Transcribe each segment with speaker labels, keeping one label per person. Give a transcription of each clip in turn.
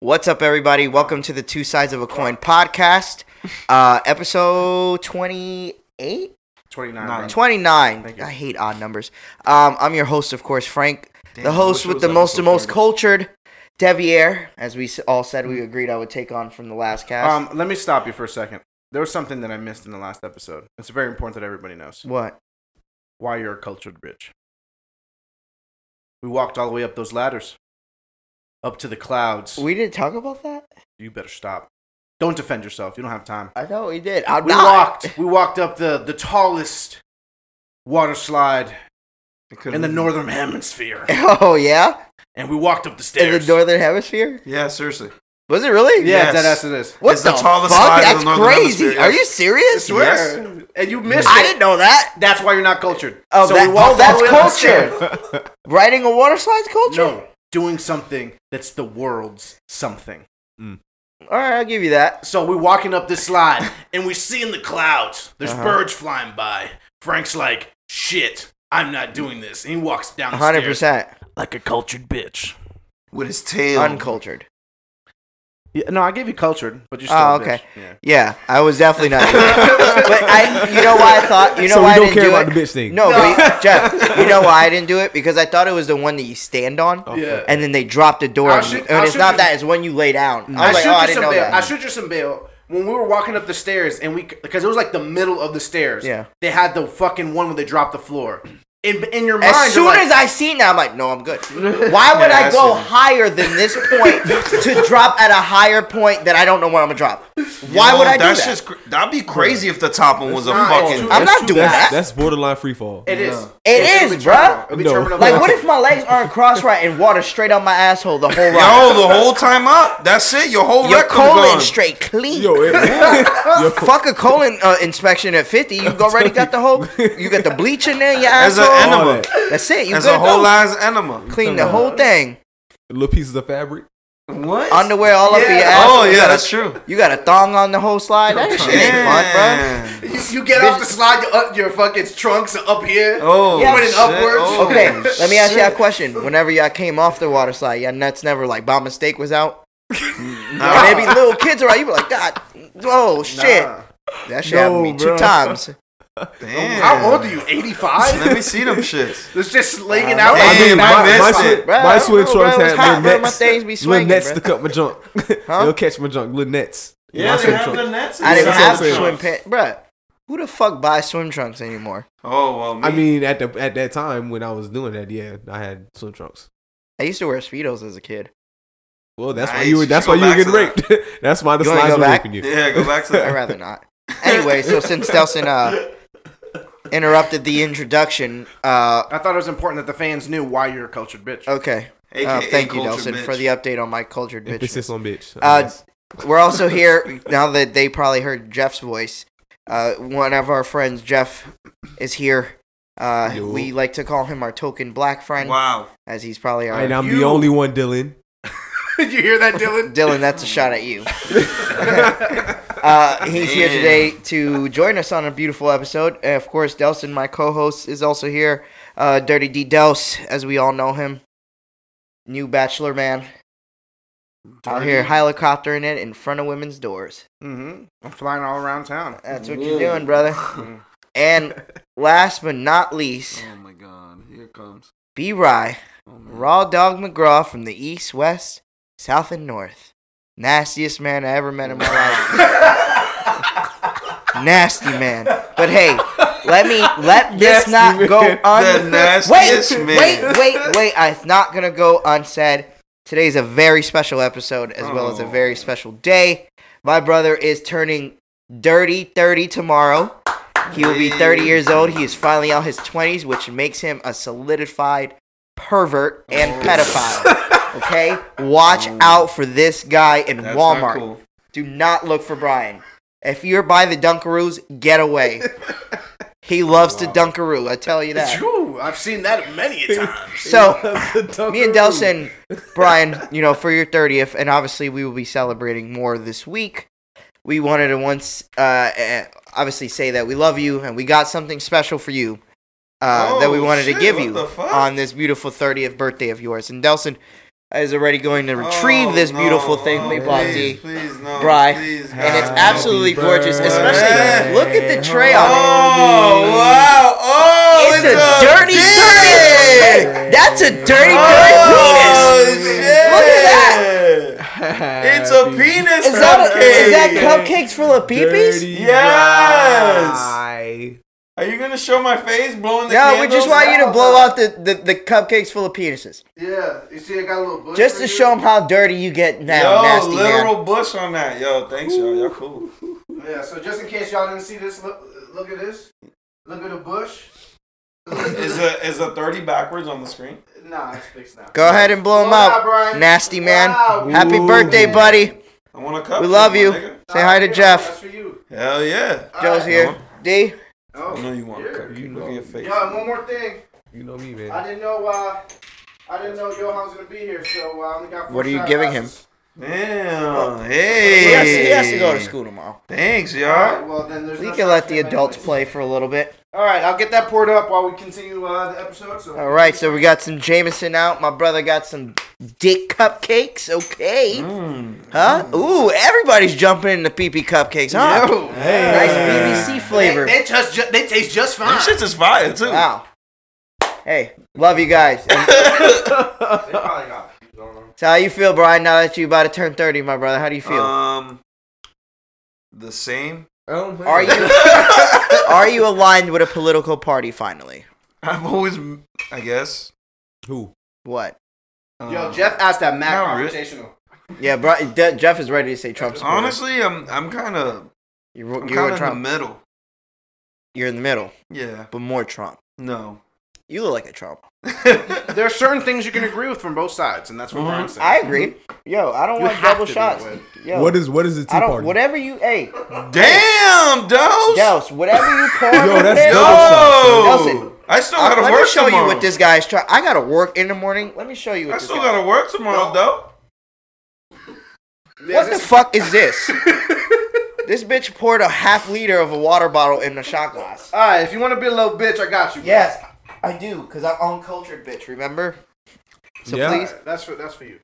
Speaker 1: What's up, everybody? Welcome to the Two Sides of a Coin podcast, uh, episode 28?
Speaker 2: 29.
Speaker 1: Uh,
Speaker 2: bro.
Speaker 1: 29.
Speaker 2: Thank you.
Speaker 1: I hate odd numbers. Um, I'm your host, of course, Frank,
Speaker 2: Damn,
Speaker 1: the
Speaker 2: I
Speaker 1: host
Speaker 2: wish it
Speaker 1: with
Speaker 2: was
Speaker 1: the
Speaker 2: like
Speaker 1: most, the
Speaker 2: episode
Speaker 1: most
Speaker 2: 30.
Speaker 1: cultured, Devier, as we s- all said we agreed I would take on from the last cast.
Speaker 2: Um, let me stop you for a second. There was something that I missed in the last episode. It's very important that everybody knows
Speaker 1: what?
Speaker 2: why you're a cultured bitch. We walked all the way up those ladders, up to the clouds.
Speaker 1: We didn't talk about that?
Speaker 2: you better stop. Don't defend yourself. You don't have time.
Speaker 1: I thought we did. I'm
Speaker 2: we
Speaker 1: not.
Speaker 2: walked. We walked up the the tallest water slide in the northern hemisphere,
Speaker 1: Oh, yeah?
Speaker 2: and we walked up the
Speaker 1: In
Speaker 2: stairs.
Speaker 1: the northern hemisphere?
Speaker 3: Yeah, seriously.
Speaker 1: Was it really?
Speaker 2: yeah,
Speaker 3: Yes.
Speaker 2: that ass it is.
Speaker 1: What
Speaker 3: It's
Speaker 1: the,
Speaker 3: the tallest
Speaker 1: fuck?
Speaker 3: slide in
Speaker 1: That's
Speaker 3: the northern
Speaker 1: crazy.
Speaker 3: hemisphere,
Speaker 1: Are
Speaker 3: yes.
Speaker 1: you serious?
Speaker 3: swear.
Speaker 2: Yes. And you missed
Speaker 1: I
Speaker 2: it.
Speaker 1: didn't know that.
Speaker 2: That's why you're not cultured.
Speaker 1: Oh, that-
Speaker 2: we walked
Speaker 1: oh, that's
Speaker 2: all the way up the
Speaker 1: culture.
Speaker 2: stairs.
Speaker 1: Riding a water slide's culture?
Speaker 2: No, doing something that's the world's something.
Speaker 1: All right, I'll give you that.
Speaker 2: So we're walking up this slide, and we see in the clouds. There's
Speaker 1: Uh-huh.
Speaker 2: birds flying by. Frank's like, "Shit, I'm not doing this." And he walks down the 100 stairs
Speaker 1: 100%
Speaker 2: like a cultured bitch.
Speaker 3: With his tail.
Speaker 1: uncultured.
Speaker 2: Yeah, no, I gave you cultured, but you're
Speaker 1: still a bitch.
Speaker 2: Yeah.
Speaker 1: Yeah, I was definitely not. doing it. but I, you know why I thought, you know
Speaker 4: so
Speaker 1: why
Speaker 4: we
Speaker 1: I
Speaker 4: don't
Speaker 1: didn't
Speaker 4: care
Speaker 1: do
Speaker 4: about
Speaker 1: it.
Speaker 4: the bitch thing.
Speaker 1: No, But, Jeff, you know why I didn't do it because I thought it was the one that you stand on,
Speaker 2: Yeah.
Speaker 1: and then they drop the door,
Speaker 2: Oh.
Speaker 1: on
Speaker 2: I'll
Speaker 1: you.
Speaker 2: shoot-
Speaker 1: and
Speaker 2: I'll
Speaker 1: it's
Speaker 2: shoot
Speaker 1: not
Speaker 2: you-
Speaker 1: that; it's when you lay down. I
Speaker 2: I
Speaker 1: was like,
Speaker 2: shoot
Speaker 1: oh, I
Speaker 2: you
Speaker 1: didn't
Speaker 2: some
Speaker 1: know
Speaker 2: bail.
Speaker 1: that.
Speaker 2: I shoot you some bail. When we were walking up the stairs and we, because it was like the middle of the stairs.
Speaker 1: Yeah.
Speaker 2: They had the fucking one where they dropped the floor. In, in your mind,
Speaker 1: As soon
Speaker 2: you're like,
Speaker 1: as I seen that, I'm like, no, I'm good. Why would
Speaker 3: Yeah,
Speaker 1: I
Speaker 3: I
Speaker 1: go
Speaker 3: see.
Speaker 1: higher than this point to drop at a higher point that I don't know where I'm gonna drop? Why would I do that?
Speaker 3: That's just cr- that'd be crazy if the top one was a
Speaker 2: not-
Speaker 3: fucking.
Speaker 1: I'm not doing
Speaker 4: that's,
Speaker 1: that.
Speaker 4: That's borderline free fall.
Speaker 2: It is.
Speaker 1: It is, bruh.
Speaker 4: No.
Speaker 1: Like, what if my legs aren't crossed right and water straight on my asshole the whole ride?
Speaker 3: Yo, the whole time up. That's it. Your whole
Speaker 1: Your
Speaker 3: rectum
Speaker 1: colon
Speaker 3: gone.
Speaker 1: straight clean.
Speaker 4: Yo, it, yo,
Speaker 1: Fuck a colon uh, inspection at 50. You already got the whole, you got the bleach in there in your
Speaker 3: As an
Speaker 1: asshole.
Speaker 4: all
Speaker 3: enema.
Speaker 4: that.
Speaker 1: That's it. You
Speaker 3: As
Speaker 1: good
Speaker 3: a whole
Speaker 1: to go.
Speaker 3: ass enema.
Speaker 1: Clean the whole thing.
Speaker 4: little pieces of fabric.
Speaker 3: What?
Speaker 1: Underwear all up in your
Speaker 2: Yeah.
Speaker 1: asshole.
Speaker 3: oh
Speaker 1: You got
Speaker 3: yeah,
Speaker 1: a-
Speaker 3: that's true.
Speaker 1: You got a thong on the whole slide. That shit ain't fun,
Speaker 3: Damn.
Speaker 2: You, you get off the slide, your, up, your fucking trunks are up here.
Speaker 3: Oh,
Speaker 1: Yeah.
Speaker 3: shit.
Speaker 2: Upwards.
Speaker 3: Oh,
Speaker 1: bro. Okay, let me ask
Speaker 3: shit.
Speaker 1: y'all a question. Whenever y'all came off the water slide, y'all nuts never like by mistake was out.
Speaker 3: Nah.
Speaker 1: Maybe little kids around. You be like, God, oh shit. That shit happened to me
Speaker 4: No,
Speaker 1: two
Speaker 4: bro.
Speaker 1: times.
Speaker 3: Damn.
Speaker 2: How old are you? 85?
Speaker 3: Let me see them shits.
Speaker 2: It's just laying
Speaker 1: Uh,
Speaker 2: out
Speaker 3: Damn,
Speaker 2: like
Speaker 3: I
Speaker 4: my,
Speaker 3: missed
Speaker 4: my,
Speaker 3: it.
Speaker 4: swi-
Speaker 1: Bro, I
Speaker 4: my
Speaker 1: don't
Speaker 4: swim
Speaker 1: know,
Speaker 4: trunks
Speaker 1: bro, it was
Speaker 4: had
Speaker 1: hot,
Speaker 4: little
Speaker 1: bro.
Speaker 4: nets.
Speaker 1: My things be
Speaker 4: little
Speaker 1: swinging,
Speaker 4: nets
Speaker 1: bro.
Speaker 4: to cut my junk. They'll catch my junk. Little nets. in my swim trunk.
Speaker 3: nets.
Speaker 1: I didn't
Speaker 4: That's what
Speaker 1: have
Speaker 4: I'm saying.
Speaker 1: swim pants. Bruh, who the fuck buys swim trunks anymore?
Speaker 3: Oh well. Me.
Speaker 4: I mean, at the at that time when I was doing that, yeah, I had swim trunks.
Speaker 1: I used to wear Speedos as a kid.
Speaker 4: Well, that's why
Speaker 3: Nice.
Speaker 4: you were.
Speaker 3: You
Speaker 4: That's
Speaker 3: should
Speaker 4: why
Speaker 3: go
Speaker 4: you were
Speaker 3: back
Speaker 4: getting
Speaker 3: to
Speaker 4: raped. that's why the
Speaker 1: You wanna
Speaker 4: slides
Speaker 1: go
Speaker 4: were
Speaker 1: back?
Speaker 4: raping you.
Speaker 3: Yeah, go back to
Speaker 1: I'd
Speaker 3: that.
Speaker 1: rather not. Anyway, so since Stelson uh, interrupted the introduction, uh,
Speaker 2: I thought it was important that the fans knew why you're a cultured bitch.
Speaker 1: okay. Uh,
Speaker 3: AKA
Speaker 1: thank you,
Speaker 3: culture
Speaker 1: Delson,
Speaker 3: bitch.
Speaker 1: for the update on my cultured bitch.
Speaker 4: Emphasis on bitch. I
Speaker 1: Uh,
Speaker 4: guess.
Speaker 1: We're also here, now that they probably heard Jeff's voice, uh, one of our friends, Jeff, is here. Uh,
Speaker 4: Yo.
Speaker 1: we like to call him our token black friend,
Speaker 3: Wow.
Speaker 1: as he's probably our
Speaker 4: and I'm
Speaker 2: you-
Speaker 4: the only one, Dylan.
Speaker 2: you hear that, Dylan?
Speaker 1: Dylan, that's a shot at you. uh, he's here
Speaker 3: Yeah.
Speaker 1: today to join us on a beautiful episode. And of course, Delson, my co-host, is also here. Uh, Dirty D Dels, as we all know him, new bachelor man out here helicoptering it in front of women's doors.
Speaker 2: Mm-hmm. I'm flying all around town.
Speaker 1: That's what you're doing, brother. and last but not least,
Speaker 3: Oh my god, here it comes.
Speaker 1: B Rye,
Speaker 3: Oh, man.
Speaker 1: Raw Dog McGraw from the East, West, South, and North. Nastiest man I ever met in my life. nasty man. But hey, let me let this
Speaker 4: Nasty
Speaker 1: not
Speaker 4: man.
Speaker 1: go
Speaker 3: The
Speaker 1: un.
Speaker 3: nastiest
Speaker 1: Wait,
Speaker 3: man.
Speaker 1: wait, wait, wait! It's not gonna go unsaid. Today's a very special episode, as well as a
Speaker 3: Oh.
Speaker 1: very special day. My brother is turning dirty thirty tomorrow. He will be thirty years old. He is finally out his twenties, which makes him a solidified pervert and
Speaker 3: Oh.
Speaker 1: pedophile. Okay, watch out for this guy in
Speaker 3: That's not
Speaker 1: Walmart.
Speaker 3: cool.
Speaker 1: Do not look for Brian. If you're by the Dunkaroos, get away. He loves to Dunkaroo, I tell you that.
Speaker 2: True. I've seen that many a time.
Speaker 1: So, me
Speaker 4: me
Speaker 1: and Delson, Brian, you know, for your 30th, and obviously we will be celebrating more this week. We wanted to once, uh, eh, obviously say that we love you and we got something special for you uh, that we
Speaker 3: Oh,
Speaker 1: wanted to
Speaker 3: shit,
Speaker 1: give
Speaker 3: what
Speaker 1: you
Speaker 3: the fuck?
Speaker 1: on this beautiful 30th birthday of yours. And Delson, is already going to retrieve
Speaker 3: Oh,
Speaker 1: this beautiful
Speaker 3: no.
Speaker 1: thing
Speaker 3: Oh,
Speaker 1: we
Speaker 3: please,
Speaker 1: bought D.
Speaker 3: Please, no.
Speaker 1: Bri.
Speaker 3: Please,
Speaker 1: And it's
Speaker 3: God.
Speaker 1: absolutely
Speaker 4: Happy
Speaker 1: gorgeous, especially
Speaker 3: birthday,
Speaker 1: look at the tray on it.
Speaker 3: Oh, wow. Oh,
Speaker 1: It's, a,
Speaker 3: it's,
Speaker 1: dirty,
Speaker 3: dick.
Speaker 1: dirty. Wait, That's a dirty,
Speaker 3: Oh,
Speaker 1: dirty penis.
Speaker 3: shit.
Speaker 1: Look
Speaker 3: at that. It's a penis
Speaker 1: Is that, a, is that
Speaker 3: cupcake.
Speaker 1: cupcakes full of peepees?
Speaker 3: Yes.
Speaker 4: Yes.
Speaker 3: Are you gonna show my face blowing the
Speaker 1: No, we
Speaker 3: candles?
Speaker 1: just want you to blow out the, the, the cupcakes full of penises.
Speaker 3: Yeah, you see, I got a little bush.
Speaker 1: Just to show them how dirty you get now,
Speaker 3: Yo,
Speaker 1: nasty man.
Speaker 3: literal bush on that. Yo, thanks, y'all. Y'all cool.
Speaker 2: Yeah, so just in case y'all didn't see this, look, look at this. Look at the bush.
Speaker 3: Is a is a thirty backwards on the screen?
Speaker 2: Nah, it's fixed now.
Speaker 1: Go ahead and blow them up,
Speaker 2: Brian.
Speaker 1: nasty man.
Speaker 2: Wow.
Speaker 1: Happy
Speaker 4: Ooh.
Speaker 1: birthday, buddy.
Speaker 3: I want a cup.
Speaker 1: We love
Speaker 3: my
Speaker 1: you.
Speaker 3: nigga.
Speaker 1: Say hi to Jeff.
Speaker 2: for you.
Speaker 3: Hell yeah.
Speaker 1: Joe's here. D.
Speaker 2: Oh,
Speaker 3: I know you want a
Speaker 2: yeah.
Speaker 3: cupcake.
Speaker 4: You
Speaker 3: Look
Speaker 4: know.
Speaker 3: at your face.
Speaker 2: Yo, and one more thing.
Speaker 4: You know me, man.
Speaker 2: I didn't know. Uh, I didn't know Johan's gonna be here, so uh, I only got. Four
Speaker 1: What are you
Speaker 2: shot
Speaker 1: giving him?
Speaker 2: glasses.
Speaker 3: Damn.
Speaker 1: He has, to,
Speaker 3: Hey.
Speaker 1: he has to go to school tomorrow.
Speaker 3: Thanks,
Speaker 2: All right.
Speaker 3: y'all.
Speaker 2: Well, then there's.
Speaker 1: We
Speaker 2: no
Speaker 1: can let
Speaker 2: shots
Speaker 1: the
Speaker 2: left
Speaker 1: adults
Speaker 2: anyways.
Speaker 1: play for a little bit.
Speaker 2: All right, I'll get that poured up while we continue uh, the episode. So.
Speaker 1: All right, so we got some Jameson out. My brother got some dick cupcakes. Okay.
Speaker 3: Mm.
Speaker 1: Huh? Ooh, everybody's jumping into pee pee cupcakes, huh?
Speaker 2: Yo.
Speaker 1: Nice
Speaker 3: Yeah.
Speaker 1: BBC flavor.
Speaker 2: They, they just, ju- they taste just fine.
Speaker 3: Them shits is fire too.
Speaker 1: Wow. Hey, love you guys. And
Speaker 2: They probably got. I don't know.
Speaker 1: so how you feel, Brian, now that you about to turn 30, my brother? How do you feel?
Speaker 3: Um, the same.
Speaker 1: are you are you aligned with a political party finally?
Speaker 3: I've always, I guess.
Speaker 4: Who?
Speaker 1: What?
Speaker 3: Um,
Speaker 2: Yo, Jeff asked that Mac
Speaker 3: Not really.
Speaker 2: conversational.
Speaker 1: Yeah, Bri De- Jeff is ready to say Trump supporter.
Speaker 3: Honestly, I'm I'm kind of
Speaker 1: you ro-
Speaker 3: I'm
Speaker 1: you're
Speaker 3: kind
Speaker 1: with
Speaker 3: of in
Speaker 1: Trump.
Speaker 3: the middle.
Speaker 1: You're in the middle,
Speaker 3: Yeah.
Speaker 1: but more Trump.
Speaker 3: No.
Speaker 1: You look like a Trump.
Speaker 2: There are certain things you can agree with from both sides, and that's what
Speaker 3: Mhm.
Speaker 2: Brian said.
Speaker 1: I agree. Mm-hmm. Yo, I don't
Speaker 2: You
Speaker 1: want
Speaker 2: have
Speaker 1: double
Speaker 2: to do
Speaker 1: shots.
Speaker 2: it.
Speaker 1: Yo,
Speaker 4: What is what is the Tea
Speaker 1: I don't.
Speaker 4: Party?
Speaker 1: Whatever you, hey,
Speaker 3: Damn, Dose.
Speaker 1: Dose, whatever you pour.
Speaker 4: Yo,
Speaker 1: in
Speaker 4: that's
Speaker 1: there-
Speaker 4: double
Speaker 3: Yo,
Speaker 1: Nelson.
Speaker 3: I still
Speaker 1: Uh,
Speaker 3: gotta
Speaker 1: let
Speaker 3: work
Speaker 1: me show
Speaker 3: tomorrow.
Speaker 1: you what this guy's trying. I gotta work in the morning. Let me show you what
Speaker 3: I
Speaker 1: this
Speaker 3: still
Speaker 1: guy-
Speaker 3: gotta work tomorrow, though.
Speaker 2: Yeah,
Speaker 1: What the
Speaker 2: this-
Speaker 1: fuck is this? this bitch poured a half liter of a water bottle in a shot glass.
Speaker 2: All right, if you want to be a little bitch, I got you. bro.
Speaker 1: Yes, I do, cause I'm uncultured, bitch. Remember? So
Speaker 4: Yeah.
Speaker 1: please,
Speaker 2: Uh, That's for that's for you.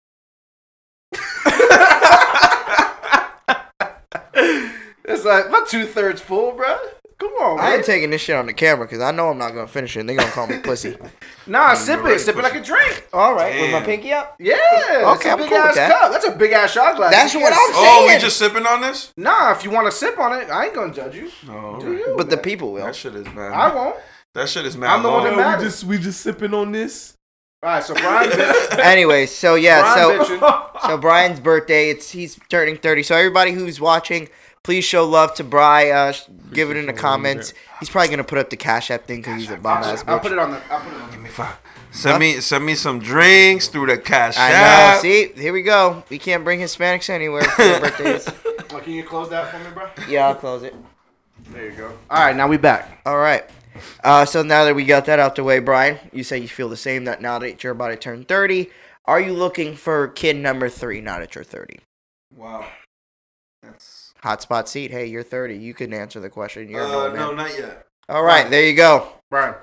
Speaker 2: it's like my two thirds full, bro. Come on,
Speaker 1: I
Speaker 2: man.
Speaker 1: ain't taking this shit on the camera, cause I know I'm not gonna finish it. and They gonna call me pussy.
Speaker 2: nah, sip
Speaker 3: right,
Speaker 2: it, sip it like a drink.
Speaker 1: All right, with my
Speaker 3: Damn.
Speaker 1: pinky up.
Speaker 2: Yeah, it's
Speaker 1: Okay,
Speaker 2: a
Speaker 1: I'm
Speaker 2: big
Speaker 1: cool with
Speaker 2: ass
Speaker 1: that.
Speaker 2: cup. That's a big ass shot glass.
Speaker 1: That's
Speaker 2: You
Speaker 1: what
Speaker 2: can't-
Speaker 1: I'm
Speaker 3: Oh, we
Speaker 1: saying.
Speaker 3: just sipping on this?
Speaker 2: Nah, if you want to sip on it, I ain't gonna judge you.
Speaker 3: No.
Speaker 2: Do you?
Speaker 1: But the
Speaker 2: man.
Speaker 1: people will.
Speaker 3: That shit is mad.
Speaker 2: I won't.
Speaker 3: that shit is mad.
Speaker 2: I'm the one
Speaker 3: long.
Speaker 2: that-
Speaker 4: Oh, we just we just sipping on this.
Speaker 2: All right, so Brian, bitch.
Speaker 1: Anyway, so yeah,
Speaker 2: Brian
Speaker 1: so
Speaker 2: bitching.
Speaker 1: so Brian's birthday. It's he's turning thirty. So everybody who's watching, please show love to Bri. Uh, sh- give it in the comments. He's probably gonna put up the Cash App thing because he's a bomb ass
Speaker 2: I'll
Speaker 1: bitch.
Speaker 2: put it on the. I'll put it on.
Speaker 3: Give me five. Send me send me some drinks through the cash
Speaker 1: I know.
Speaker 3: app.
Speaker 1: See, here we go. We can't bring Hispanics anywhere for their birthdays.
Speaker 2: The, oh, can you close that for me, bro?
Speaker 1: yeah, I'll close it.
Speaker 2: There you go. All right, now we back.
Speaker 1: All right. Uh, so now that we got that out the way, Brian, you say you feel the same that now that you're about to turn 30, are you looking for kid number three now that you're 30?
Speaker 3: Wow. That's
Speaker 1: Hotspot seat. Hey, you're 30. You can answer the question. You're an
Speaker 3: uh,
Speaker 1: old man.
Speaker 3: no, not yet.
Speaker 1: All right, there you go.
Speaker 2: Brian.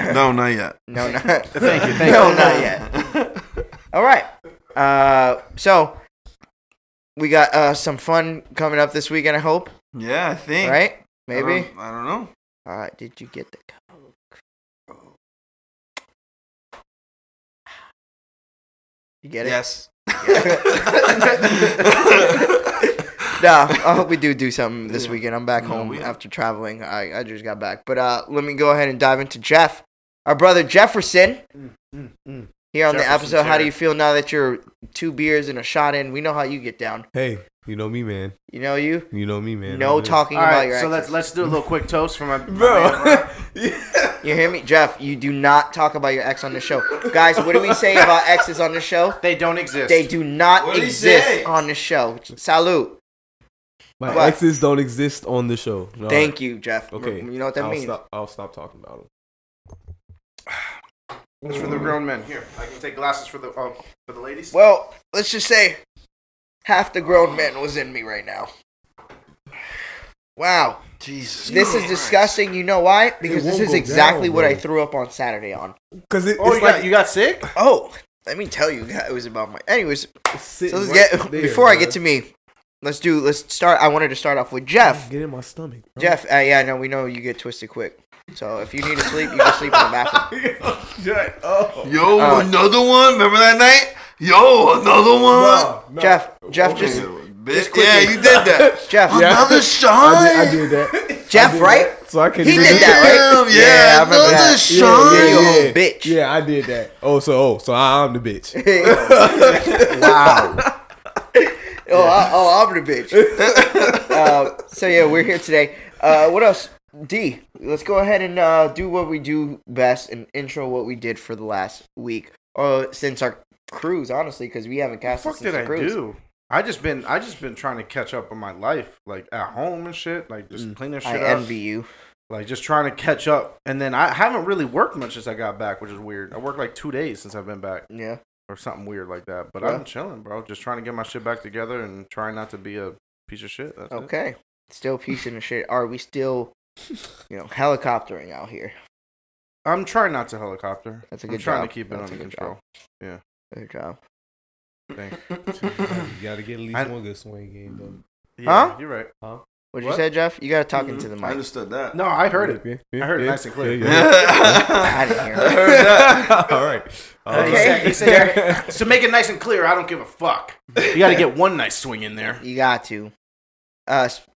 Speaker 3: No, not yet.
Speaker 1: No, not. thank you.
Speaker 2: thank
Speaker 1: no,
Speaker 2: you.
Speaker 1: not yet. All right. Uh, so we got uh, some fun coming up this weekend. I hope.
Speaker 3: Yeah, I think.
Speaker 1: Right?
Speaker 3: I
Speaker 1: Maybe.
Speaker 3: don't- I don't know.
Speaker 1: All right. Did you get the coke? You get it?
Speaker 3: Yes.
Speaker 1: No, I hope we do do something this
Speaker 3: Yeah.
Speaker 1: weekend. I'm back
Speaker 3: No,
Speaker 1: home
Speaker 3: we-
Speaker 1: after traveling. I, I just got back. But uh, let me go ahead and dive into Jeff, our brother Jefferson. Here on the
Speaker 2: Mm, Jefferson
Speaker 1: episode, how do
Speaker 2: Terry.
Speaker 1: you feel now that you're two beers and a shot in? We know how you get down.
Speaker 4: Hey, you know me, man.
Speaker 1: You know you.
Speaker 4: You know me, man.
Speaker 1: no
Speaker 4: I'm in.
Speaker 1: talking
Speaker 2: All
Speaker 1: about
Speaker 2: right,
Speaker 1: your.
Speaker 2: so let's
Speaker 1: exes.
Speaker 2: let's do a little quick toast for my, my man,
Speaker 4: bro.
Speaker 1: You hear me, Jeff? You do not talk about your ex on the show, guys. What do we say about exes on the show?
Speaker 2: They don't exist.
Speaker 1: They do not
Speaker 3: What do you say?
Speaker 1: exist on the show. Salute.
Speaker 4: My
Speaker 1: What?
Speaker 4: exes don't exist on the show. No.
Speaker 1: Thank you, Jeff.
Speaker 4: Okay,
Speaker 1: You know what that
Speaker 4: I'll
Speaker 1: means.
Speaker 4: Stop, I'll stop talking about them.
Speaker 2: It's for the grown men. Here, I can take glasses for the um, for the ladies.
Speaker 1: Well, let's just say half the grown man was in me right now. Wow.
Speaker 3: Jesus.
Speaker 1: This is
Speaker 3: Christ.
Speaker 1: disgusting. You know why? Because this
Speaker 4: won't
Speaker 1: is
Speaker 4: go
Speaker 1: exactly
Speaker 4: down,
Speaker 1: what I
Speaker 4: bro.
Speaker 1: threw up on Saturday on.
Speaker 4: Cause it,
Speaker 2: Oh,
Speaker 4: it's
Speaker 2: you,
Speaker 4: like
Speaker 2: got, you got sick?
Speaker 1: Oh, let me tell you guys it was about my. Anyways,
Speaker 4: So
Speaker 1: so let's get before I get to me. Let's do. Let's start. I wanted to start off with Jeff.
Speaker 4: Get in my stomach. Bro.
Speaker 1: Jeff, uh, yeah, no, we know you get twisted quick. So if you need to sleep, you can sleep in the bathroom.
Speaker 2: Shut up.
Speaker 4: oh.
Speaker 3: Yo,
Speaker 1: Uh,
Speaker 3: another one. Remember that night? Yo, another one.
Speaker 4: No, no.
Speaker 1: Jeff, Jeff,
Speaker 3: Nigga,
Speaker 1: just
Speaker 3: bitch. yeah, you did that.
Speaker 1: Jeff,
Speaker 4: Yeah.
Speaker 3: Another shot.
Speaker 4: I did, I did that.
Speaker 1: Jeff,
Speaker 4: I did
Speaker 1: right?
Speaker 4: that, so I could.
Speaker 1: He
Speaker 4: do
Speaker 1: did that, right?
Speaker 3: Damn, yeah,
Speaker 1: Yeah, I remember
Speaker 3: another
Speaker 1: that.
Speaker 3: shot.
Speaker 1: yeah, you a whole bitch.
Speaker 4: Yeah, I did that. Oh, so oh, so I, I'm the bitch.
Speaker 1: wow. oh, I, oh, I'm the bitch. uh, so yeah, we're here today. Uh, what else? D, let's go ahead and uh, do what we do best and intro what we did for the last week or since our cruise, honestly, because we haven't
Speaker 2: The
Speaker 1: cast it
Speaker 2: fuck
Speaker 1: since
Speaker 2: did
Speaker 1: the
Speaker 2: I
Speaker 1: cruise.
Speaker 2: do? I just been I just been trying to catch up on my life, like at home and shit, like just cleaning shit
Speaker 1: Mm. I
Speaker 2: up,
Speaker 1: envy you.
Speaker 2: like just trying to catch up. And then I haven't really worked much since I got back, which is weird. I worked like two days since I've been back,
Speaker 1: Yeah,
Speaker 2: or something weird like that. But
Speaker 1: Yeah.
Speaker 2: I'm chilling, bro. Just trying to get my shit back together and trying not to be a piece of shit. That's it.
Speaker 1: okay. Still piecing the shit. Are we still, you know, helicoptering out here?
Speaker 2: I'm trying not to helicopter.
Speaker 1: That's a
Speaker 2: I'm
Speaker 1: good
Speaker 2: trying
Speaker 1: job.
Speaker 2: to keep it
Speaker 1: That's a
Speaker 2: under
Speaker 1: good
Speaker 2: control.
Speaker 1: Good job.
Speaker 2: Thanks.
Speaker 4: you gotta get at least
Speaker 2: I-
Speaker 4: one good swing game though.
Speaker 2: Yeah, You're right.
Speaker 1: What'd you
Speaker 2: What?
Speaker 1: say, Jeff? You got to talk into the
Speaker 3: Mm-hmm. I
Speaker 1: mic.
Speaker 3: understood that.
Speaker 2: No, I heard it.
Speaker 4: Yeah,
Speaker 2: I heard it nice and clear.
Speaker 3: I
Speaker 1: didn't hear it.
Speaker 3: heard that.
Speaker 4: All right. All
Speaker 1: Okay.
Speaker 4: right.
Speaker 2: He said- he said- to make it nice and clear, I don't give a fuck. You got to get one nice swing in there.
Speaker 1: You got to. Uh, s-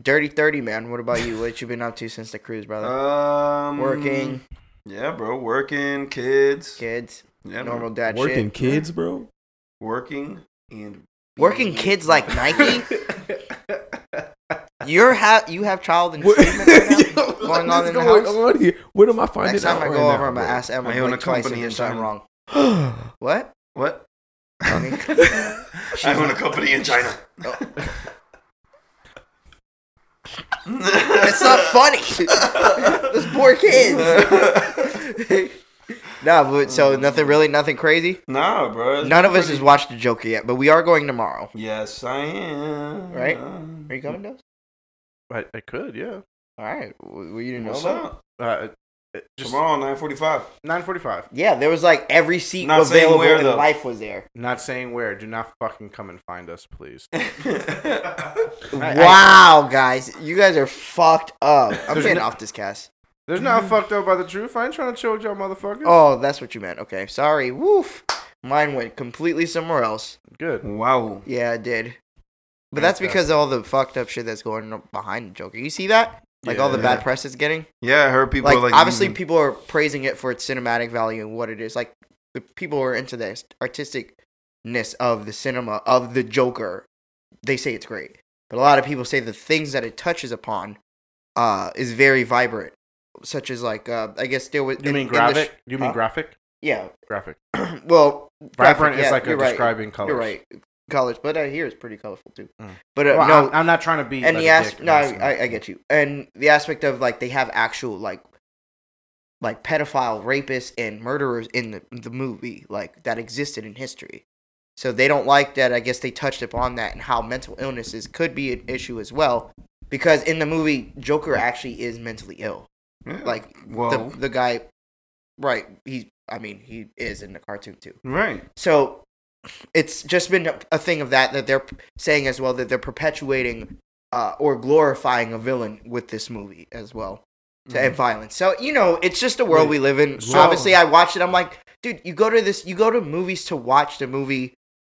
Speaker 1: Dirty Thirty, man. What about you? What you been up to since the cruise, brother?
Speaker 3: Um,
Speaker 1: Working,
Speaker 3: Yeah, bro. Working, kids.
Speaker 1: kids,
Speaker 3: Yeah, bro.
Speaker 1: normal dad
Speaker 4: Working
Speaker 1: shit.
Speaker 4: kids, bro.
Speaker 3: Working and
Speaker 1: Working kids like Nike. You're ha- you have child
Speaker 4: What-
Speaker 1: entrainment right now
Speaker 4: Yo,
Speaker 1: going
Speaker 4: what
Speaker 1: on
Speaker 4: is
Speaker 1: in the
Speaker 4: going
Speaker 1: house.
Speaker 4: on here? What am I finding
Speaker 1: Next
Speaker 4: out
Speaker 1: time I go
Speaker 4: right
Speaker 1: over, I'm
Speaker 4: now,
Speaker 1: gonna ask Emma
Speaker 3: I own
Speaker 1: like
Speaker 3: a
Speaker 1: twice if
Speaker 3: company
Speaker 1: there's
Speaker 3: in
Speaker 1: something
Speaker 3: China.
Speaker 1: wrong.
Speaker 4: bro?
Speaker 1: What?
Speaker 3: what?
Speaker 1: Honey?
Speaker 3: I own a company in China.
Speaker 1: It's not funny. Those poor kids. nah, but so nothing really, nothing crazy.
Speaker 3: nah, bro. it's
Speaker 1: None of us
Speaker 3: pretty-
Speaker 1: has watched the Joker yet, but we are going tomorrow.
Speaker 3: Yes, I am.
Speaker 1: Right? Are you coming to us?
Speaker 2: I, I could, yeah.
Speaker 1: All right. W- well, you didn't know
Speaker 3: What's
Speaker 1: about it?
Speaker 3: up?
Speaker 2: Uh, it- just
Speaker 3: Tomorrow, nine forty-five.
Speaker 2: 945.
Speaker 1: Yeah, there was like every seat
Speaker 3: Not saying
Speaker 1: available
Speaker 3: where,
Speaker 1: in
Speaker 3: though.
Speaker 1: life was there.
Speaker 2: Not saying where. Do not fucking come and find us, please. I-
Speaker 1: Wow, guys, you guys are fucked up. I'm
Speaker 2: There's
Speaker 1: getting
Speaker 2: no-
Speaker 1: off this cast.
Speaker 2: There's not fucked up by the truth. I ain't trying to chill with y'all motherfuckers.
Speaker 1: Oh, that's what you meant. Okay, sorry. Woof. Mine went completely somewhere else.
Speaker 2: Good.
Speaker 3: wow.
Speaker 1: Yeah, it did. But that's because of all the fucked up shit that's going on behind the Joker. You see that? Like all the
Speaker 3: Yeah.
Speaker 1: bad press it's getting.
Speaker 3: Yeah, I heard people
Speaker 1: Like,
Speaker 3: are like
Speaker 1: obviously,
Speaker 3: leaving.
Speaker 1: people are praising it for its cinematic value and what it is. Like the people who are into this artisticness of the cinema of the Joker, they say it's great. But a lot of people say the things that it touches upon uh, is very vibrant, such as like uh, I guess there was.
Speaker 2: You
Speaker 1: in-
Speaker 2: mean
Speaker 1: in the sh-
Speaker 2: graphic? you mean
Speaker 1: Huh?
Speaker 2: graphic?
Speaker 1: yeah.
Speaker 2: Graphic.
Speaker 1: well, graphic,
Speaker 2: Vibrant
Speaker 1: yeah,
Speaker 2: is like a
Speaker 1: you're right.
Speaker 2: describing color.
Speaker 1: You're right. Colors, but I hear it's pretty colorful too.
Speaker 2: Mm.
Speaker 1: But uh,
Speaker 2: Well,
Speaker 1: no,
Speaker 2: I'm, I'm not trying to be.
Speaker 1: and
Speaker 2: like
Speaker 1: the
Speaker 2: a
Speaker 1: as
Speaker 2: dick
Speaker 1: no,
Speaker 2: and
Speaker 1: I, I get you. And the aspect of like they have actual like like pedophile rapists and murderers in the, the movie like that existed in history. So they don't like that. I guess they touched upon that and how mental illnesses could be an issue as well, because in the movie Joker actually is mentally ill.
Speaker 3: Yeah.
Speaker 1: Like
Speaker 3: Whoa.
Speaker 1: the the guy, right? He, I mean, he is in the cartoon too.
Speaker 3: right.
Speaker 1: So it's just been a- a thing of that that they're saying as well that they're perpetuating uh, or glorifying a villain with this movie as well to
Speaker 2: Mm-hmm.
Speaker 1: and violence. So you know, it's just the world we live in.
Speaker 4: so-
Speaker 1: Obviously, I watched it. I'm like, dude, you go to this, you go to movies to watch the movie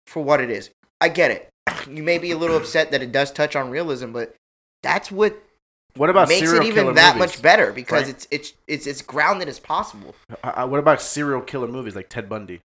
Speaker 1: for what it is. I get it. You may be a little upset that it does touch on realism, but that's what
Speaker 2: What about
Speaker 1: makes
Speaker 2: serial
Speaker 1: it even
Speaker 2: killer
Speaker 1: that
Speaker 2: movies?
Speaker 1: much better because
Speaker 2: right?
Speaker 1: it's it's it's it's grounded as possible.
Speaker 2: I- I- Uh, what about serial killer movies like Ted Bundy?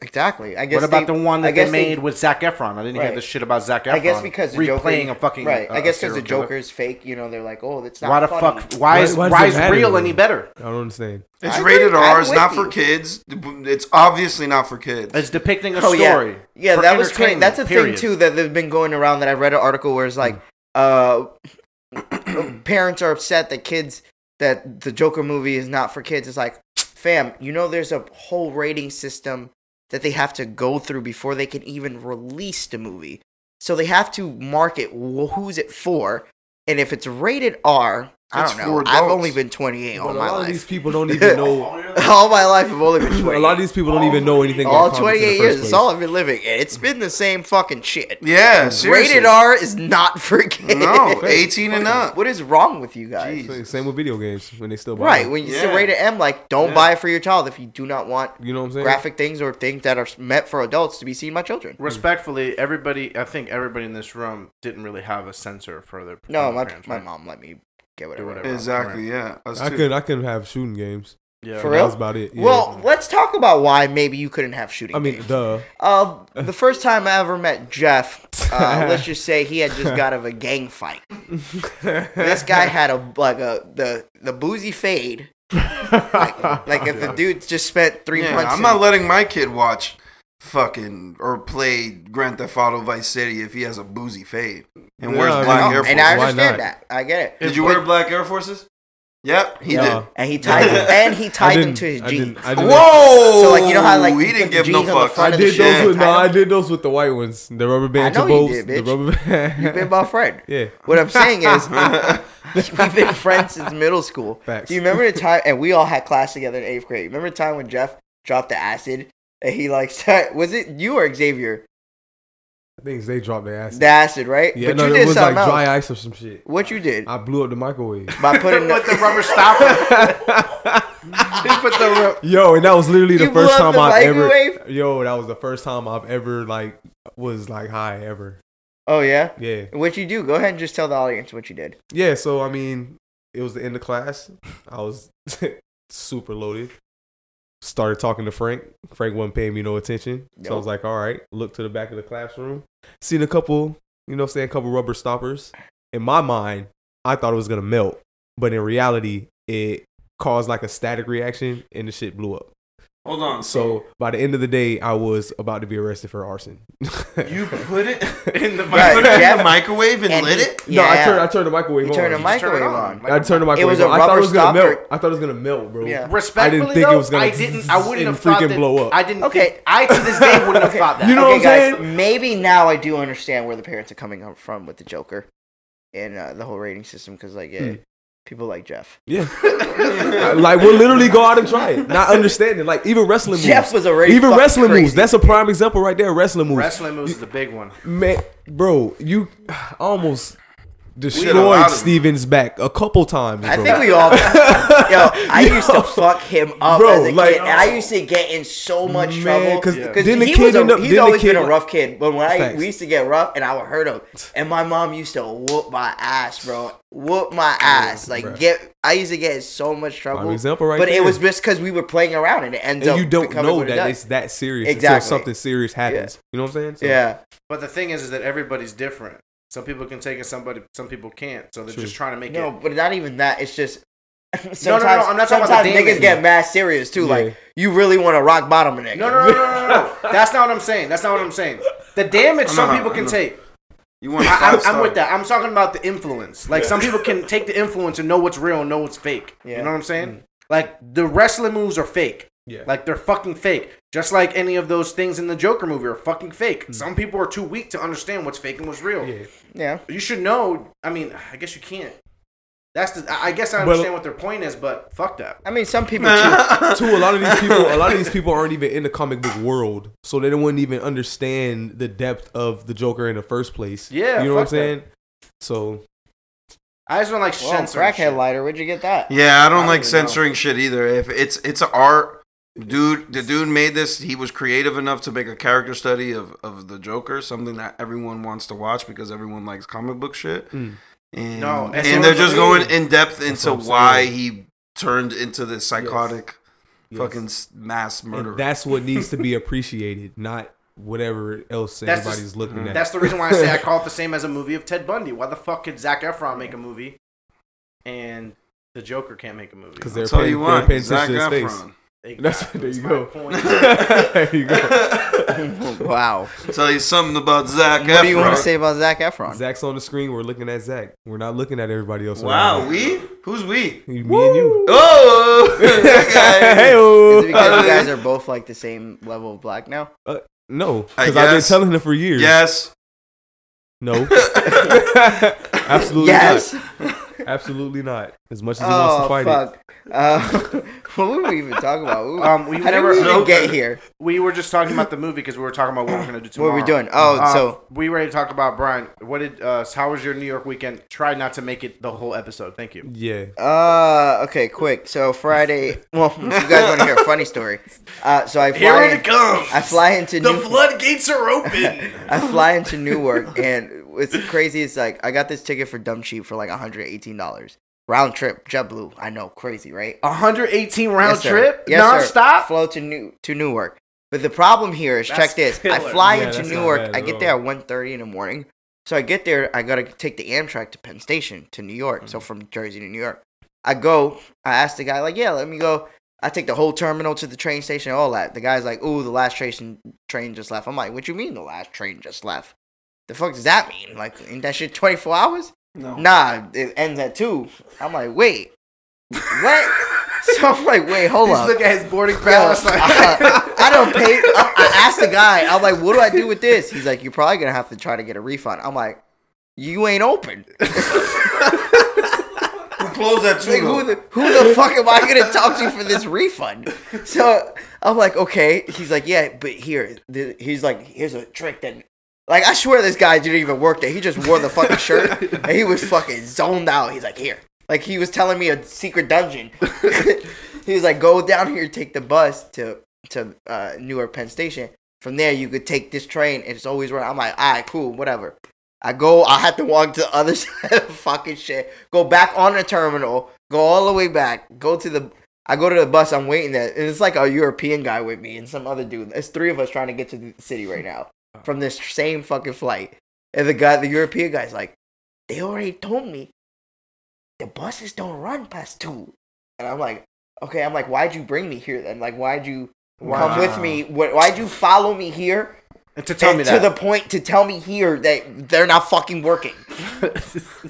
Speaker 1: Exactly. I guess
Speaker 2: What about
Speaker 1: they-
Speaker 2: the one
Speaker 1: I
Speaker 2: that they
Speaker 1: guess they-
Speaker 2: made with Zach Efron? I didn't hear
Speaker 1: Right.
Speaker 2: this shit about Zach Efron.
Speaker 1: I guess because the Joker,
Speaker 2: replaying a fucking
Speaker 1: right. I
Speaker 2: uh,
Speaker 1: guess because the
Speaker 2: serial killer.
Speaker 1: Joker's fake. You know, they're like, oh, that's not.
Speaker 2: Why the
Speaker 1: funny.
Speaker 2: fuck? Why
Speaker 4: Why-
Speaker 2: is
Speaker 4: why
Speaker 2: why,
Speaker 4: does it
Speaker 2: is
Speaker 4: matter
Speaker 2: real
Speaker 4: to
Speaker 2: any
Speaker 4: you?
Speaker 2: better?
Speaker 4: I don't understand.
Speaker 3: It's
Speaker 1: I
Speaker 3: rated
Speaker 1: agree-
Speaker 3: R.
Speaker 1: I'm
Speaker 3: It's not
Speaker 1: with
Speaker 3: for
Speaker 1: you.
Speaker 3: kids. It's obviously not for kids.
Speaker 2: It's depicting a
Speaker 1: Oh
Speaker 2: story.
Speaker 1: yeah, yeah,
Speaker 2: for
Speaker 1: that was crazy.
Speaker 2: entertainment,
Speaker 1: That's a
Speaker 2: period.
Speaker 1: thing too that they've been going around. That I read an article where it's like, uh, parents are upset that kids that the Joker movie is not for kids. It's like, fam, you know, there's a whole rating system that they have to go through before they can even release the movie. So they have to market wh- who's it for, and if it's rated R, I
Speaker 3: It's
Speaker 1: don't know.
Speaker 3: for
Speaker 1: I've
Speaker 3: adults.
Speaker 1: only been 28
Speaker 4: But
Speaker 1: all
Speaker 4: a
Speaker 1: my
Speaker 4: lot of these
Speaker 1: life.
Speaker 4: people don't even know.
Speaker 1: All my life, I've only been 28.
Speaker 4: a lot of these people don't even know anything.
Speaker 1: all
Speaker 4: about comics in the
Speaker 1: 28
Speaker 4: first
Speaker 1: years. It's
Speaker 4: place.
Speaker 1: all I've been living, and it's been the same fucking shit.
Speaker 3: Yeah, seriously.
Speaker 1: Rated R is not for kids.
Speaker 3: No, 18 and up.
Speaker 1: What is wrong with you guys?
Speaker 3: Jeez.
Speaker 4: Same with video games when they still buy.
Speaker 1: Right
Speaker 4: them.
Speaker 1: when you
Speaker 3: Yeah.
Speaker 1: say rated M, like don't
Speaker 3: Yeah.
Speaker 1: buy it for your child if you do not want
Speaker 4: You know what I'm saying?
Speaker 1: graphic things or things that are meant for adults to be seen by children.
Speaker 2: Respectfully, everybody, I think everybody in this room didn't really have a censor for their.
Speaker 1: No, my,
Speaker 2: for their parents,
Speaker 1: my
Speaker 2: right?
Speaker 1: mom let me get whatever.
Speaker 2: whatever.
Speaker 3: Exactly, yeah. Us
Speaker 4: I
Speaker 3: too.
Speaker 4: could I could have shooting games.
Speaker 2: Yeah.
Speaker 1: For
Speaker 4: That
Speaker 1: real?
Speaker 4: was about it. yeah.
Speaker 1: Well, let's talk about why maybe you couldn't have shooting.
Speaker 4: I mean,
Speaker 1: games.
Speaker 4: duh.
Speaker 1: Uh, the first time I ever met Jeff, uh, let's just say he had just got out of a gang fight. This guy had a like a the the boozy fade. like, like if the dude just spent three
Speaker 3: Yeah,
Speaker 1: months.
Speaker 3: I'm not letting my kid watch fucking or play Grand Theft Auto Vice City if he has a boozy fade and
Speaker 4: Yeah,
Speaker 3: wears
Speaker 4: I mean,
Speaker 3: black
Speaker 4: no,
Speaker 3: Air Forces.
Speaker 1: and I
Speaker 4: Why
Speaker 1: understand
Speaker 4: not?
Speaker 1: that. I get it.
Speaker 3: did you wear black Air Forces? Yep, he
Speaker 4: Nah.
Speaker 3: did.
Speaker 1: And he tied them, and he
Speaker 4: I
Speaker 1: tied them
Speaker 4: didn't.
Speaker 1: to his
Speaker 4: I
Speaker 1: jeans.
Speaker 4: didn't. I didn't.
Speaker 3: Whoa!
Speaker 1: So, like, you know how, like,
Speaker 3: he
Speaker 1: you
Speaker 3: didn't
Speaker 1: put the
Speaker 3: give no
Speaker 1: G's on the
Speaker 3: fucks.
Speaker 1: front
Speaker 4: I
Speaker 1: of the
Speaker 4: did those
Speaker 1: shirt.
Speaker 4: with no.
Speaker 1: Tied
Speaker 4: I
Speaker 1: them?
Speaker 4: did those with the white ones. The rubber band
Speaker 1: I know you
Speaker 4: Chibos,
Speaker 1: did,
Speaker 4: The
Speaker 1: bitch.
Speaker 4: rubber band.
Speaker 1: You've been my friend.
Speaker 4: yeah.
Speaker 1: What I'm saying is, we've been friends since middle school.
Speaker 4: Facts.
Speaker 1: Do you remember the time? And we all had class together in eighth grade. Remember the time when Jeff dropped the acid? And he like said- was it you or Xavier?
Speaker 4: Things they dropped their ass.
Speaker 1: The acid, right?
Speaker 4: yeah, no, it was like dry ice or some shit.
Speaker 1: What you did
Speaker 4: I blew up the microwave.
Speaker 1: by putting
Speaker 2: With the
Speaker 1: the,
Speaker 2: rubber stopper. He put the ru-
Speaker 4: Yo, and that was literally the
Speaker 1: You blew
Speaker 4: first
Speaker 1: up
Speaker 4: time
Speaker 1: the
Speaker 4: I've
Speaker 1: microwave?
Speaker 4: ever. Yo, that was the first time I've ever like was like high ever.
Speaker 1: oh yeah.
Speaker 4: Yeah,
Speaker 1: What you do? Go ahead and just tell the audience what you did.
Speaker 4: yeah. So I mean, it was the end of class. I was super loaded. Started talking to Frank. Frank wasn't paying me no attention, so I
Speaker 1: Nope.
Speaker 4: was like, "All right." Look to the back of the classroom. Seen a couple, you know, what I'm saying a couple rubber stoppers. In my mind, I thought it was gonna melt, but in reality, it caused like a static reaction, and the shit blew up.
Speaker 3: Hold on.
Speaker 4: So by the end of the day, I was about to be arrested for arson.
Speaker 3: you put it in the
Speaker 1: Right,
Speaker 3: microwave, in
Speaker 1: yeah.
Speaker 3: the microwave and,
Speaker 1: And
Speaker 3: lit
Speaker 1: he-
Speaker 3: it?
Speaker 1: Yeah.
Speaker 4: No, I turned I turned the microwave
Speaker 1: You
Speaker 4: on.
Speaker 1: turned the
Speaker 2: just turn it
Speaker 1: microwave
Speaker 2: on.
Speaker 1: on.
Speaker 2: Like,
Speaker 4: I turned the microwave
Speaker 1: was a
Speaker 4: on. I thought
Speaker 1: rubber
Speaker 4: it was gonna
Speaker 1: stopper.
Speaker 4: melt. I thought it was gonna melt, bro.
Speaker 1: Yeah.
Speaker 2: Respectfully,
Speaker 4: I didn't think
Speaker 2: though,
Speaker 4: it was gonna
Speaker 2: I didn't. I wouldn't
Speaker 4: and
Speaker 2: have thought
Speaker 4: freaking
Speaker 2: that.
Speaker 4: blow up.
Speaker 2: I didn't.
Speaker 1: Okay.
Speaker 2: Okay. I to this day wouldn't have thought that.
Speaker 4: You know what I'm
Speaker 1: guys,
Speaker 4: saying?
Speaker 1: Maybe now I do understand where the parents are coming up from with the Joker and uh, the whole rating system because like
Speaker 4: Hmm.
Speaker 1: yeah, people like Jeff.
Speaker 4: Yeah. like we'll literally go out and try it. Not understanding. Like even wrestling moves.
Speaker 1: Jeff was already
Speaker 4: even
Speaker 1: fucking
Speaker 4: wrestling moves.
Speaker 1: crazy.
Speaker 4: That's a prime example right there. Wrestling moves.
Speaker 2: Wrestling moves is the big one.
Speaker 4: Man, bro, you almost
Speaker 3: lot
Speaker 4: destroyed
Speaker 3: of-
Speaker 4: Steven's back a couple times. Bro.
Speaker 1: I think we all. yo, I used to fuck him up
Speaker 4: Bro,
Speaker 1: as a
Speaker 4: like-
Speaker 1: kid. And I used to get in so much
Speaker 4: Man,
Speaker 1: trouble
Speaker 4: 'cause
Speaker 1: because
Speaker 4: then the
Speaker 1: he
Speaker 4: kid
Speaker 1: was a,
Speaker 4: end up- then
Speaker 1: he's
Speaker 4: the
Speaker 1: always
Speaker 4: kid-
Speaker 1: been a rough kid. But when I
Speaker 4: Facts.
Speaker 1: we used to get rough, and I would hurt him, and my mom used to whoop my ass, bro, whoop my ass. Like
Speaker 4: bruh.
Speaker 1: get, I used to get in so much trouble.
Speaker 4: example right
Speaker 1: but it
Speaker 4: there.
Speaker 1: was just because we were playing around, and it ends
Speaker 4: and
Speaker 1: up
Speaker 4: you don't
Speaker 1: becoming
Speaker 4: know
Speaker 1: what it
Speaker 4: that
Speaker 1: does.
Speaker 4: it's that serious
Speaker 1: Exactly.
Speaker 4: until something serious happens. You know what I'm saying? So-
Speaker 1: yeah.
Speaker 2: But the thing is, is that everybody's different. Some people can take it. Somebody, some people can't. So they're
Speaker 4: True.
Speaker 2: just trying to make
Speaker 1: No,
Speaker 2: it.
Speaker 1: but not even that. It's just sometimes,
Speaker 2: no, no, I'm not talking about
Speaker 1: sometimes niggas
Speaker 2: the damage.
Speaker 1: get mad serious too.
Speaker 4: Yeah.
Speaker 1: Like you really want to rock bottom a nigga.
Speaker 2: No, no, no, no, no, no. no. That's not what I'm saying. That's not what I'm saying. The damage
Speaker 3: I know
Speaker 2: some
Speaker 3: how-
Speaker 2: people
Speaker 3: I
Speaker 2: can
Speaker 3: know.
Speaker 2: take.
Speaker 3: You want
Speaker 2: I,
Speaker 3: five
Speaker 2: I'm, I'm
Speaker 3: star.
Speaker 2: with that. I'm talking about the influence. Like some people can take the influence and know what's real and know what's fake.
Speaker 1: Yeah. Mm.
Speaker 2: You know what I'm saying? Like the wrestling moves are fake.
Speaker 4: Yeah.
Speaker 2: Like they're fucking fake. Just like any of those things in the Joker movie are fucking fake. Some people are too weak to understand what's fake and what's real.
Speaker 4: Mm. Yeah.
Speaker 1: Yeah.
Speaker 2: You should know. I mean, I guess you can't. That's the. I I guess I
Speaker 4: But-
Speaker 2: understand what their point is, but fuck that.
Speaker 1: I mean, some people too.
Speaker 4: Too, a lot of these people, a lot of these people aren't even in the comic book world, so they wouldn't even understand the depth of the Joker in the first place.
Speaker 2: Yeah,
Speaker 4: you know what I'm
Speaker 2: fuck that.
Speaker 4: saying. So
Speaker 2: I just don't like
Speaker 1: Well,
Speaker 2: censor.
Speaker 1: crackhead
Speaker 2: shit.
Speaker 1: lighter. Where'd you get that?
Speaker 3: Yeah, I don't
Speaker 2: I
Speaker 3: like
Speaker 2: don't know.
Speaker 3: censoring shit either. If it's it's an art, dude. The dude made this. He was creative enough to make a character study of of the Joker, something that everyone wants to watch because everyone likes comic book shit.
Speaker 4: Mm.
Speaker 3: And
Speaker 2: No, that's
Speaker 3: and
Speaker 2: what
Speaker 3: they're
Speaker 2: I'm
Speaker 3: just
Speaker 2: saying.
Speaker 3: going in depth into
Speaker 4: what I'm
Speaker 3: why
Speaker 4: saying.
Speaker 3: he turned into this psychotic
Speaker 4: yes.
Speaker 3: fucking s mass murderer.
Speaker 4: and that's what needs to be appreciated, not whatever else
Speaker 2: That's
Speaker 4: everybody's
Speaker 2: just- Mm,
Speaker 4: looking at.
Speaker 2: That's the reason why I say I call it the same as a movie of Ted Bundy. Why the fuck could Zach Efron make a movie, and the Joker can't make a movie?
Speaker 4: 'Cause
Speaker 3: I'll
Speaker 4: they're
Speaker 3: tell
Speaker 4: paying-
Speaker 3: you
Speaker 4: they're
Speaker 3: what,
Speaker 4: paying
Speaker 3: Zac
Speaker 4: attention to his
Speaker 3: Efron.
Speaker 4: That's- there you
Speaker 2: my
Speaker 4: go.
Speaker 2: point.
Speaker 4: there you go.
Speaker 1: wow.
Speaker 3: Tell you something about Zach Efron.
Speaker 1: What do you want to say about Zach Efron?
Speaker 4: Zach's on the screen. We're looking at Zach. We're not looking at everybody else.
Speaker 3: Wow,
Speaker 4: around.
Speaker 3: we who's we?
Speaker 4: me and you.
Speaker 3: Oh, that guy.
Speaker 1: Is it
Speaker 4: Hey,
Speaker 1: because you guys are both like the same level of black now?
Speaker 4: no,
Speaker 3: I
Speaker 4: because I've been
Speaker 3: guess.
Speaker 4: telling him for years.
Speaker 3: Yes.
Speaker 4: No. Absolutely
Speaker 1: Yes.
Speaker 4: not. Absolutely not. As much as he wants to
Speaker 1: Oh
Speaker 4: fight it.
Speaker 1: fuck! Uh, what were we even talking about? We were-
Speaker 2: Um, we
Speaker 1: How did
Speaker 2: never-
Speaker 1: we even
Speaker 2: no.
Speaker 1: get here?
Speaker 2: We were just talking about the movie because we were talking about what we're gonna do
Speaker 1: What
Speaker 2: tomorrow.
Speaker 1: were we doing? Oh,
Speaker 2: Uh,
Speaker 1: so
Speaker 2: we already talked about Brian. What did? Uh, how was your New York weekend? Try not to make it the whole episode. Thank you.
Speaker 4: Yeah.
Speaker 1: uh, okay, quick. So Friday. Well, you guys want to hear a funny story? Uh, so I fly. in-
Speaker 2: comes.
Speaker 1: I fly into New.
Speaker 2: floodgates are open.
Speaker 1: I fly into Newark, and it's crazy. It's like I got this ticket for dumb cheap for like one hundred eighteen dollars round trip JetBlue. I know, crazy, right?
Speaker 2: 118 round
Speaker 1: Yes, sir.
Speaker 2: trip,
Speaker 1: Yes, sir.
Speaker 2: nonstop.
Speaker 1: Flow to New to Newark. But the problem here is,
Speaker 2: That's
Speaker 1: check this. I
Speaker 2: killer.
Speaker 1: fly
Speaker 4: Yeah,
Speaker 1: into
Speaker 4: that's not
Speaker 1: Newark.
Speaker 4: bad
Speaker 1: I
Speaker 4: at
Speaker 1: get
Speaker 4: all.
Speaker 1: there at 1.30 in the morning. So I get there. I gotta take the Amtrak to Penn Station to New York.
Speaker 2: Mm.
Speaker 1: So from Jersey to New York, I go. I ask the guy like, "Yeah, let me go." I take the whole terminal to the train station, all that. The guy's like, "Ooh, the last train train just left." I'm like, "What you mean the last train just left? The fuck does that mean? Like, ain't that shit 24 hours?"
Speaker 3: No.
Speaker 1: Nah, it ends at two. I'm like, wait, what? so I'm like, wait, hold
Speaker 2: He's
Speaker 1: up.
Speaker 2: looking at his boarding
Speaker 1: Yo,
Speaker 2: pass. like-
Speaker 1: I, uh, I don't pay. I, I asked the guy. I'm like, "What do I do with this?" He's like, "You're probably gonna have to try to get a refund." I'm like, "You ain't open.
Speaker 3: We're closed at two.
Speaker 1: Like,
Speaker 3: though.
Speaker 1: who the who the fuck am I gonna talk to for this refund?" So I'm like, "Okay." He's like, "Yeah, but here, th- he's like, here's a trick that." Like I swear, this guy didn't even work there. He just wore the fucking shirt, and he was fucking zoned out. He's like, "Here," like he was telling me a secret dungeon. he was like, "Go down here, take the bus to to uh, Newark Penn Station. From there, you could take this train. It's always running. I'm like, all right, cool, whatever. I go. I had to walk to the other side of fucking shit. Go back on the terminal. Go all the way back. Go to the. I go to the bus. I'm waiting there, and it's like a European guy with me and some other dude. It's three of us trying to get to the city right now from this same fucking flight. And the guy, the European guy's like, they already told me the buses don't run past two. And I'm like, okay. I'm like, why'd you bring me here then? Like, why'd you come with
Speaker 3: Wow.
Speaker 1: me? Wh- Why'd you follow me here?
Speaker 2: And to tell
Speaker 1: and
Speaker 2: me
Speaker 1: to
Speaker 2: that.
Speaker 1: the point to tell me here that they're not fucking working.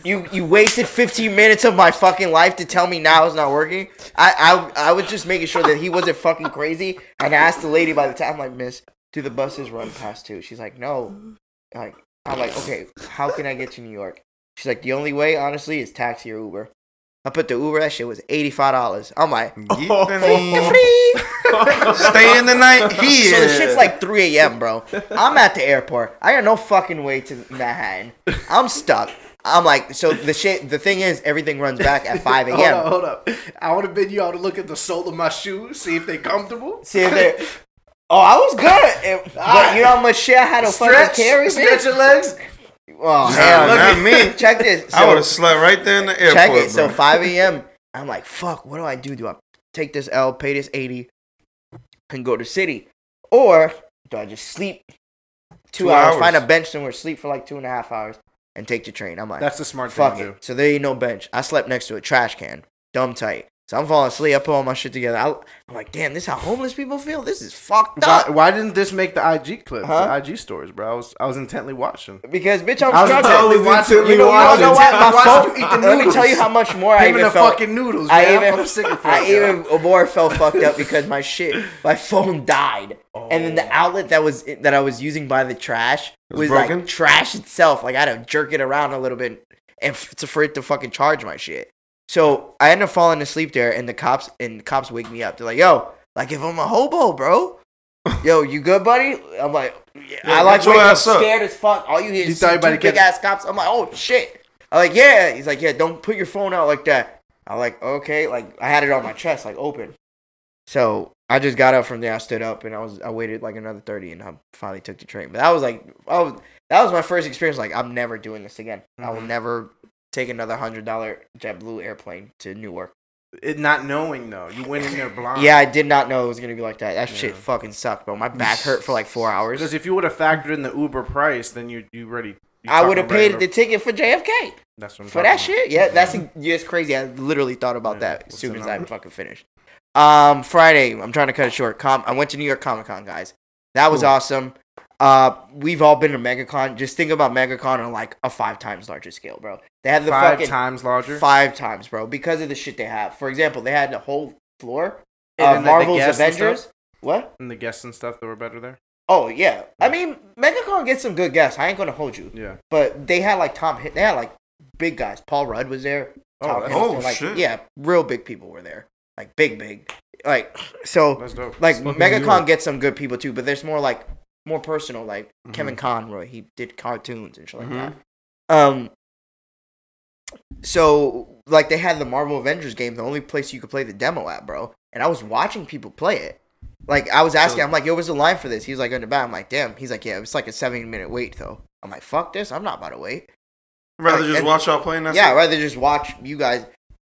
Speaker 1: you you wasted 15 minutes of my fucking life to tell me now it's not working. I I, I was just making sure that he wasn't fucking crazy. And I asked the lady by the time I'm like, Miss, do the buses run past two? She's like, No. Like I'm like, okay, how can I get to New York? She's like, the only way, honestly, is taxi or Uber. I put the Uber. That shit was eighty five dollars. I'm like,
Speaker 3: Yeet,
Speaker 1: free.
Speaker 3: Staying the night here.
Speaker 1: Oh. So the shit's like 3 a.m., bro. I'm at the airport. I got no fucking way to Manhattan. I'm stuck. I'm like, so the shit. The thing is, everything runs back at 5
Speaker 2: hold up,
Speaker 3: Oh.
Speaker 1: a.m.
Speaker 2: hold up. I would have been you all to look at the sole of my shoes, see if they comfortable.
Speaker 1: See if they. Oh, I was good, It- but you know how much shit I had to
Speaker 2: Stretch,
Speaker 1: fucking carry.
Speaker 2: stretch
Speaker 1: Bitch?
Speaker 2: your legs.
Speaker 1: Oh
Speaker 3: Nah,
Speaker 1: hell,
Speaker 3: not
Speaker 1: no.
Speaker 3: me.
Speaker 1: Check this.
Speaker 3: I would
Speaker 1: So,
Speaker 3: have slept right there in the airport.
Speaker 1: check it. So
Speaker 3: bro.
Speaker 1: 5 a.m. I'm like, fuck. What do I do? Do I take this L, pay this 80, and go to city, or do I just sleep two,
Speaker 3: Two
Speaker 1: hours,
Speaker 3: hours.
Speaker 1: find a bench somewhere, sleep for like two and a half hours, and take the train? I'm like,
Speaker 2: That's the smart thing
Speaker 1: Fuck
Speaker 2: to do.
Speaker 1: it. So there ain't no bench. I slept next to a trash can, dumb tight. So I'm falling asleep. I put all my shit together. I, I'm like, damn, this how homeless people feel. This is fucked
Speaker 2: Why,
Speaker 1: up.
Speaker 2: why didn't this make the IG clips,
Speaker 1: Huh?
Speaker 2: the IG stories, bro? I was I was intently watching.
Speaker 1: Because bitch, I'm
Speaker 2: I was
Speaker 1: struggling.
Speaker 2: totally
Speaker 4: was
Speaker 2: watching.
Speaker 4: intently
Speaker 2: You know, you
Speaker 1: you
Speaker 4: watching.
Speaker 2: know
Speaker 1: know what?
Speaker 2: what?
Speaker 1: My
Speaker 2: Watching
Speaker 1: phone.
Speaker 2: you eat the
Speaker 1: let me tell you
Speaker 2: noodles.
Speaker 1: how much more I
Speaker 2: Him and
Speaker 1: even
Speaker 2: the
Speaker 1: felt.
Speaker 2: fucking noodles.
Speaker 1: I
Speaker 2: man.
Speaker 1: even,
Speaker 2: I'm sick of
Speaker 1: I
Speaker 2: it, yo.
Speaker 1: even more felt fucked up because my shit, my phone died, and then the outlet that was that I was using by the trash
Speaker 3: Oh.
Speaker 1: was,
Speaker 3: was broken?
Speaker 1: like trash itself. Like I had to jerk it around a little bit, and f- to for it to fucking charge my shit. So I ended up falling asleep there, and the cops and the cops wake me up. They're like, "Yo, like if I'm a hobo, bro." Yo, you good, buddy? I'm like, yeah, I like
Speaker 3: get your
Speaker 1: waking up
Speaker 3: ass up.
Speaker 1: scared as fuck. All you hear
Speaker 2: You
Speaker 1: is
Speaker 2: thought
Speaker 1: two
Speaker 2: you about to
Speaker 1: big
Speaker 2: get-
Speaker 1: ass cops. I'm like, oh shit. I'm like, yeah. He's like, yeah, don't put your phone out like that. I'm like, okay. Like, I had it on my chest, like open. So I just got up from there. I stood up and I was, I waited like another 30 and I finally took the train. But that was like, I was, that was my first experience. Like, I'm never doing this again. I will never take another $100 JetBlue airplane to Newark.
Speaker 2: It not knowing though. You went in there blind.
Speaker 1: Yeah, I did not know it was going to be like that. That shit fucking sucked, bro. My back hurt for like four hours.
Speaker 2: Because if you would have factored in the Uber price, then you you already. you
Speaker 1: I
Speaker 2: talking
Speaker 1: would have
Speaker 2: regular-
Speaker 1: paid the ticket for JFK.
Speaker 2: That's what I'm
Speaker 1: for
Speaker 2: talking
Speaker 1: that
Speaker 2: about.
Speaker 1: shit. Yeah, that's yeah, it's crazy. I literally thought about
Speaker 2: Yeah,
Speaker 1: that as
Speaker 2: what's
Speaker 1: soon
Speaker 2: the
Speaker 1: as I
Speaker 2: number?
Speaker 1: fucking finished. Um, Friday, I'm trying to cut it short. Com- I went to New York Comic Con, guys. That was awesome. Uh, we've all been to MegaCon. Just think about MegaCon on like a five times larger scale, bro. They had the
Speaker 2: Five
Speaker 1: fucking
Speaker 2: times larger.
Speaker 1: five times, bro, because of the shit they have. For example, they had the whole floor
Speaker 2: And
Speaker 1: of
Speaker 2: then, like, the
Speaker 1: Marvel's
Speaker 2: guests and
Speaker 1: Avengers.
Speaker 2: stuff?
Speaker 1: What?
Speaker 2: And the guests and stuff that were better there.
Speaker 1: Oh yeah. I mean, MegaCon gets some good guests. I ain't gonna hold you.
Speaker 2: Yeah.
Speaker 1: But they had like Tom. Hit- They had like big guys. Paul Rudd was there. top
Speaker 2: that's-
Speaker 1: him.
Speaker 3: oh,
Speaker 1: like,
Speaker 3: shit.
Speaker 1: Yeah, real big people were there. Like big, big. Like so,
Speaker 2: That's dope.
Speaker 1: like
Speaker 4: It's fucking New
Speaker 1: MegaCon
Speaker 4: York.
Speaker 1: gets some good people too, but there's more like more personal. Like
Speaker 3: Mm-hmm.
Speaker 1: Kevin Conroy, he did cartoons and shit like
Speaker 3: Mhm.
Speaker 1: that. Um, so like they had the Marvel Avengers game, the only place you could play the demo at, bro. And I was watching people play it. Like I was asking, I'm like, "Yo, what's the line for this?" He was like, "In the back." I'm like, "Damn." He's like, "Yeah, it's like a seven minute wait though." I'm like, "Fuck this! I'm not about to wait."
Speaker 3: Rather
Speaker 1: Like,
Speaker 3: just
Speaker 1: and-
Speaker 3: watch y'all playing that.
Speaker 1: yeah, I'd rather just watch you guys.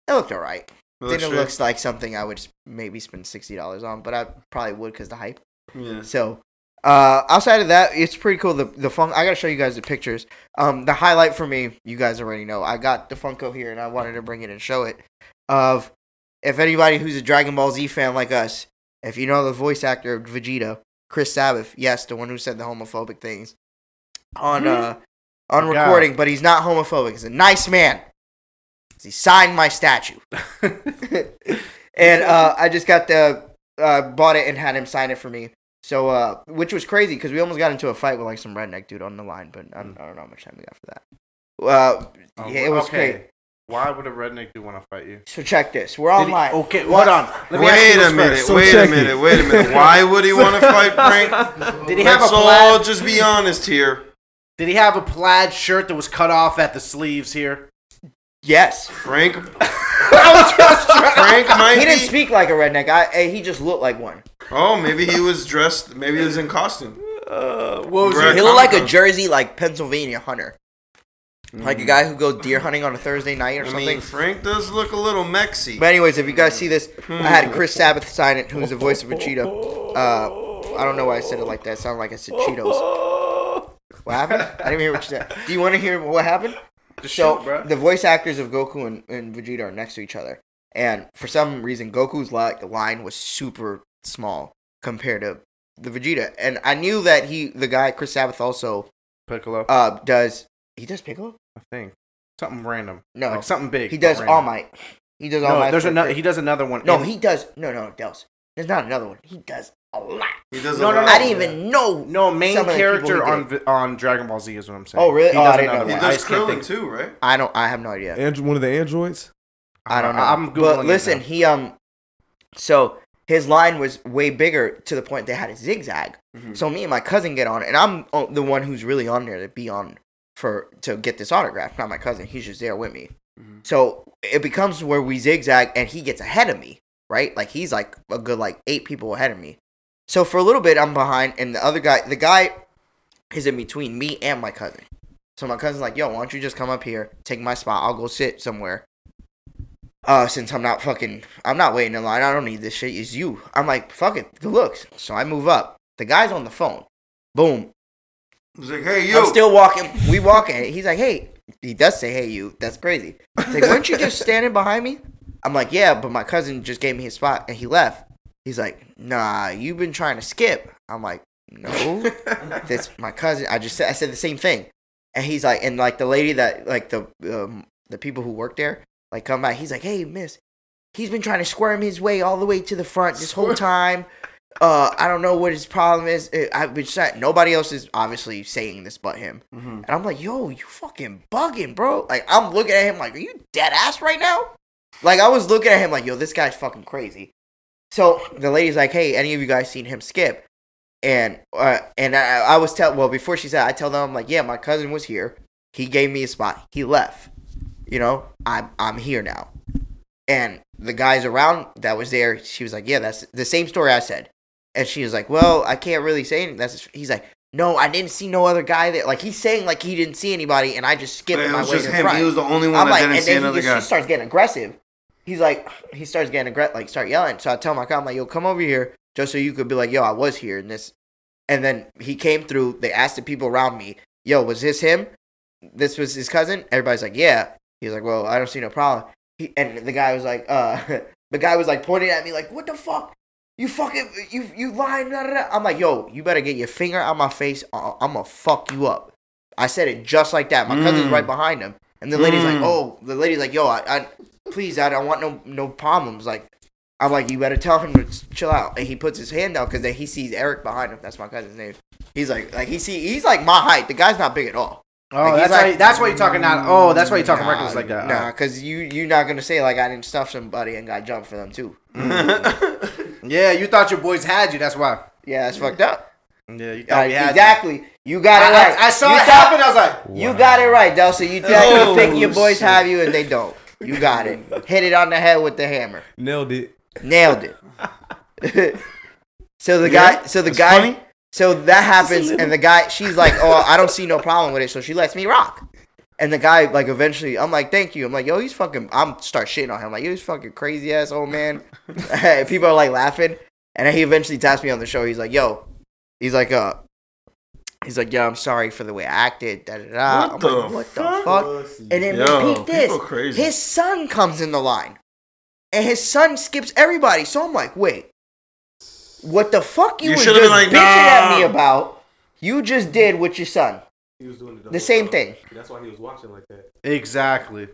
Speaker 1: It looked alright.
Speaker 3: Other
Speaker 1: Then it
Speaker 3: shit?
Speaker 1: looks like something I would s- maybe spend sixty dollars on, but I probably would because the hype.
Speaker 3: Yeah.
Speaker 1: So uh, outside of that, it's pretty cool. The the fun. I gotta show you guys the pictures. Um, the highlight for me, you guys already know. I got the Funko here, and I wanted to bring it and show it. Of if anybody who's a Dragon Ball Z fan like us, if you know the voice actor of Vegeta, Chris Sabbath, yes, the one who said the homophobic things on uh on
Speaker 2: Yeah.
Speaker 1: recording, but he's not homophobic. He's a nice man. He signed my statue, and uh, I just got the uh, bought it and had him sign it for me. So, uh, which was crazy because we almost got into a fight with like some redneck dude on the line, but I don't, I don't know how much time we got for that. Uh,
Speaker 2: Oh,
Speaker 1: yeah, it was
Speaker 2: okay.
Speaker 1: great.
Speaker 2: Why would a redneck do want to fight you?
Speaker 1: So check this. We're online.
Speaker 2: Okay,
Speaker 1: What-
Speaker 2: hold on. Let me ask you
Speaker 3: Wait
Speaker 2: this
Speaker 3: a minute.
Speaker 2: first.
Speaker 4: So
Speaker 3: wait a
Speaker 4: check
Speaker 3: minute.
Speaker 4: it.
Speaker 3: Wait a minute. Why would he want to fight Frank?
Speaker 2: Did he have a
Speaker 3: Let's
Speaker 2: plaid?
Speaker 3: all just be honest here.
Speaker 2: Did he have a plaid shirt that was cut off at the sleeves here?
Speaker 1: Yes.
Speaker 3: Frank. Frank
Speaker 1: He
Speaker 3: might
Speaker 1: didn't
Speaker 3: be-
Speaker 1: speak like a redneck. I, eh, he just looked like one.
Speaker 3: Oh, maybe he was dressed. Maybe he was in costume.
Speaker 2: Uh, what was
Speaker 3: Right.
Speaker 1: He looked like a
Speaker 3: Comic-Con.
Speaker 1: Jersey, like Pennsylvania hunter, like a guy who goes deer hunting on a Thursday night or
Speaker 3: I
Speaker 1: something.
Speaker 3: mean, Frank does look a little Mexi.
Speaker 1: But anyways, if you guys see this, I had
Speaker 2: Hmm.
Speaker 1: Chris Sabbath sign it, who's the voice of Vegeta. Uh, I don't know why I said it like that. It sounded like I said Cheetos. What happened? I didn't hear what you said. Do you want to hear what happened? so
Speaker 2: shoot, bruh.
Speaker 1: the voice actors of Goku and, and Vegeta are next to each other, and for some reason, Goku's li- line was super small compared to the Vegeta. And I knew that he, the guy Chris Sabbath, also
Speaker 2: Piccolo,
Speaker 1: uh, does. He does Piccolo?
Speaker 2: I think something random,
Speaker 1: No,
Speaker 2: like something big.
Speaker 1: he
Speaker 2: but
Speaker 1: does
Speaker 2: random.
Speaker 1: All Might. He does All
Speaker 2: No,
Speaker 1: Might.
Speaker 2: there's
Speaker 1: for-
Speaker 2: another. He does another one.
Speaker 1: No,
Speaker 2: in-
Speaker 1: he does. No, no, Dels. There's not another one. He does a lot.
Speaker 3: he does.
Speaker 2: No,
Speaker 3: a
Speaker 2: no,
Speaker 3: lot.
Speaker 1: I didn't even know.
Speaker 2: no main
Speaker 1: some of the people
Speaker 2: character
Speaker 1: he
Speaker 2: on Vi- on Dragon Ball Z is what I'm saying.
Speaker 1: Oh, really?
Speaker 2: He
Speaker 1: Oh,
Speaker 2: does
Speaker 1: I didn't
Speaker 2: another
Speaker 1: know
Speaker 3: He
Speaker 2: one.
Speaker 1: that.
Speaker 2: I
Speaker 3: does
Speaker 2: just can't think.
Speaker 3: Krillin too, right?
Speaker 1: I don't. I have no idea.
Speaker 4: And one of the androids.
Speaker 1: I don't know.
Speaker 2: I'm googling.
Speaker 1: But
Speaker 2: it
Speaker 1: listen,
Speaker 2: now.
Speaker 1: he um. So his line was way bigger to the point they had a zigzag.
Speaker 2: Mm-hmm.
Speaker 3: Mhm.
Speaker 1: So me and my cousin get on, and I'm uh, the one who's really on there to be on for to get this autograph. Not my cousin. He's just there with me.
Speaker 2: Mm-hmm.
Speaker 3: Mhm.
Speaker 1: So it becomes where we zigzag, and he gets ahead of me. Right, like he's like a good like eight people ahead of me. So for a little bit, I'm behind, and the other guy, the guy, is in between me and my cousin. So my cousin's like, "Yo, why don't you just come up here, take my spot? I'll go sit somewhere." Uh, since I'm not fucking, I'm not waiting in line. I don't need this shit. It's you. I'm like, fuck it, the looks. So I move up. The guy's on the phone. Boom.
Speaker 3: He's like, hey, yo.
Speaker 1: I'm still walking. We walking. He's like, "Hey." He does say, "Hey, you." That's crazy. He's like, weren't you just standing behind me? I'm like, yeah, but my cousin just gave me his spot and he left. He's like, nah, you've been trying to skip. I'm like, no, that's my cousin. I just said I said the same thing, and he's like, and like the lady that like the um, the people who work there like come out. He's like, hey, miss, he's been trying to squirm his way all the way to the front this whole time. Uh, I don't know what his problem is. Uh, I've been trying. Nobody else is obviously saying this but him.
Speaker 3: Mhm.
Speaker 1: And I'm like, yo, you fucking bugging, bro. Like, I'm looking at him like, are you dead ass right now? Like, I was looking at him like, yo, this guy's fucking crazy. So the lady's like, hey, any of you guys seen him skip? And uh, and I, I was tell well before she said I tell them I'm like yeah my cousin was here he gave me a spot he left you know I'm I'm here now and the guys around that was there she was like yeah that's the same story I said and she was like well I can't really say anything that's he's like no I didn't see no other guy there like he's saying like he didn't see anybody and I just
Speaker 3: But
Speaker 1: skipped
Speaker 3: it
Speaker 1: my
Speaker 3: was
Speaker 1: way
Speaker 3: just
Speaker 1: to the
Speaker 3: him.
Speaker 1: front
Speaker 3: He was the only one
Speaker 1: I'm
Speaker 3: that
Speaker 1: like,
Speaker 3: didn't
Speaker 1: and
Speaker 3: see
Speaker 1: then he,
Speaker 3: another
Speaker 1: just,
Speaker 3: guy.
Speaker 1: he starts getting aggressive. He's like, he starts getting aggressive, like start yelling. So I tell my guy, I'm like, yo, come over here, just so you could be like, yo, I was here in this. And then he came through. They asked the people around me, yo, was this him? This was his cousin. Everybody's like, yeah. He's like, well, I don't see no problem. He, and the guy was like, uh, the guy was like pointing at me, like, what the fuck? You fucking, you you lying. Da, da, da. I'm like, yo, you better get your finger out my face. or I'm gonna fuck you up. I said it just like that. My cousin's
Speaker 3: Mm.
Speaker 1: right behind him. And the lady's like,
Speaker 3: Mm.
Speaker 1: "Oh, the lady's like, yo, I, I, please, I don't want no no problems." Like, I'm like, "You better tell him to s- chill out." And he puts his hand out because then he sees Eric behind him. That's my cousin's name. He's like, like he see, he's like my height. The guy's not big at all.
Speaker 2: Oh,
Speaker 1: Like, he's
Speaker 2: that's
Speaker 1: like-
Speaker 2: why. that's why you're talking not. Oh, that's why you're talking
Speaker 3: Ah,
Speaker 2: reckless like uh, that.
Speaker 1: Nah, because you you're not gonna say like I didn't stuff somebody and got jumped for them too.
Speaker 2: Oh. Yeah, you thought your boys had you. That's why.
Speaker 1: Yeah, that's fucked up.
Speaker 2: Oh, Yeah, you
Speaker 1: Like,
Speaker 2: thought we had
Speaker 1: exactly. You
Speaker 2: you.
Speaker 1: got it
Speaker 2: I,
Speaker 1: right.
Speaker 2: I, I saw
Speaker 1: you
Speaker 2: it
Speaker 1: thought-
Speaker 2: happen. I was like,
Speaker 1: You got it right, Delsa. You, think you
Speaker 3: Oh,
Speaker 1: think your boys
Speaker 3: shit.
Speaker 1: have you and they don't. You got it. Hit it on the head with the hammer.
Speaker 4: Nailed it.
Speaker 1: Nailed it. so the guy. So the
Speaker 3: It's
Speaker 1: guy.
Speaker 3: funny.
Speaker 1: So that happens, and the guy, she's like, "Oh, I don't see no problem with it," so she lets me rock. And the guy, like, eventually, I'm like, "Thank you." I'm like, "Yo, he's fucking." I'm start shitting on him, like, "Yo, he's fucking crazy ass old man." People are like laughing, and then he eventually taps me on the show. He's like, "Yo," he's like, "Uh," he's like, "Yo, I'm sorry for the way I acted." Da da da.
Speaker 3: What
Speaker 1: I'm
Speaker 3: the
Speaker 1: like, "What the
Speaker 3: fuck?
Speaker 1: fuck?" And then
Speaker 3: Yo,
Speaker 1: repeat
Speaker 3: people
Speaker 1: this.
Speaker 3: crazy.
Speaker 1: His son comes in the line. And his son skips everybody. So I'm like, wait. What the fuck you,
Speaker 3: You
Speaker 1: was
Speaker 3: should've
Speaker 1: just
Speaker 3: been like,
Speaker 1: bitching at
Speaker 3: nah.
Speaker 1: me about? You just did with your son.
Speaker 4: He was doing it
Speaker 1: The same thing.
Speaker 4: That's why he was watching like that.
Speaker 2: exactly.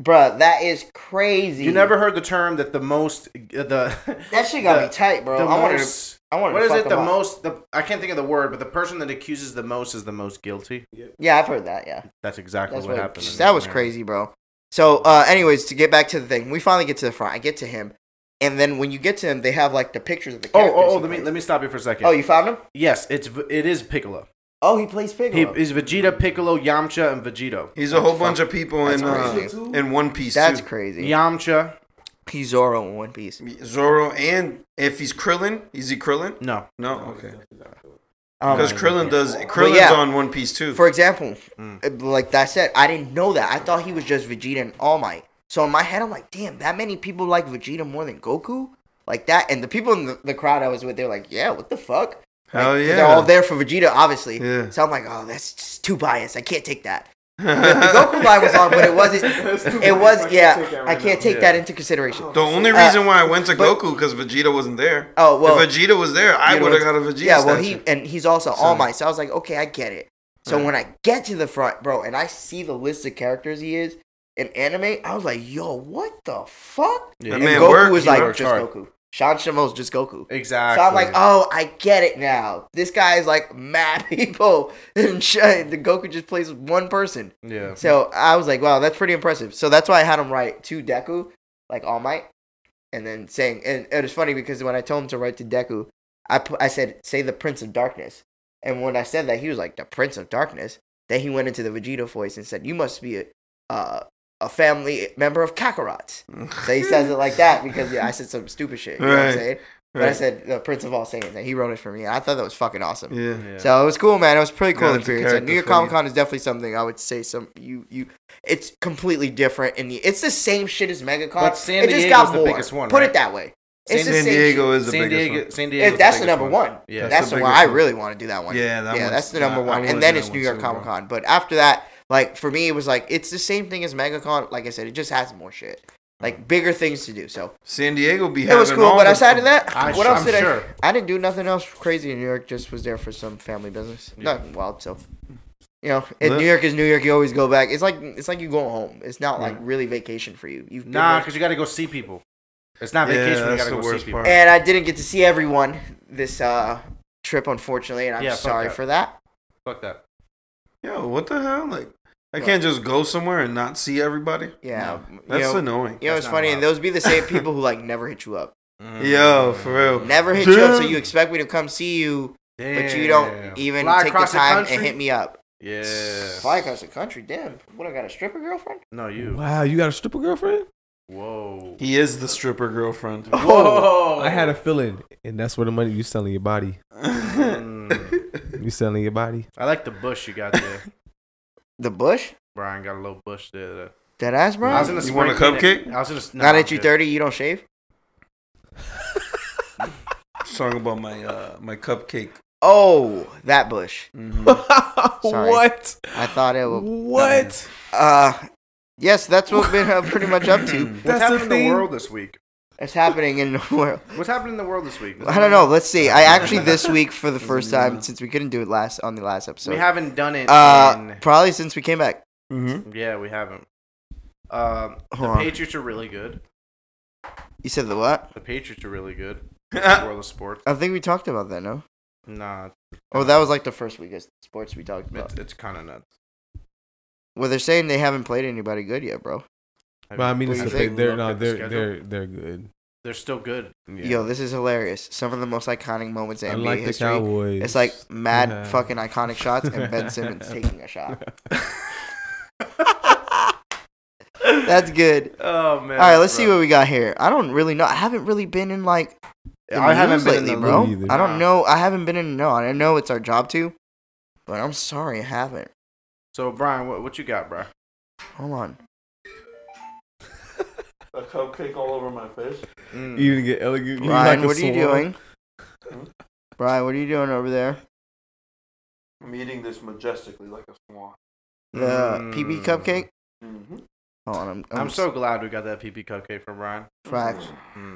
Speaker 1: Bruh, that is crazy.
Speaker 2: You never heard the term that the most uh, the
Speaker 1: That shit got
Speaker 2: the-
Speaker 1: me tight, bro.
Speaker 2: the
Speaker 1: I wanted to
Speaker 2: most-
Speaker 1: I wanted
Speaker 2: What
Speaker 1: to
Speaker 2: is
Speaker 1: fuck
Speaker 2: it? The
Speaker 1: him up.
Speaker 2: most. The I can't think of the word, but the person that accuses the most is the most guilty.
Speaker 1: Yeah, I've heard that, yeah.
Speaker 2: That's exactly
Speaker 1: That's
Speaker 2: what,
Speaker 1: what,
Speaker 2: happened. in
Speaker 1: That
Speaker 2: this
Speaker 1: was
Speaker 2: scenario.
Speaker 1: crazy, bro. So, uh, anyways, to get back to the thing, we finally get to the front. I get to him, and then when you get to him, they have like the pictures of the
Speaker 2: Oh,
Speaker 1: characters.
Speaker 2: oh, oh
Speaker 1: he
Speaker 2: let me
Speaker 1: plays.
Speaker 2: let me stop you for a second.
Speaker 1: Oh, you found him?
Speaker 2: yes, it's V- it is Piccolo.
Speaker 1: Oh, he plays
Speaker 2: He
Speaker 1: Piccolo.
Speaker 2: is Vegeta, Piccolo, Yamcha, and Vegito.
Speaker 3: He's a whole bunch of people in
Speaker 1: That's
Speaker 3: uh,
Speaker 1: crazy.
Speaker 3: in One Piece
Speaker 1: That's
Speaker 3: too.
Speaker 1: crazy.
Speaker 2: Yamcha,
Speaker 1: Pizarro in One Piece.
Speaker 3: Zoro and if he's Krillin, is he Krillin?
Speaker 2: no,
Speaker 3: No, okay.
Speaker 1: Um,
Speaker 3: Because Krillin does Krillin's
Speaker 1: yeah.
Speaker 3: on One Piece too.
Speaker 1: for example,
Speaker 3: Mm.
Speaker 1: uh, like that said, I didn't know that. I thought he was just Vegeta and All Might. So in my head, I'm like, damn, that many people like Vegeta more than Goku, like that. And the people in the, the crowd I was with, they're like, yeah, what the fuck? Like,
Speaker 3: Hell
Speaker 1: 'cause
Speaker 3: Oh, yeah.
Speaker 1: They're all there for Vegeta, obviously.
Speaker 3: Yeah.
Speaker 1: So I'm like, oh, that's just too biased. I can't take that. The, the Goku line was on, but it wasn't. It was, yeah. I can't take that into consideration.
Speaker 3: the only
Speaker 1: Uh,
Speaker 3: reason why I went to
Speaker 1: but-
Speaker 3: Goku because Vegeta wasn't there.
Speaker 1: Oh well,
Speaker 3: if Vegeta was there, I
Speaker 1: You know
Speaker 3: would have got
Speaker 1: what's-
Speaker 3: a Vegeta.
Speaker 1: Yeah, well,
Speaker 3: statue.
Speaker 1: he and he's also All
Speaker 3: So-
Speaker 1: Might, so I was like, okay, I get it. So when I get to the front, bro, and I see the list of characters he is in anime, I was like, yo, what the fuck?
Speaker 2: Yeah.
Speaker 1: and
Speaker 3: That man
Speaker 1: Goku
Speaker 3: worked,
Speaker 1: was
Speaker 3: he
Speaker 1: like,
Speaker 3: worked
Speaker 1: just
Speaker 2: hard.
Speaker 1: Goku. Sean Shimo's just Goku.
Speaker 2: exactly.
Speaker 1: So I'm like, oh, I get it now. This guy is like mad people, and Sh- the Goku just plays with one person.
Speaker 2: yeah,
Speaker 1: So I was like, wow, that's pretty impressive. So that's why I had him write to Deku, like All Might, and then saying, and it was funny because when I told him to write to Deku, I put, I said, say the Prince of Darkness, and when I said that, he was like, the Prince of Darkness. Then he went into the Vegeta voice and said, you must be a, uh, a family member of Kakarot. So he says it like that because yeah, I said some stupid shit. You know what I'm
Speaker 3: Right,
Speaker 1: saying? But I said the Prince of all Saiyans, and he wrote it for me. And I thought that was fucking awesome.
Speaker 3: yeah.
Speaker 2: yeah.
Speaker 1: So it was cool, man. It was a pretty cool
Speaker 3: Yeah, it's a
Speaker 1: experience. And
Speaker 3: character
Speaker 1: New York
Speaker 3: for you.
Speaker 1: Comic Con is definitely something I would say some you you. It's completely different, and it's the same shit as MegaCon.
Speaker 2: But San
Speaker 1: it just
Speaker 2: Diego's
Speaker 1: got
Speaker 2: the
Speaker 1: more.
Speaker 2: biggest one,
Speaker 1: Put
Speaker 2: right?
Speaker 1: it that way. It's
Speaker 2: San
Speaker 1: the
Speaker 3: San
Speaker 1: same
Speaker 3: Diego is the
Speaker 2: San
Speaker 3: biggest
Speaker 2: Diego,
Speaker 3: one.
Speaker 2: San
Speaker 1: shit.
Speaker 2: Diego.
Speaker 1: If that's the number one.
Speaker 2: Yeah.
Speaker 1: that's,
Speaker 3: That's
Speaker 1: the,
Speaker 3: the
Speaker 1: one I
Speaker 3: biggest one.
Speaker 1: really want to do. That one.
Speaker 3: Yeah, that
Speaker 1: yeah,
Speaker 3: one's-
Speaker 1: that's the
Speaker 3: yeah,
Speaker 1: number
Speaker 3: I
Speaker 1: one.
Speaker 3: wanna
Speaker 1: And then
Speaker 3: do
Speaker 1: it's
Speaker 3: that
Speaker 1: New
Speaker 3: one
Speaker 1: York
Speaker 3: too,
Speaker 1: Comic
Speaker 3: bro.
Speaker 1: Con. But after that, like for me, it was like it's the same thing as MegaCon. Like I said, it just has more shit, like bigger things to do. So
Speaker 3: San Diego be
Speaker 1: it was
Speaker 3: having
Speaker 1: cool.
Speaker 3: all
Speaker 1: But
Speaker 3: the-
Speaker 1: outside of that,
Speaker 2: I
Speaker 1: what
Speaker 2: sh-
Speaker 1: else
Speaker 2: I'm
Speaker 1: did
Speaker 2: sure.
Speaker 1: I? I didn't do nothing else crazy in New York. Just was there for some family business. Nothing wild. So, you know, and
Speaker 3: Lit.
Speaker 1: New York is New York. You always go back. It's like it's like you going home. It's not like really vacation for you. You've been
Speaker 2: Nah,
Speaker 1: there.
Speaker 2: because you got to go see people. It's not
Speaker 3: Yeah,
Speaker 2: vacation. you
Speaker 3: that's
Speaker 2: got to
Speaker 3: the
Speaker 2: go
Speaker 3: worst
Speaker 2: see people.
Speaker 3: part.
Speaker 1: and I didn't get to see everyone this uh trip, unfortunately, and I'm
Speaker 2: Yeah, fuck
Speaker 1: sorry
Speaker 2: that.
Speaker 1: for that.
Speaker 2: Fuck that.
Speaker 3: Yo, what the hell? Like, I can't just go somewhere and not see everybody.
Speaker 1: Yeah, you
Speaker 3: That's
Speaker 1: know,
Speaker 3: annoying.
Speaker 1: you know it's
Speaker 2: That's not
Speaker 1: funny, and
Speaker 2: allowed.
Speaker 1: those be the same people who like never hit you up,
Speaker 3: Yo,
Speaker 2: Mm.
Speaker 3: for real.
Speaker 1: never hit you up. So
Speaker 3: Damn.
Speaker 1: you expect me to come see you,
Speaker 2: Damn.
Speaker 1: but you don't even take
Speaker 2: Fly
Speaker 1: the
Speaker 2: across
Speaker 1: time and
Speaker 2: country?
Speaker 1: hit me up.
Speaker 2: Yeah.
Speaker 1: Fly across the country, damn! What I got a stripper girlfriend?
Speaker 2: No, you.
Speaker 4: Wow, you got a stripper girlfriend?
Speaker 2: Whoa.
Speaker 3: He is the stripper girlfriend.
Speaker 2: Whoa.
Speaker 4: I had a feeling, and that's where the money you selling your body.
Speaker 1: Mm-hmm.
Speaker 2: Mm.
Speaker 4: You selling your body.
Speaker 2: I like the bush you got there.
Speaker 1: The bush?
Speaker 2: Brian got a little bush there.
Speaker 1: That ass, bro.
Speaker 2: I was in the
Speaker 3: You want a
Speaker 2: spring cleaning-
Speaker 3: cupcake?
Speaker 2: I was in the.
Speaker 1: Now
Speaker 2: Nah,
Speaker 1: that
Speaker 2: I'm
Speaker 1: you
Speaker 2: good.
Speaker 1: thirty, you don't shave.
Speaker 3: Song about my uh, my cupcake. Mm-hmm.
Speaker 1: Oh, that bush.
Speaker 4: what?
Speaker 1: I thought it would.
Speaker 4: What?
Speaker 1: Uh, yes, that's what we've been uh, pretty much up to.
Speaker 2: What's
Speaker 4: That's the
Speaker 2: happening in
Speaker 4: thing.
Speaker 2: the world this week?
Speaker 1: It's happening in the world.
Speaker 2: What's happening in the world this week?
Speaker 1: I don't know. Let's see. I actually this week for the first time since we couldn't do it last on the last
Speaker 2: We
Speaker 1: episode.
Speaker 2: haven't done it.
Speaker 1: Uh, probably since we came back.
Speaker 3: Mm-hmm.
Speaker 2: in, yeah, we haven't. Um, the
Speaker 1: Hold on.
Speaker 2: Patriots are really good.
Speaker 1: You said the what?
Speaker 2: The Patriots are really good.
Speaker 1: Mm-hmm.
Speaker 2: in the
Speaker 3: Mhm.
Speaker 2: world of sports.
Speaker 1: I think we talked about that. No.
Speaker 2: Nah,
Speaker 1: Oh, that was like the first week of sports we talked about.
Speaker 2: it's, it's kind of nuts.
Speaker 1: Well, they're saying they haven't played anybody good yet, bro.
Speaker 4: But I mean,
Speaker 1: What
Speaker 4: it's
Speaker 1: do
Speaker 4: the
Speaker 1: you
Speaker 4: thing.
Speaker 1: think?
Speaker 4: They're
Speaker 2: Look
Speaker 4: no,
Speaker 2: at the
Speaker 4: they're
Speaker 2: schedule.
Speaker 4: they're they're good.
Speaker 2: They're still good.
Speaker 4: Yeah.
Speaker 1: Yo, this is hilarious. Some of the most iconic moments in
Speaker 4: Unlike
Speaker 1: NBA
Speaker 4: the
Speaker 1: history.
Speaker 4: Cowboys,
Speaker 1: It's like mad
Speaker 4: Yeah.
Speaker 1: fucking iconic shots and Ben Simmons taking a shot. That's good.
Speaker 2: Oh man.
Speaker 1: All right, let's see what we got here. I don't really know. I haven't really been in like the
Speaker 2: I
Speaker 1: news
Speaker 2: haven't been in the
Speaker 1: lately,
Speaker 4: loop
Speaker 1: bro.
Speaker 4: either.
Speaker 1: I don't
Speaker 2: Nah.
Speaker 1: know. I haven't been in. No, I know it's our job to, but I'm sorry I haven't.
Speaker 2: So Brian, what, what you got, bro?
Speaker 1: Hold on.
Speaker 3: A cupcake all over my face.
Speaker 2: Mm.
Speaker 4: you didn't get elegant. you
Speaker 1: Brian,
Speaker 4: like a
Speaker 1: what are you
Speaker 4: swan.
Speaker 1: doing? Brian, what are you doing over there?
Speaker 3: I'm eating this majestically like a swan.
Speaker 1: The PB
Speaker 2: Mm.
Speaker 1: cupcake.
Speaker 3: Mm-hmm.
Speaker 1: Hold on. I'm,
Speaker 2: I'm so glad we got that PP cupcake from Brian. Mm.
Speaker 1: Facts.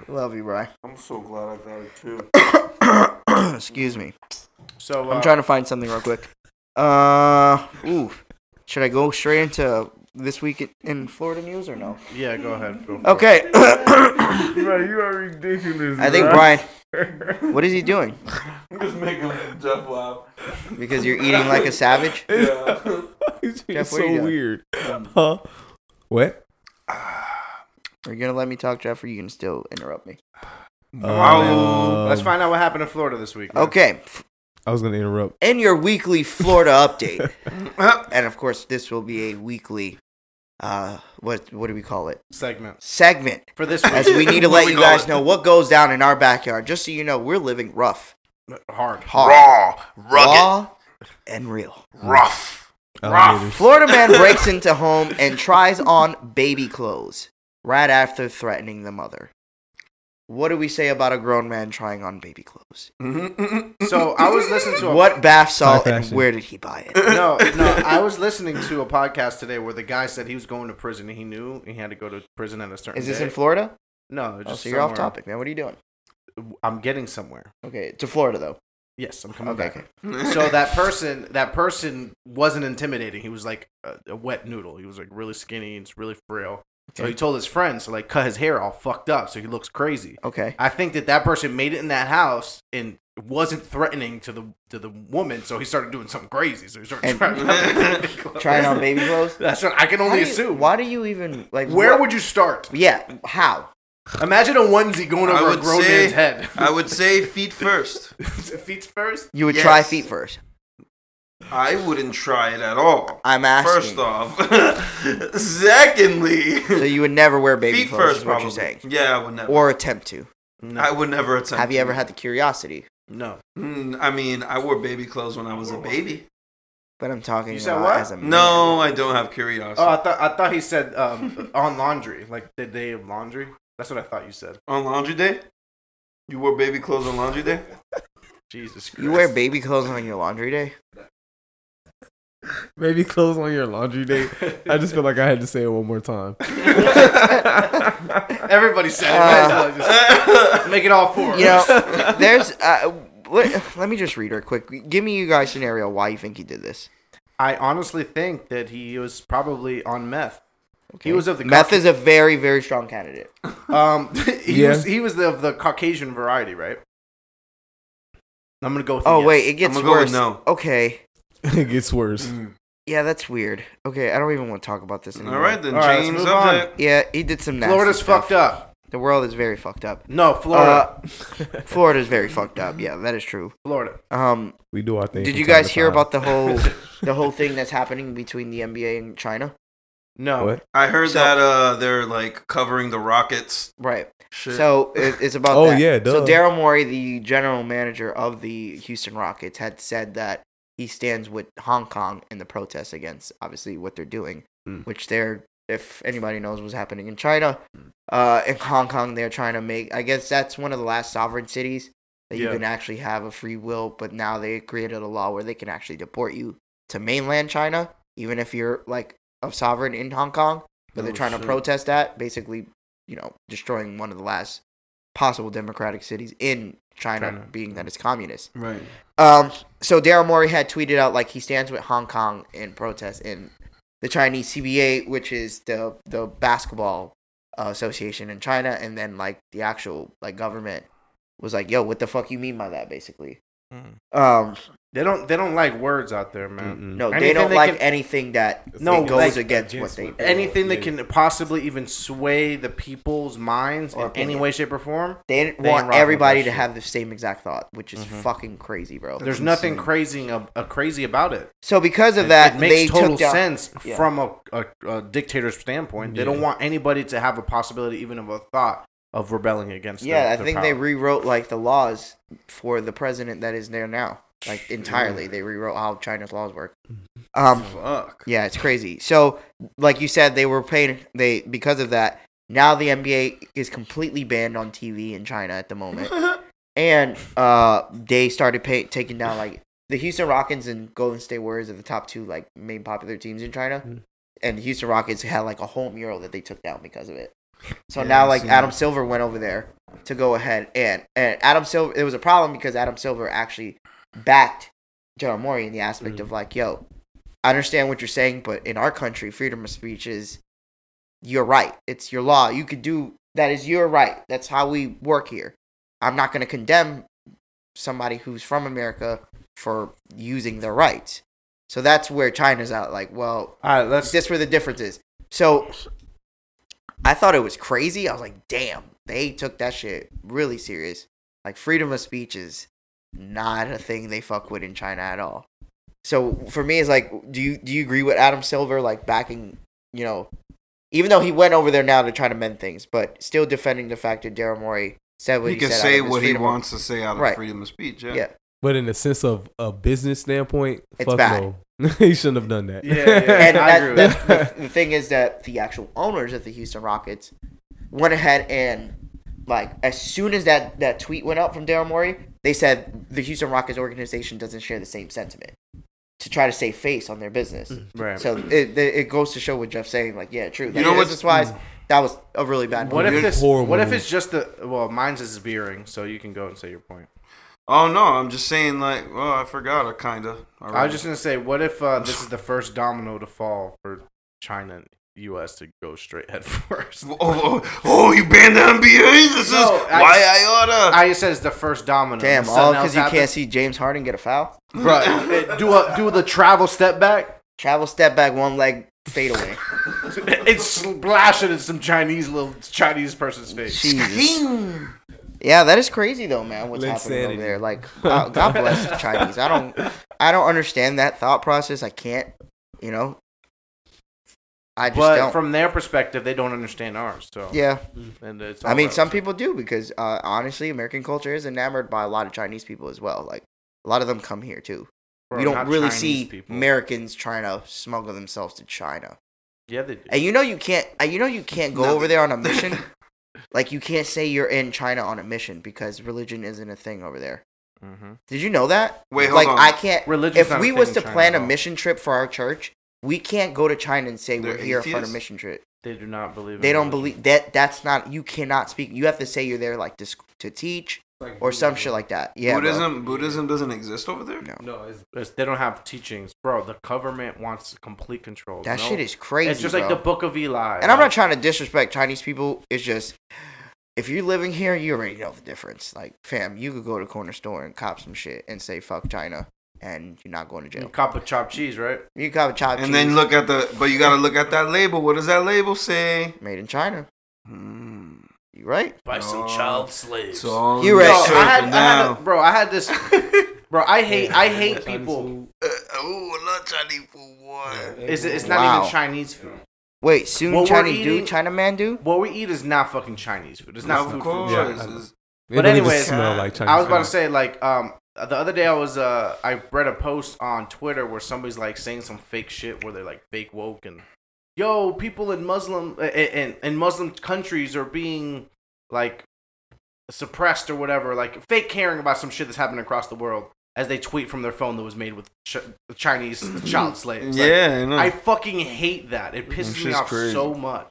Speaker 1: Love you, Brian.
Speaker 3: Mm-hmm. I'm so glad I got it too.
Speaker 1: Excuse me.
Speaker 2: So uh,
Speaker 1: I'm trying to find something real quick. Uh, ooh. Should I go straight into this week in Florida news or no?
Speaker 2: Yeah, go ahead. Go for it.
Speaker 1: Okay. I
Speaker 4: Bro, you are ridiculous.
Speaker 1: think
Speaker 4: bro.
Speaker 1: Brian. What is he doing?
Speaker 3: I'm just making Jeff laugh.
Speaker 1: Because you're eating like a savage.
Speaker 3: Yeah.
Speaker 4: It's
Speaker 1: Jeff, what are you
Speaker 4: so
Speaker 1: doing?
Speaker 4: weird.
Speaker 1: Um,
Speaker 4: Huh? What?
Speaker 1: Are you gonna let me talk, Jeff, or are you gonna still interrupt me?
Speaker 4: Oh,
Speaker 3: Wow.
Speaker 4: Um,
Speaker 2: Let's find out what happened in Florida this week. man.
Speaker 1: Okay.
Speaker 4: I was gonna interrupt.
Speaker 1: In your weekly Florida update, and of course, this will be a weekly. Uh, what what do we call it?
Speaker 2: Segment
Speaker 1: Segment.
Speaker 2: for this
Speaker 1: As
Speaker 2: week.
Speaker 1: we need to
Speaker 3: What
Speaker 1: let
Speaker 3: we
Speaker 1: you
Speaker 3: call
Speaker 1: guys
Speaker 3: it.
Speaker 1: know what goes down in our backyard. Just so you know, we're living rough,
Speaker 2: Hard.
Speaker 1: hard,
Speaker 3: Raw, rugged,
Speaker 1: raw, and real.
Speaker 3: rough.
Speaker 4: Alligators.
Speaker 1: Florida man breaks into home and tries on baby clothes right after threatening the mother. What do we say about a grown man trying on baby clothes? Mm-hmm.
Speaker 2: So I was listening to a
Speaker 1: What bath salt
Speaker 4: High
Speaker 1: and
Speaker 4: fashion.
Speaker 1: where did he buy it?
Speaker 2: No, no. I was listening to a podcast today where the guy said he was going to prison and he knew he had to go to prison at a certain.
Speaker 1: Is this
Speaker 2: day.
Speaker 1: in Florida?
Speaker 2: No,
Speaker 1: Oh,
Speaker 2: just
Speaker 1: so you're off
Speaker 2: somewhere.
Speaker 1: topic, man. What are you doing?
Speaker 2: I'm getting somewhere.
Speaker 1: Okay, to Florida though.
Speaker 2: Yes, I'm coming
Speaker 1: Okay,
Speaker 2: back.
Speaker 1: okay.
Speaker 2: So that person, that person wasn't intimidating. He was like a, a wet noodle. He was like really skinny. It's really frail. So he told his friends to like cut his hair all fucked up so he looks crazy.
Speaker 1: Okay.
Speaker 2: I think that that person made it in that house and wasn't threatening to the to the woman. So he started doing something crazy. So he started
Speaker 1: And-
Speaker 2: trying, on
Speaker 1: Trying on baby clothes?
Speaker 2: That's what I can
Speaker 1: How
Speaker 2: only
Speaker 1: do you-
Speaker 2: assume.
Speaker 1: Why do you even like
Speaker 2: Where
Speaker 1: what-
Speaker 2: would you start?
Speaker 1: Yeah, how?
Speaker 2: Imagine a onesie going
Speaker 3: I
Speaker 2: over a
Speaker 3: would
Speaker 2: grown
Speaker 3: say-
Speaker 2: man's head.
Speaker 3: I would say feet first.
Speaker 2: Feet first.
Speaker 1: You would try
Speaker 3: Yes.
Speaker 1: feet first.
Speaker 3: I wouldn't try it at all.
Speaker 1: I'm asking.
Speaker 3: First off. Secondly,
Speaker 1: So you would never wear baby
Speaker 3: feet
Speaker 1: clothes
Speaker 3: first.
Speaker 1: is what
Speaker 3: probably.
Speaker 1: you're saying.
Speaker 3: Yeah, I would never.
Speaker 1: Or attempt to.
Speaker 2: No,
Speaker 3: I would never attempt.
Speaker 1: Have you
Speaker 3: to.
Speaker 1: ever had the curiosity?
Speaker 2: no.
Speaker 3: Mm, I mean, I wore baby clothes when I was a baby.
Speaker 1: But I'm talking
Speaker 2: You said
Speaker 1: about
Speaker 2: what?
Speaker 1: as a man.
Speaker 3: No, I don't have curiosity
Speaker 2: Oh, I thought I thought he said um, on laundry, like the day of laundry. That's what I thought you said.
Speaker 3: on laundry day. You wore baby clothes on laundry day.
Speaker 2: Jesus Christ.
Speaker 1: You wear baby clothes on your laundry day?
Speaker 4: Baby clothes on your laundry day. I just feel like I had to say it one more time.
Speaker 2: Everybody said. it.
Speaker 1: Uh,
Speaker 2: Might as well just make it all four.
Speaker 1: You know, there's. Uh, what, let me just read her quick. Give me you guys scenario why you think he did this.
Speaker 2: I honestly think that he was probably on meth. He was of the
Speaker 1: Meth
Speaker 2: Cauca-
Speaker 1: is a very very strong candidate.
Speaker 2: um he
Speaker 4: Yeah.
Speaker 2: was he was the, of the Caucasian variety, right? I'm gonna go. With a
Speaker 1: Oh
Speaker 2: yes.
Speaker 1: wait, it gets
Speaker 3: I'ma go with
Speaker 1: worse.
Speaker 3: no.
Speaker 1: Okay.
Speaker 4: it gets worse.
Speaker 1: Yeah, that's weird. Okay, I don't even want to talk about this anymore.
Speaker 3: All right then,
Speaker 2: All right, let's
Speaker 3: James.
Speaker 2: move
Speaker 3: up
Speaker 2: on.
Speaker 3: there.
Speaker 1: Yeah, he did some nasty
Speaker 2: Florida's fucked up.
Speaker 1: The world is very fucked up.
Speaker 2: No, Florida,
Speaker 1: Uh, Florida's very fucked up. Yeah, that is true.
Speaker 2: Florida.
Speaker 1: Um,
Speaker 4: We do our thing.
Speaker 1: did
Speaker 4: from
Speaker 1: you
Speaker 4: time
Speaker 1: guys
Speaker 4: to
Speaker 1: hear
Speaker 4: time.
Speaker 1: about the whole the whole thing that's happening between the NBA and China?
Speaker 2: No,
Speaker 4: What?
Speaker 3: I heard
Speaker 1: So-
Speaker 3: that uh, they're like covering the Rockets.
Speaker 1: Right.
Speaker 3: Shit.
Speaker 1: So it, it's about
Speaker 4: Oh,
Speaker 1: that.
Speaker 4: yeah,
Speaker 1: So
Speaker 4: duh.
Speaker 1: Daryl Morey, the general manager of the Houston Rockets, had said that he stands with Hong Kong in the protests against obviously what they're doing,
Speaker 4: Mm.
Speaker 1: which they're if anybody knows what's happening in China, uh, in Hong Kong they're trying to make. I guess that's one of the last sovereign cities that you
Speaker 2: Yeah.
Speaker 1: can actually have a free will, but now they created a law where they can actually deport you to mainland China, even if you're like a sovereign in Hong Kong. But they're
Speaker 3: Oh,
Speaker 1: trying to
Speaker 3: shit.
Speaker 1: protest that, basically, you know, destroying one of the last possible democratic cities in China,
Speaker 2: China.
Speaker 1: being that it's communist.
Speaker 3: right.
Speaker 1: Um, so Daryl Morey had tweeted out like he stands with Hong Kong in protest in the Chinese CBA, which is the the basketball uh, association in China, and then like the
Speaker 2: Hmm.
Speaker 1: actual like government was like, "Yo, what the fuck you mean by that?" Basically, um,
Speaker 2: They don't they don't like words out there, man.
Speaker 4: Mm-mm.
Speaker 1: No, they
Speaker 2: Anything
Speaker 1: don't
Speaker 2: that
Speaker 1: like
Speaker 2: can-
Speaker 1: anything that
Speaker 2: No,
Speaker 1: goes
Speaker 2: like-
Speaker 1: against what they.
Speaker 2: Anything that
Speaker 4: Yeah.
Speaker 2: can possibly even sway the people's minds
Speaker 1: Or
Speaker 2: in any
Speaker 1: opinion.
Speaker 2: way, shape, or form.
Speaker 1: They didn't
Speaker 2: They ain't
Speaker 1: want
Speaker 2: rocking with
Speaker 1: everybody
Speaker 2: that
Speaker 1: to
Speaker 2: shit.
Speaker 1: have the same exact thought, which is
Speaker 2: Mhm.
Speaker 1: fucking crazy, bro.
Speaker 2: There's nothing
Speaker 3: insane.
Speaker 2: crazy ab- uh, crazy about it.
Speaker 1: So because of
Speaker 2: It-
Speaker 1: that,
Speaker 2: it makes
Speaker 1: they
Speaker 2: total
Speaker 1: took down.
Speaker 2: sense
Speaker 1: Yeah.
Speaker 2: from a, a, a dictator's standpoint. They don't
Speaker 4: Yeah.
Speaker 2: want anybody to have a possibility, even of a thought, of rebelling against.
Speaker 1: Yeah,
Speaker 2: their-
Speaker 1: I
Speaker 2: their
Speaker 1: think they
Speaker 2: power.
Speaker 1: rewrote like the laws for the president that is there now, like entirely. They rewrote how China's laws work. Um,
Speaker 3: Fuck.
Speaker 1: yeah, it's crazy. So, like you said, they were paying they because of that. Now the NBA is completely banned on TV in China at the moment, and uh, they started pay- taking down like the Houston Rockets and Golden State Warriors are the top two like main popular teams in China,
Speaker 3: Hmm.
Speaker 4: Mm.
Speaker 1: and the Houston Rockets had like a whole mural that they took down because of it. So
Speaker 3: Yeah,
Speaker 1: now
Speaker 3: I've
Speaker 1: like
Speaker 3: seen
Speaker 1: Adam
Speaker 3: that.
Speaker 1: Silver went over there to go ahead and and Adam Silver it was a problem because Adam Silver actually backed Daryl Morey in the
Speaker 3: Hmm.
Speaker 1: aspect of like yo I understand what you're saying but in our country freedom of speech is your right it's your law you could do that is your right that's how we work here I'm not going to condemn somebody who's from America for using their rights so that's where China's out like well
Speaker 2: All right, let's.
Speaker 1: that's where the difference is. So I thought it was crazy. I was like, damn, they took that shit really serious. Like freedom of speech is not a thing they fuck with in China at all. So for me it's like do you do you agree with Adam Silver like backing, you know, even though he went over there now to try to mend things, but still defending the fact that Daryl Morey said what
Speaker 3: He
Speaker 1: he,
Speaker 3: can
Speaker 1: said out
Speaker 3: say
Speaker 1: of his
Speaker 3: what he
Speaker 1: freedom of-
Speaker 3: wants to say out of
Speaker 1: Right.
Speaker 3: freedom of speech. Yeah.
Speaker 1: Yeah.
Speaker 4: But in the sense of a business standpoint,
Speaker 1: It's
Speaker 4: fuck
Speaker 1: bad.
Speaker 4: no. he shouldn't have done that.
Speaker 2: Yeah, yeah.
Speaker 1: and
Speaker 2: I
Speaker 1: that,
Speaker 2: agree with
Speaker 1: that-
Speaker 4: that.
Speaker 1: the, the thing is that the actual owners of the Houston Rockets went ahead and like as soon as that that tweet went up from Daryl Morey, they said the Houston Rockets organization doesn't share the same sentiment to try to save face on their business.
Speaker 2: Right.
Speaker 1: So it, it it goes to show what Jeff's saying. Like, yeah, true. Like,
Speaker 3: know what's-
Speaker 1: business wise, that was a really bad.
Speaker 2: Mm. what if
Speaker 1: move.
Speaker 3: You're
Speaker 2: this?
Speaker 4: horrible.
Speaker 2: What if it's just the? Well, mine's is veering, so you can go and say your point.
Speaker 3: Oh no, I'm just saying like, well, I forgot. I kinda.
Speaker 2: I was just gonna say, what if uh, this is the first domino to fall for China and U.S. to go straight head first?
Speaker 3: Oh, oh, oh, you banned the NBA. This
Speaker 2: No,
Speaker 3: is
Speaker 2: I-
Speaker 3: why I oughta.
Speaker 2: I just said it's the first domino.
Speaker 1: Damn,
Speaker 2: Something
Speaker 1: all
Speaker 2: else
Speaker 1: because you
Speaker 2: happened.
Speaker 1: can't see James Harden get a foul.
Speaker 2: Bruh, do a, do the travel step back
Speaker 1: Travel step back, one leg fade away.
Speaker 2: It's splashing in some Chinese little Chinese person's face.
Speaker 1: Jesus. Yeah, that is crazy though, man. What's happening
Speaker 4: Insanity.
Speaker 1: over there? Like, uh, God bless the Chinese. I don't, I don't understand that thought process. I can't, you know. I just
Speaker 2: But
Speaker 1: don't.
Speaker 2: from their perspective, they don't understand ours. So
Speaker 1: yeah,
Speaker 2: and it's
Speaker 1: I mean,
Speaker 2: all
Speaker 1: some
Speaker 2: relative.
Speaker 1: people do because uh, honestly, American culture is enamored by a lot of Chinese people as well. Like, a lot of them come here too.
Speaker 2: Bro,
Speaker 1: we don't
Speaker 2: not
Speaker 1: really
Speaker 2: Chinese
Speaker 1: see
Speaker 2: people.
Speaker 1: Americans trying to smuggle themselves to China.
Speaker 2: Yeah, they do.
Speaker 1: And you know you can't. And you know you can't go
Speaker 3: No.
Speaker 1: over there on a mission. like, you can't say you're in China on a mission because religion isn't a thing over there.
Speaker 2: hmm
Speaker 1: Did you know that?
Speaker 3: Wait, hold
Speaker 1: like
Speaker 3: on.
Speaker 1: I can't.
Speaker 2: Religion's
Speaker 1: If
Speaker 2: not a
Speaker 1: we
Speaker 2: thing
Speaker 1: was
Speaker 2: in
Speaker 1: to
Speaker 2: China
Speaker 1: plan
Speaker 2: at
Speaker 1: a
Speaker 2: all.
Speaker 1: mission trip for our church, we can't go to China and say we're
Speaker 3: They're
Speaker 1: here for a
Speaker 3: atheists?
Speaker 1: mission trip.
Speaker 2: They do not believe.
Speaker 1: They
Speaker 2: in
Speaker 1: don't
Speaker 2: religion.
Speaker 1: believe that. That's not. You cannot speak. You have to say you're there like to sc- to teach or some shit like that. Yeah, bro.
Speaker 3: Buddhism. Buddhism doesn't exist over there.
Speaker 1: No.
Speaker 4: No, it's
Speaker 2: It's- They don't have teachings, bro. The government wants complete control.
Speaker 1: That
Speaker 2: No-
Speaker 1: shit is crazy.
Speaker 2: It's just like
Speaker 1: bro.
Speaker 2: the Book of Eli.
Speaker 1: And I'm not
Speaker 2: like,
Speaker 1: trying to disrespect Chinese people. It's just if you're living here, you already know the difference. Like, fam, you could go to the corner store and cop some shit and say fuck China, and you're not going to jail.
Speaker 2: cop of chopped cheese, right?
Speaker 1: You cop a chop
Speaker 3: And then look at the. But you gotta look at that label. What does that label say?
Speaker 1: made in China.
Speaker 3: Hmm.
Speaker 1: You right?
Speaker 2: By
Speaker 3: No.
Speaker 2: some child slaves.
Speaker 3: So all
Speaker 1: You're
Speaker 3: in
Speaker 1: right.
Speaker 3: the
Speaker 2: Bro, I had, I
Speaker 3: circle
Speaker 2: had a-
Speaker 3: now.
Speaker 2: bro, I had this. Bro, I hate, I hate people.
Speaker 3: Uh, oh, not Chinese food, boy.
Speaker 2: It's, it's not
Speaker 1: Wow.
Speaker 2: even Chinese food.
Speaker 1: Wait, soon
Speaker 2: What we're
Speaker 1: Chinese
Speaker 2: eating-
Speaker 1: do, China man do?
Speaker 2: What we eat is not fucking Chinese food. It's not
Speaker 3: of
Speaker 2: food.
Speaker 3: course.
Speaker 2: From
Speaker 4: Yeah.
Speaker 2: China.
Speaker 3: It's-
Speaker 4: It
Speaker 2: But
Speaker 4: don't even
Speaker 2: anyways,
Speaker 4: smell like Chinese
Speaker 2: I was about to
Speaker 4: food.
Speaker 2: say like um the other day I was uh I read a post on Twitter where somebody's like saying some fake shit where they're like fake woke and yo people in Muslim and in Muslim countries are being like suppressed or whatever like fake caring about some shit that's happening across the world as they tweet from their phone that was made with ch- Chinese child slaves. Like,
Speaker 3: yeah, I know.
Speaker 2: I fucking hate that. It pisses me
Speaker 3: shit's
Speaker 2: off
Speaker 3: crazy.
Speaker 2: so much.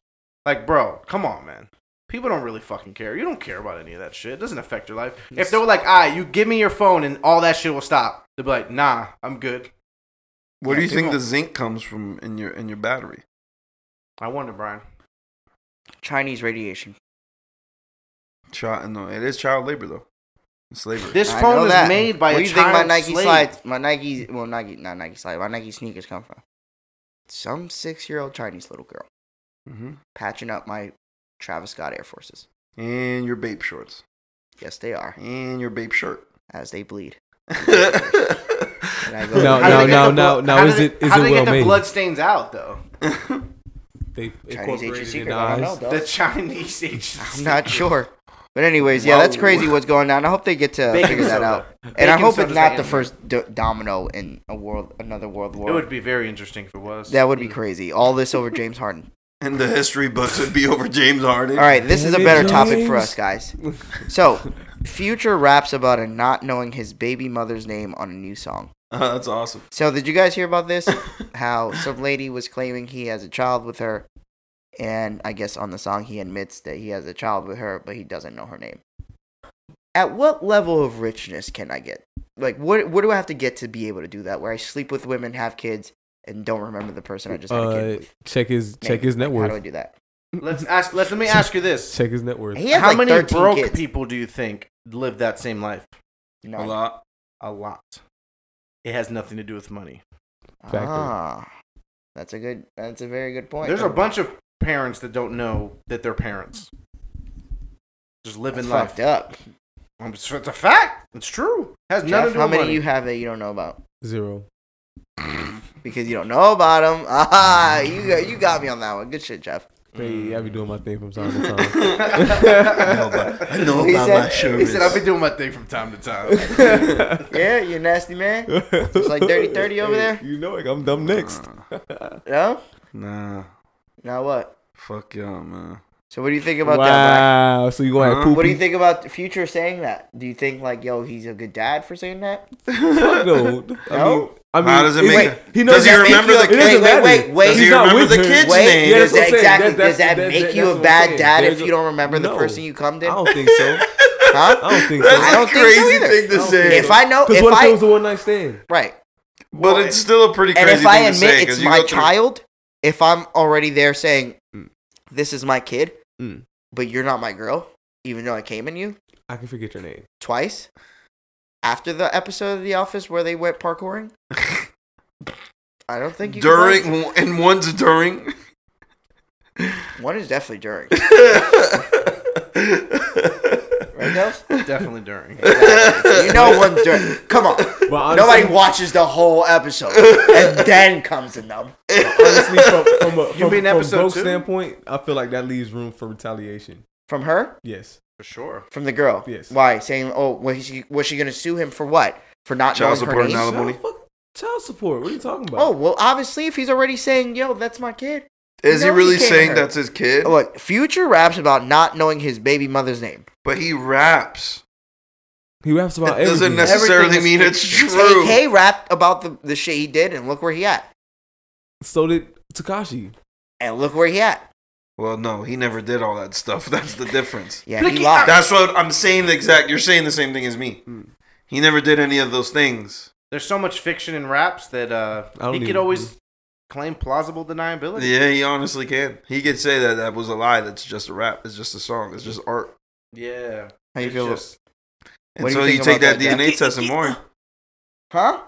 Speaker 2: Like, bro, come on, man. People don't really fucking care. You don't care about any of that shit. It doesn't affect your life. If they were like, ah, you give me your phone and all that shit will stop, they'd be like, nah, I'm good.
Speaker 3: Where do you
Speaker 2: Yeah,
Speaker 3: think
Speaker 2: people-
Speaker 3: the zinc comes from in your in your battery?
Speaker 2: I wonder, Brian.
Speaker 1: Chinese radiation.
Speaker 3: Child, no, it is child labor though. Slavery.
Speaker 2: This
Speaker 1: I know
Speaker 2: phone is
Speaker 1: that.
Speaker 2: made by
Speaker 1: Where
Speaker 2: a
Speaker 1: do you think
Speaker 2: child
Speaker 1: my Nike
Speaker 2: slave.
Speaker 1: slides, my Nike, well, Nike, not Nike slides, my Nike sneakers come from? Some six-year-old Chinese little girl
Speaker 3: Mhm.
Speaker 1: patching up my Travis Scott Air Forces.
Speaker 3: And your babe shorts.
Speaker 1: Yes, they are
Speaker 3: And your babe shirt.
Speaker 1: as they bleed.
Speaker 3: I
Speaker 1: go-
Speaker 4: No,
Speaker 2: How do
Speaker 4: no,
Speaker 2: they get
Speaker 4: no,
Speaker 2: the
Speaker 4: no,
Speaker 2: blood-
Speaker 4: no.
Speaker 2: how do
Speaker 4: Is
Speaker 2: they-
Speaker 4: it is
Speaker 2: how
Speaker 4: it
Speaker 2: do they
Speaker 4: well
Speaker 2: get the
Speaker 4: made?
Speaker 2: blood stains out though?
Speaker 4: They
Speaker 1: Asian
Speaker 4: incorporated in
Speaker 1: secret, I don't know,
Speaker 4: eyes.
Speaker 1: though.
Speaker 2: The Chinese Asian.
Speaker 1: I'm not sure. But anyways, yeah, that's
Speaker 2: Whoa.
Speaker 1: crazy what's going on. I hope they get to
Speaker 2: Baking
Speaker 1: figure that
Speaker 2: soda.
Speaker 1: out, and I
Speaker 2: Baking
Speaker 1: hope it's
Speaker 2: soda's
Speaker 1: not
Speaker 2: not
Speaker 1: the
Speaker 2: in
Speaker 1: first do- domino in a world, another world war.
Speaker 2: It would be very interesting if it was.
Speaker 1: that would be crazy. All this over James Harden.
Speaker 3: and the history books would be over James Harden.
Speaker 1: All right, this is a
Speaker 4: Damn it,
Speaker 1: better topic for
Speaker 4: James.
Speaker 1: us, guys. So, Future raps about a not knowing his baby mother's name on a new song.
Speaker 3: Uh, that's awesome.
Speaker 1: So, did you guys hear about this? How some lady was claiming he has a child with her, and I guess on the song he admits that he has a child with her, but he doesn't know her name. At what level of richness can I get? Like, what what do I have to get to be able to do that? Where I sleep with women, have kids, and don't remember the person I just had a kid
Speaker 4: Uh,
Speaker 1: with?
Speaker 4: check his check his net
Speaker 1: Like, How do I
Speaker 4: worth.
Speaker 1: do that?
Speaker 2: Let's ask. Let Let me ask you this:
Speaker 4: Check his net worth.
Speaker 1: He has
Speaker 2: How
Speaker 1: like
Speaker 2: many
Speaker 1: 13
Speaker 2: broke
Speaker 1: kids.
Speaker 2: people do you think live that same life?
Speaker 1: No.
Speaker 3: A lot.
Speaker 2: A lot. It has nothing to do with money.
Speaker 4: Factory.
Speaker 1: Ah, that's a good. That's a very good point.
Speaker 2: There's a bunch of parents that don't know that they're parents. Just
Speaker 1: That's
Speaker 2: living
Speaker 1: fucked
Speaker 2: life.
Speaker 1: up.
Speaker 2: Um, It's, it's a fact. It's true. It has nothing
Speaker 1: Jeff,
Speaker 2: to do
Speaker 1: how
Speaker 2: with
Speaker 1: many
Speaker 2: money.
Speaker 1: you have that you don't know about
Speaker 4: Zero.
Speaker 1: because you don't know about them? Ah, you got you got me on that one. Good shit, Jeff.
Speaker 3: Mm.
Speaker 4: Hey, I be doing my thing from time to time.
Speaker 3: I know about, I know
Speaker 1: He
Speaker 3: about
Speaker 1: said-
Speaker 3: my shirt.
Speaker 2: He said, "I've been doing my thing from time to time."
Speaker 1: Yeah, you nasty man.
Speaker 4: It's
Speaker 1: like dirty 30 over there? Mm.
Speaker 4: You know it. I'm dumb next.
Speaker 1: No,
Speaker 3: Uh, Nah,
Speaker 1: now what?
Speaker 3: fuck y'all, man.
Speaker 1: So what do you think about that?
Speaker 4: Wow. So you going to
Speaker 3: Huh?
Speaker 1: Black?
Speaker 4: have poopy?
Speaker 1: What do you think about the future saying that? Do you think like, yo, he's a good dad for saying that?
Speaker 4: Fuck no. I
Speaker 1: No?
Speaker 4: mean, I mean,
Speaker 3: How does it
Speaker 4: it's-
Speaker 3: make?
Speaker 1: wait,
Speaker 4: he knows
Speaker 3: does he
Speaker 4: that-
Speaker 3: remember the
Speaker 4: It doesn't
Speaker 1: Wait,
Speaker 3: kid?
Speaker 1: wait,
Speaker 4: matter.
Speaker 1: wait, wait.
Speaker 3: Does he
Speaker 4: He's not
Speaker 3: remember
Speaker 4: with
Speaker 3: the
Speaker 4: her.
Speaker 3: kid's
Speaker 1: Wait,
Speaker 3: name?
Speaker 4: Yeah,
Speaker 1: does
Speaker 4: that's what
Speaker 1: that,
Speaker 4: I'm
Speaker 1: exactly.
Speaker 4: saying. That- that's-
Speaker 1: does that
Speaker 4: that-
Speaker 1: make
Speaker 4: that-
Speaker 1: you a
Speaker 4: that's what I'm
Speaker 1: bad
Speaker 4: saying.
Speaker 1: dad if
Speaker 4: There's a-
Speaker 1: you don't remember the
Speaker 4: No. Oh.
Speaker 1: person you cummed in?
Speaker 4: I don't think so.
Speaker 1: Huh?
Speaker 4: I don't think so.
Speaker 3: That's
Speaker 1: I don't
Speaker 3: a
Speaker 1: think so
Speaker 3: crazy
Speaker 1: either.
Speaker 3: thing
Speaker 1: I
Speaker 3: to
Speaker 4: don't
Speaker 3: say.
Speaker 4: think
Speaker 1: If I know,
Speaker 4: Because
Speaker 1: if
Speaker 4: what if
Speaker 1: I
Speaker 4: it was a one night stand?
Speaker 1: right.
Speaker 3: but it's still a pretty
Speaker 1: and
Speaker 3: crazy
Speaker 1: if I
Speaker 3: thing
Speaker 1: admit
Speaker 3: to say. 'cause
Speaker 1: it's
Speaker 3: you
Speaker 1: my
Speaker 3: go through-
Speaker 1: child, if I'm already there saying "Mm, this is my kid,
Speaker 4: Mm.
Speaker 1: but you're not my girl, even though I came in you
Speaker 4: I can forget your name.
Speaker 1: twice after the episode of The Office where they went parkouring, I don't think you can
Speaker 3: during and one's during.
Speaker 1: blame- one is definitely during. Right, Dels?
Speaker 2: Definitely during.
Speaker 1: you know one during. Come on,
Speaker 4: But honestly,
Speaker 1: nobody watches the whole episode and then comes in them.
Speaker 4: honestly, from, from a from,
Speaker 2: mean
Speaker 4: from
Speaker 2: episode
Speaker 4: Broke's
Speaker 2: two?
Speaker 4: standpoint, I feel like that leaves room for retaliation.
Speaker 1: From her,
Speaker 4: Yes.
Speaker 2: For sure.
Speaker 1: from the girl.
Speaker 4: Yes.
Speaker 1: Why saying, oh, was she was she gonna sue him for what? For not knowing her
Speaker 3: Child support
Speaker 1: name?
Speaker 3: and alimony.
Speaker 4: Child, fuck- child support. What are you talking about?
Speaker 1: Oh well, obviously, if he's already saying, "Yo, that's my kid,"
Speaker 3: Is he
Speaker 1: No, he
Speaker 3: really
Speaker 1: can't
Speaker 3: saying
Speaker 1: hurt.
Speaker 3: that's his kid?
Speaker 1: look, Future raps about not knowing his baby mother's name.
Speaker 3: But he raps.
Speaker 4: he raps about
Speaker 3: It doesn't
Speaker 4: everything.
Speaker 3: necessarily
Speaker 1: Everything is
Speaker 3: mean it's
Speaker 1: fiction.
Speaker 3: true.
Speaker 1: AK rapped about the, the shit he did, and look where he at,
Speaker 4: so did Takashi.
Speaker 1: and look where he at.
Speaker 3: Well, no, he never did all that stuff. That's the difference. Ah,
Speaker 1: Yeah, he lied.
Speaker 3: That's what I'm saying. The exact. You're saying the same thing as me.
Speaker 1: Hmm.
Speaker 3: He never did any of those things.
Speaker 2: There's so much fiction in raps that uh,
Speaker 4: I don't
Speaker 2: he could
Speaker 4: even-
Speaker 2: always claim plausible deniability.
Speaker 3: Yeah, he honestly can. He could say that that was a lie. That's just a rap. It's just a song. It's just art.
Speaker 2: Yeah.
Speaker 1: How you
Speaker 2: It's
Speaker 1: feel?
Speaker 2: just-
Speaker 3: And
Speaker 1: What do you
Speaker 3: so you,
Speaker 1: think
Speaker 3: take
Speaker 1: about
Speaker 3: that,
Speaker 1: that,
Speaker 3: DNA test and more.
Speaker 1: huh?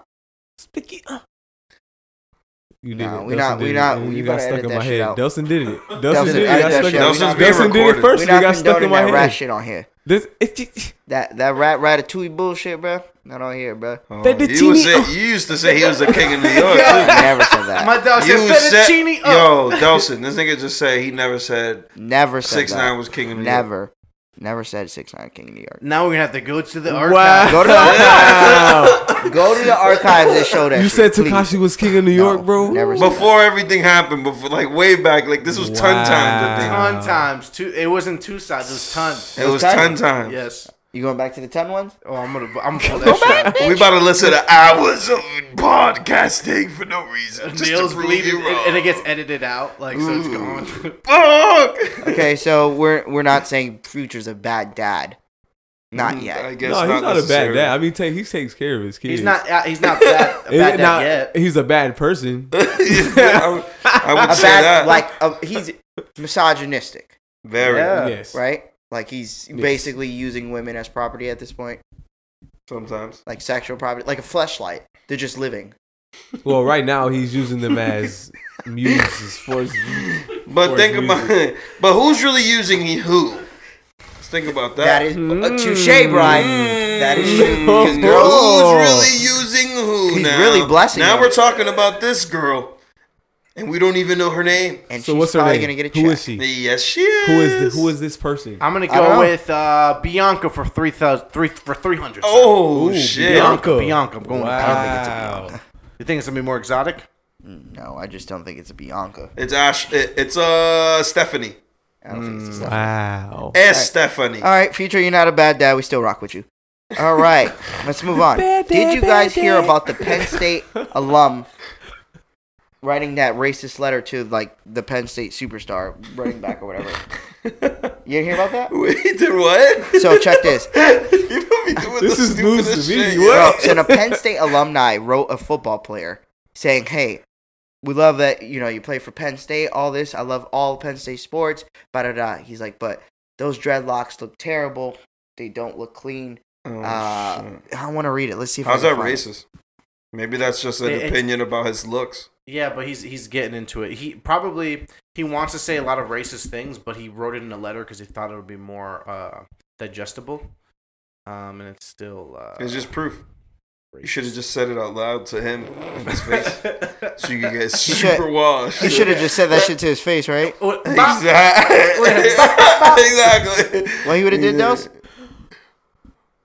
Speaker 4: You did
Speaker 1: Nah,
Speaker 4: it.
Speaker 1: we not-
Speaker 4: Delson
Speaker 1: we
Speaker 4: did it.
Speaker 1: not-
Speaker 4: You
Speaker 1: you
Speaker 4: got
Speaker 1: better
Speaker 4: stuck
Speaker 1: edit
Speaker 4: in
Speaker 1: that
Speaker 4: my
Speaker 1: shit
Speaker 4: head.
Speaker 1: out.
Speaker 4: Delson did it. Delson did it.
Speaker 1: edit
Speaker 4: I got
Speaker 1: that
Speaker 4: stuck
Speaker 1: shit
Speaker 4: in-
Speaker 1: out.
Speaker 3: Delson's being
Speaker 4: Delson did it
Speaker 3: recorded.
Speaker 4: first.
Speaker 1: We're
Speaker 4: and It
Speaker 1: not
Speaker 4: got stuck in
Speaker 1: condoning
Speaker 4: my
Speaker 1: that rat
Speaker 4: head.
Speaker 1: shit on here.
Speaker 4: This,
Speaker 1: That that rat ratatouille bullshit, bro. Not on here, bro.
Speaker 3: Oh, you,
Speaker 4: Fettuccine-
Speaker 3: was say, you used to say he was the king of New York. too.
Speaker 1: Never said that.
Speaker 2: My dog
Speaker 3: You
Speaker 2: said
Speaker 3: said,
Speaker 2: fettuccine up.
Speaker 3: yo, Delson, this nigga just said he never said
Speaker 1: Never said
Speaker 3: six
Speaker 1: that.
Speaker 3: nine was king of New York.
Speaker 1: Never, never said six nine king of New York.
Speaker 2: Now we're going to have to go to the
Speaker 4: Wow.
Speaker 2: archive.
Speaker 1: Go to the archives. Go to the archives and show that.
Speaker 4: you
Speaker 1: shit,
Speaker 4: said
Speaker 1: please.
Speaker 4: Takashi was king of New
Speaker 1: No,
Speaker 4: York, bro.
Speaker 1: never said
Speaker 3: Before everything happened, before like way back, like this was ton time.
Speaker 4: Wow.
Speaker 2: Ton times. Two, it wasn't two sides. It was
Speaker 3: The
Speaker 2: tons.
Speaker 3: thing. It was
Speaker 1: ton.
Speaker 3: ton time.
Speaker 2: Yes.
Speaker 1: You going back to the ten ones?
Speaker 2: Oh, I'm going to I'm gonna pull that shit out.
Speaker 3: We about to listen to hours of podcasting for no reason. Just
Speaker 2: Nails
Speaker 3: to prove
Speaker 2: bleeding,
Speaker 3: you wrong.
Speaker 2: and, and it gets edited out, like so it's
Speaker 3: Ooh.
Speaker 2: gone.
Speaker 3: Fuck.
Speaker 1: Okay, so we're we're not saying Future's a bad dad, not
Speaker 3: Mm, I
Speaker 1: yet.
Speaker 3: guess
Speaker 4: no, he's not, a bad
Speaker 3: necessarily.
Speaker 4: dad. I mean, take, he takes care of his kids.
Speaker 2: he's not. Uh, he's not bad, a
Speaker 4: It-
Speaker 2: bad dad
Speaker 4: not-
Speaker 2: yet.
Speaker 4: He's a bad person.
Speaker 3: Yeah, I would, I would
Speaker 1: A
Speaker 3: say
Speaker 1: bad
Speaker 3: that.
Speaker 1: like a, he's misogynistic,
Speaker 3: Very.
Speaker 2: Yeah.
Speaker 4: yes.
Speaker 1: right? Like he's basically using women as property at this point.
Speaker 3: sometimes.
Speaker 1: like sexual property, like a fleshlight. They're just living.
Speaker 4: Well, right now he's using them as muses for his
Speaker 3: But
Speaker 4: Or
Speaker 3: think
Speaker 4: it's
Speaker 3: about but who's really using who? Let's think about that.
Speaker 1: That is a
Speaker 4: Mm.
Speaker 1: touche, Brian. That is true. 'Cause girls,
Speaker 4: Oh.
Speaker 3: Who's really using who
Speaker 1: He's
Speaker 3: now?
Speaker 1: really blessing
Speaker 3: Now
Speaker 1: her.
Speaker 3: we're talking about this girl, and we don't even know her name.
Speaker 1: and
Speaker 4: So
Speaker 1: she's
Speaker 4: what's her
Speaker 1: probably
Speaker 4: name?
Speaker 1: gonna get a check.
Speaker 4: Who is she?
Speaker 3: Yes, she is.
Speaker 4: Who is the, who is this person?
Speaker 2: I'm gonna
Speaker 1: I don't
Speaker 2: go
Speaker 1: know.
Speaker 2: with uh, Bianca for three thousand three for three hundred.
Speaker 3: Oh
Speaker 4: Ooh,
Speaker 3: shit!
Speaker 2: Bianca, Bianca, I'm going with
Speaker 4: Wow.
Speaker 2: you think it's gonna be more exotic?
Speaker 1: No, I just don't think it's a Bianca.
Speaker 3: It's Ash. It, it's uh Stephanie.
Speaker 1: I don't
Speaker 4: Mm.
Speaker 1: think it's a Steph-
Speaker 4: Wow.
Speaker 3: S Stephanie.
Speaker 1: All right, future, you're not a bad dad. We still rock with you. All right, let's move on. Did you guys hear about the Penn State alum writing that racist letter to like the Penn State superstar running back or whatever? You didn't hear about that?
Speaker 3: Wait, did what?
Speaker 1: So check this.
Speaker 3: you don't be doing
Speaker 4: This
Speaker 3: the
Speaker 4: is news
Speaker 3: stupidest
Speaker 4: to me.
Speaker 3: shit,
Speaker 4: What?
Speaker 1: Bro,
Speaker 3: yo.
Speaker 1: so the Penn State alumni wrote a football player saying, "Hey, we love that you know you play for Penn State. All this, I love all Penn State sports." Ba da da. He's like, "But those dreadlocks look terrible. They don't look clean."
Speaker 3: Oh,
Speaker 1: Uh,
Speaker 3: shit.
Speaker 1: I want to read it. Let's see if
Speaker 3: How's
Speaker 1: I
Speaker 3: that
Speaker 1: can find it.
Speaker 3: racist? Maybe that's just an
Speaker 2: It- it-
Speaker 3: opinion about his looks.
Speaker 2: Yeah, but he's he's getting into it. He probably he wants to say a lot of racist things, but he wrote it in a letter because he thought it would be more uh, digestible. Um, and it's still uh,
Speaker 3: It's just proof. You should have just said it out loud to him in his face, so you could get super washed.
Speaker 1: You should have just said that shit to his face, right?
Speaker 2: What-
Speaker 3: Exactly. exactly.
Speaker 1: What he would have did, those?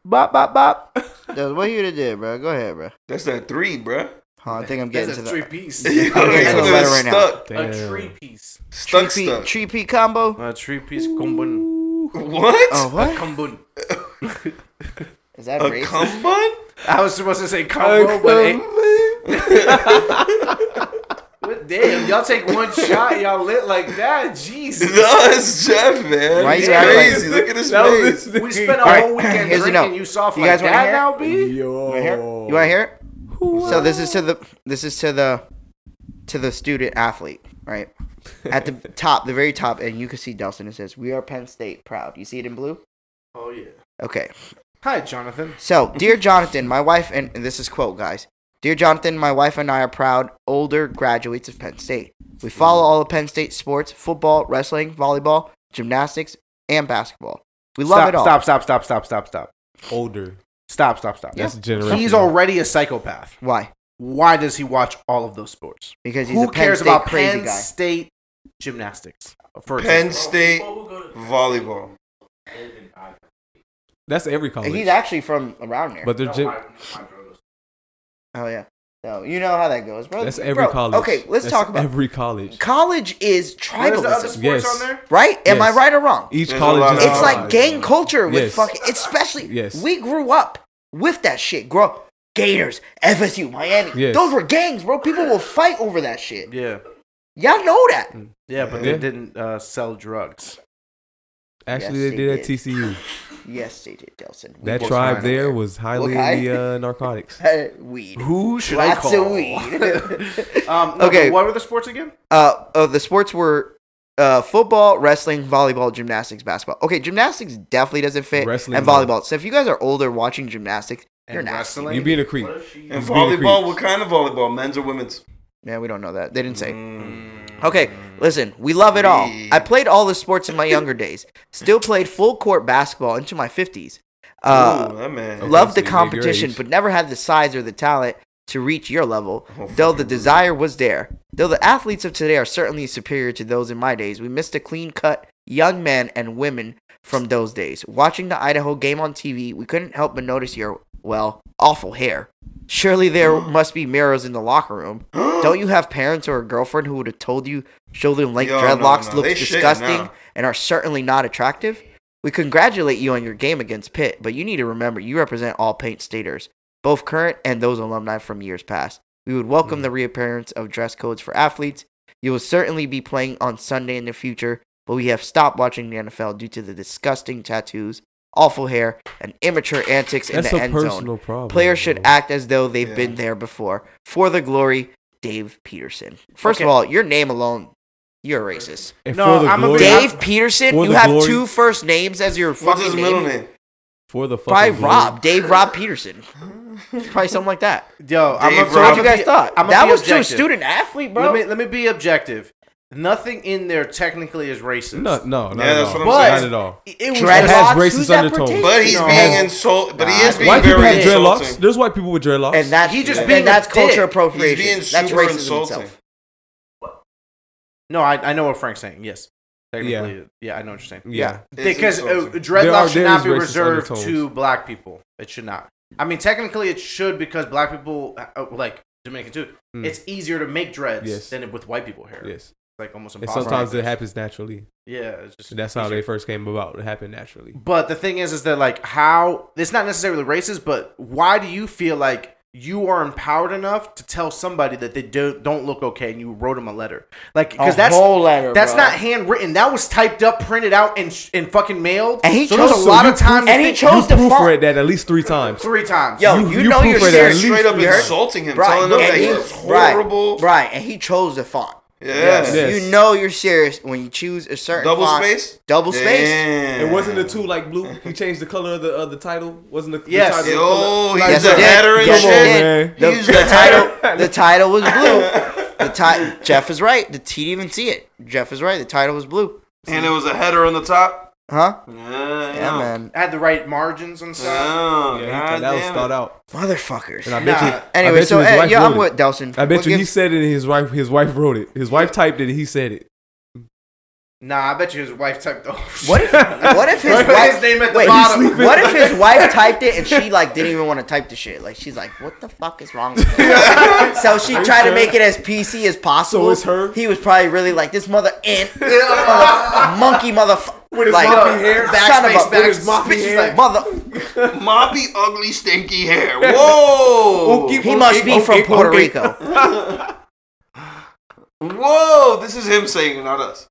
Speaker 1: Bop bop bop. Those what he would have did, bro? Go ahead, bro.
Speaker 3: That's that three, bruh.
Speaker 1: Huh, I think I'm getting
Speaker 2: That's
Speaker 1: to
Speaker 2: a
Speaker 1: the
Speaker 2: three piece.
Speaker 3: You
Speaker 1: I'm getting to the
Speaker 3: could've
Speaker 1: letter right now.
Speaker 3: stuck,
Speaker 2: A
Speaker 4: Damn.
Speaker 2: tree piece.
Speaker 3: stuck,
Speaker 1: Tree P-
Speaker 3: stuck.
Speaker 1: tree P combo.
Speaker 2: A tree piece kumbun.
Speaker 3: What?
Speaker 1: Oh
Speaker 2: A
Speaker 1: what?
Speaker 2: kumbun.
Speaker 1: Is that
Speaker 3: a
Speaker 1: racist?
Speaker 3: cum bun?
Speaker 2: I was supposed to say combo, but ain't- what- damn, y'all take one shot, y'all lit like that. Jesus.
Speaker 3: No, it's Jeff, man.
Speaker 1: Why
Speaker 3: He's
Speaker 1: you acting
Speaker 3: crazy. Look at his face.
Speaker 2: We spent a
Speaker 1: Alright,
Speaker 2: whole weekend
Speaker 1: here's the
Speaker 2: drinking.
Speaker 1: note.
Speaker 2: You soft
Speaker 1: You
Speaker 2: like
Speaker 1: guys wanna
Speaker 2: that
Speaker 1: hear?
Speaker 2: now, B?
Speaker 1: You wanna hear? You want to hear it? So this is to the this is to the to the student athlete, right? At the top, the very top, and you can see Dustin. It says, "We are Penn State proud." You see it in blue.
Speaker 2: Oh yeah.
Speaker 1: Okay.
Speaker 2: Hi, Jonathan.
Speaker 1: So, dear Jonathan, my wife and, and this is quote, guys. Dear Jonathan, my wife and I are proud older graduates of Penn State. We follow all of Penn State sports: football, wrestling, volleyball, gymnastics, and basketball. We love
Speaker 2: stop,
Speaker 1: it all.
Speaker 2: Stop, stop, stop, stop, stop, stop.
Speaker 4: Older.
Speaker 2: Stop, stop, stop.
Speaker 4: That's generation.
Speaker 2: He's already a psychopath.
Speaker 1: Why?
Speaker 2: Why does he watch all of those sports?
Speaker 1: Because he's
Speaker 2: Who
Speaker 1: a Penn
Speaker 2: cares
Speaker 1: State
Speaker 2: about
Speaker 1: crazy
Speaker 2: Penn
Speaker 1: guy.
Speaker 2: State gymnastics? For
Speaker 3: Penn
Speaker 2: example.
Speaker 3: State volleyball.
Speaker 4: That's every college.
Speaker 1: He's actually from around here.
Speaker 4: but they're gen-
Speaker 1: Oh yeah. So you know how that goes, bro.
Speaker 4: that's every
Speaker 1: Bro,
Speaker 4: college.
Speaker 1: Okay, let's
Speaker 4: That's
Speaker 1: talk about
Speaker 4: every college.
Speaker 1: college is
Speaker 2: What is the other
Speaker 1: tribalism,
Speaker 2: sports
Speaker 4: Yes.
Speaker 2: on there?
Speaker 1: right? Am I
Speaker 4: Yes.
Speaker 1: right or wrong?
Speaker 4: Each
Speaker 3: There's a
Speaker 4: college.
Speaker 3: lot
Speaker 4: is
Speaker 3: of-
Speaker 1: It's like gang culture with
Speaker 4: Ah, Yes.
Speaker 1: fucking, especially.
Speaker 4: Yes.
Speaker 1: We grew up with that shit. Grow Gators, FSU, Miami.
Speaker 4: Yes.
Speaker 1: Those were gangs, bro. People will fight over that shit.
Speaker 2: Yeah.
Speaker 1: Y'all know that.
Speaker 4: Mm.
Speaker 2: Yeah, but
Speaker 4: Yeah.
Speaker 2: they didn't uh, sell drugs.
Speaker 4: Actually,
Speaker 1: Yes,
Speaker 4: they
Speaker 1: they
Speaker 4: did at
Speaker 1: did.
Speaker 4: TCU.
Speaker 1: Yes, they did, Delson. We
Speaker 4: That
Speaker 1: both
Speaker 4: tribe
Speaker 1: signed
Speaker 4: there was highly in
Speaker 1: Okay.
Speaker 4: the uh, narcotics.
Speaker 1: Uh, weed.
Speaker 2: Who should I
Speaker 1: Lots
Speaker 2: call?
Speaker 1: of weed.
Speaker 2: um,
Speaker 1: Okay.
Speaker 2: no, okay. What were the sports again?
Speaker 1: Uh, uh, the sports were uh, football, wrestling, volleyball, gymnastics, basketball. Okay, gymnastics definitely doesn't fit,
Speaker 4: Wrestling,
Speaker 1: and volleyball. So if you guys are older watching gymnastics, you're nasty.
Speaker 4: You being a creep.
Speaker 3: And
Speaker 4: He's being a
Speaker 3: volleyball,
Speaker 4: creep.
Speaker 3: what kind of volleyball? Men's or women's? Mm.
Speaker 1: Yeah, we don't know that. They didn't
Speaker 4: Mm-hmm.
Speaker 1: say. Okay, listen, we love it all.
Speaker 3: Me.
Speaker 1: I played all the sports in my younger days. Still played full court basketball into my fifties. Uh,
Speaker 3: Ooh, that man.
Speaker 4: Okay,
Speaker 1: loved
Speaker 4: so
Speaker 1: the
Speaker 4: you're your
Speaker 1: competition,
Speaker 4: age.
Speaker 1: but never had the size or the talent to reach your level.
Speaker 3: Oh,
Speaker 1: though the desire was there, though the athletes of today are certainly superior to those in my days, we missed a clean cut young men and women from those days. Watching the Idaho game on TV, we couldn't help but notice your well awful hair. Surely there must be mirrors in the locker room. Don't you have parents or a girlfriend who would have told you shoulder length
Speaker 3: Yo, no,
Speaker 1: dreadlocks
Speaker 3: no,
Speaker 1: look
Speaker 3: they shitting
Speaker 1: disgusting
Speaker 3: now.
Speaker 1: and are certainly not attractive? We congratulate you on your game against Pitt, but you need to remember you represent all Paint Staters, both current and those alumni from years past. We would welcome
Speaker 3: Hmm.
Speaker 1: the reappearance of dress codes for athletes. You will certainly be playing on Sunday in the future, but we have stopped watching the NFL due to the disgusting tattoos, awful hair, and immature antics in
Speaker 4: That's
Speaker 1: the
Speaker 4: a
Speaker 1: end zone.
Speaker 4: personal problem.
Speaker 1: Players should
Speaker 4: bro.
Speaker 1: act as though they've
Speaker 3: Yeah.
Speaker 1: been there before. For the glory, Dave Peterson. First of
Speaker 2: Okay.
Speaker 1: all, your name alone, you're a racist.
Speaker 4: And
Speaker 2: No,
Speaker 4: for the
Speaker 2: I'm a
Speaker 4: glory-
Speaker 2: big-
Speaker 1: Dave Peterson,
Speaker 4: for
Speaker 1: you
Speaker 4: the
Speaker 1: have
Speaker 4: glory-
Speaker 1: two first names as your
Speaker 3: What's
Speaker 1: fucking
Speaker 3: his middle
Speaker 1: name?
Speaker 3: name?
Speaker 4: for the fucking
Speaker 1: Probably
Speaker 4: blue.
Speaker 1: Rob, Dave Rob Peterson. Probably something like that.
Speaker 2: Yo, I'm
Speaker 3: Dave
Speaker 2: gonna-
Speaker 1: So
Speaker 3: Rob-
Speaker 1: what
Speaker 2: I'm
Speaker 1: you
Speaker 2: gonna
Speaker 1: guys
Speaker 2: be-
Speaker 1: thought?
Speaker 2: I'm gonna
Speaker 1: That
Speaker 2: be
Speaker 1: was true
Speaker 2: objective.
Speaker 1: student athlete, bro.
Speaker 2: Let me let me be objective. Nothing in there technically is racist.
Speaker 4: No, no, not
Speaker 3: Yeah,
Speaker 4: at
Speaker 3: that's
Speaker 4: all.
Speaker 3: what I'm
Speaker 4: Not
Speaker 3: saying.
Speaker 4: at all.
Speaker 2: It was
Speaker 1: Dread
Speaker 4: It
Speaker 2: just-
Speaker 4: has
Speaker 1: Dreadlocks,
Speaker 4: racist
Speaker 1: who's that
Speaker 4: undertones.
Speaker 1: partaking?
Speaker 3: But he's
Speaker 2: No.
Speaker 3: being insulted. But he is being
Speaker 4: White people
Speaker 3: very
Speaker 4: with dreadlocks.
Speaker 3: insulting.
Speaker 4: There's white people with dreadlocks.
Speaker 1: and that's
Speaker 2: He just
Speaker 1: and
Speaker 2: being a
Speaker 1: that's
Speaker 2: dick.
Speaker 1: culture
Speaker 3: He's
Speaker 1: appropriation.
Speaker 3: being
Speaker 1: that's
Speaker 3: super
Speaker 1: racism
Speaker 3: insulting.
Speaker 1: itself.
Speaker 2: no, I, I know what Frank's saying. Yes, technically, yeah, I know what you're saying.
Speaker 4: yeah.
Speaker 3: It's
Speaker 2: Because uh,
Speaker 3: insulting.
Speaker 4: There are-
Speaker 2: dreadlocks should
Speaker 4: there
Speaker 2: not
Speaker 4: is
Speaker 2: be
Speaker 4: racist
Speaker 2: reserved to
Speaker 4: undertones.
Speaker 2: black people. It should not. I mean, technically, it should because black people, uh, uh, like Dominican too,
Speaker 4: Mm.
Speaker 2: it's easier to make dreads
Speaker 4: Yes.
Speaker 2: than with white people hair. It's
Speaker 4: Yes.
Speaker 2: like almost
Speaker 4: And
Speaker 2: impossible.
Speaker 4: sometimes it happens naturally.
Speaker 2: Yeah, it's just
Speaker 4: That's how
Speaker 2: easier.
Speaker 4: they first came about. It happened naturally.
Speaker 2: But the thing is, is that like how it's not necessarily racist, but why do you feel like you are empowered enough to tell somebody that they don't don't look okay and you wrote them a letter? Like because
Speaker 1: A
Speaker 2: that's
Speaker 1: whole letter,
Speaker 2: that's
Speaker 1: bro.
Speaker 2: not handwritten. That was typed up, printed out, and sh- and fucking mailed.
Speaker 1: And he
Speaker 2: so there was
Speaker 1: chose-
Speaker 2: a lot of
Speaker 1: so you
Speaker 2: time.
Speaker 1: And he
Speaker 2: think-
Speaker 1: chose
Speaker 4: you
Speaker 1: the font.
Speaker 4: proofread that at least three times.
Speaker 2: three times.
Speaker 1: Yo,
Speaker 4: You-
Speaker 1: you,
Speaker 4: you
Speaker 1: know you're
Speaker 4: proofread it at
Speaker 1: serious.
Speaker 4: least
Speaker 3: straight up
Speaker 4: you heard-
Speaker 3: insulting him,
Speaker 1: Right,
Speaker 3: telling him
Speaker 1: and
Speaker 3: that he
Speaker 1: he-
Speaker 3: was horrible.
Speaker 1: Right, right, and he chose the font.
Speaker 3: Yeah.
Speaker 4: Yeah. Yes.
Speaker 1: You know you're serious when you choose a certain
Speaker 3: Double
Speaker 1: font.
Speaker 3: space.
Speaker 1: Double space.
Speaker 3: Damn.
Speaker 4: And wasn't the two like blue? He changed the color of the of the title. Wasn't the,
Speaker 2: Yes.
Speaker 4: the title?
Speaker 3: Yo,
Speaker 4: Like,
Speaker 3: he's
Speaker 1: Yes,
Speaker 3: a
Speaker 1: it did.
Speaker 3: veteran
Speaker 1: Yes,
Speaker 4: Come on,
Speaker 1: it
Speaker 3: shit.
Speaker 4: man.
Speaker 1: did.
Speaker 3: He's
Speaker 1: The,
Speaker 3: the
Speaker 1: the title. The title was blue. The ti- Jeff is right. The T didn't even see it. Jeff is right. The title was blue.
Speaker 3: And it was a header on the top.
Speaker 1: Huh?
Speaker 3: Yeah,
Speaker 1: Yeah, man.
Speaker 2: I had the right margins and stuff.
Speaker 3: Oh,
Speaker 4: Yeah, he
Speaker 3: God
Speaker 4: thought that was
Speaker 3: damn
Speaker 4: thought
Speaker 3: it.
Speaker 4: out.
Speaker 1: Motherfuckers.
Speaker 4: And I bet
Speaker 2: Nah.
Speaker 4: you. I
Speaker 1: anyway,
Speaker 4: bet
Speaker 1: so
Speaker 4: you his
Speaker 1: eh,
Speaker 4: wife
Speaker 1: yeah,
Speaker 4: wrote
Speaker 1: I'm
Speaker 4: it.
Speaker 1: with Delson.
Speaker 4: I bet
Speaker 1: We'll
Speaker 4: you he
Speaker 1: give-
Speaker 4: said it and his wife his wife wrote it. His wife typed it and he said it.
Speaker 2: Nah, I bet you his wife typed off.
Speaker 1: What if, what if his
Speaker 2: Right, put
Speaker 1: wife
Speaker 2: his name at the
Speaker 1: wait,
Speaker 2: bottom.
Speaker 1: What if his wife typed it and she like didn't even want to type the shit? Like she's like, what the fuck is wrong with me? so she tried to make it as PC as possible.
Speaker 4: it's her?
Speaker 1: He was probably really like this mother ant mother- monkey motherfucker. With
Speaker 4: his
Speaker 1: like,
Speaker 4: moppy hair,
Speaker 1: son of
Speaker 2: backspace,
Speaker 1: a
Speaker 2: back-
Speaker 1: bitch,
Speaker 2: his moppy
Speaker 1: she's
Speaker 2: hair.
Speaker 1: like, mother.
Speaker 3: Moppy, ugly, stinky hair. Whoa.
Speaker 1: He must be from Puerto Rico.
Speaker 3: Whoa. This is him saying it, not us.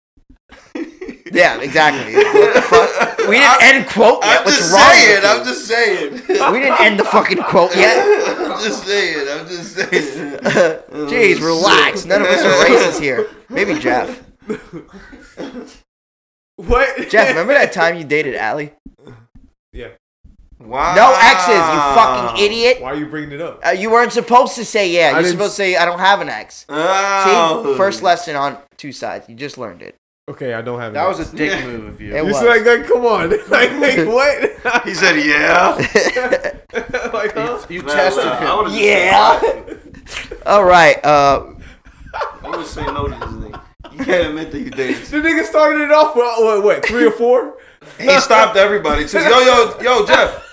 Speaker 1: Yeah, exactly. What the fuck? We didn't end quote yet.
Speaker 3: I'm
Speaker 1: What's
Speaker 3: just
Speaker 1: wrong?
Speaker 3: saying.
Speaker 1: with you?
Speaker 3: I'm just saying.
Speaker 1: we didn't end the fucking quote yet.
Speaker 3: I'm just saying. I'm just saying.
Speaker 1: Jeez, relax. None of us are racist here. Maybe Jeff.
Speaker 4: What?
Speaker 1: Jeff, remember that time you dated Allie?
Speaker 4: Yeah.
Speaker 3: Wow.
Speaker 1: No exes, you fucking idiot.
Speaker 4: Why are you bringing it up?
Speaker 1: Uh, you weren't supposed to say yeah. You're
Speaker 4: didn't
Speaker 1: supposed to
Speaker 4: s-
Speaker 1: say I don't have an ex.
Speaker 3: Wow.
Speaker 1: See, first lesson on two sides. You just learned it.
Speaker 4: Okay, I don't have.
Speaker 2: That
Speaker 4: it.
Speaker 2: was a dick move of you.
Speaker 1: It
Speaker 4: You
Speaker 1: was.
Speaker 4: see, like, like, come on, like, like what?
Speaker 3: He said, yeah.
Speaker 4: like, huh?
Speaker 2: You
Speaker 3: Nah,
Speaker 2: tested
Speaker 3: nah, I
Speaker 2: him.
Speaker 3: would've just
Speaker 1: yeah. All right. Uh,
Speaker 3: said- I would say no to this nigga. You can't admit that you dated.
Speaker 4: The nigga started it off with what, what three or four?
Speaker 3: He stopped everybody too. Yo, yo, yo, Jeff.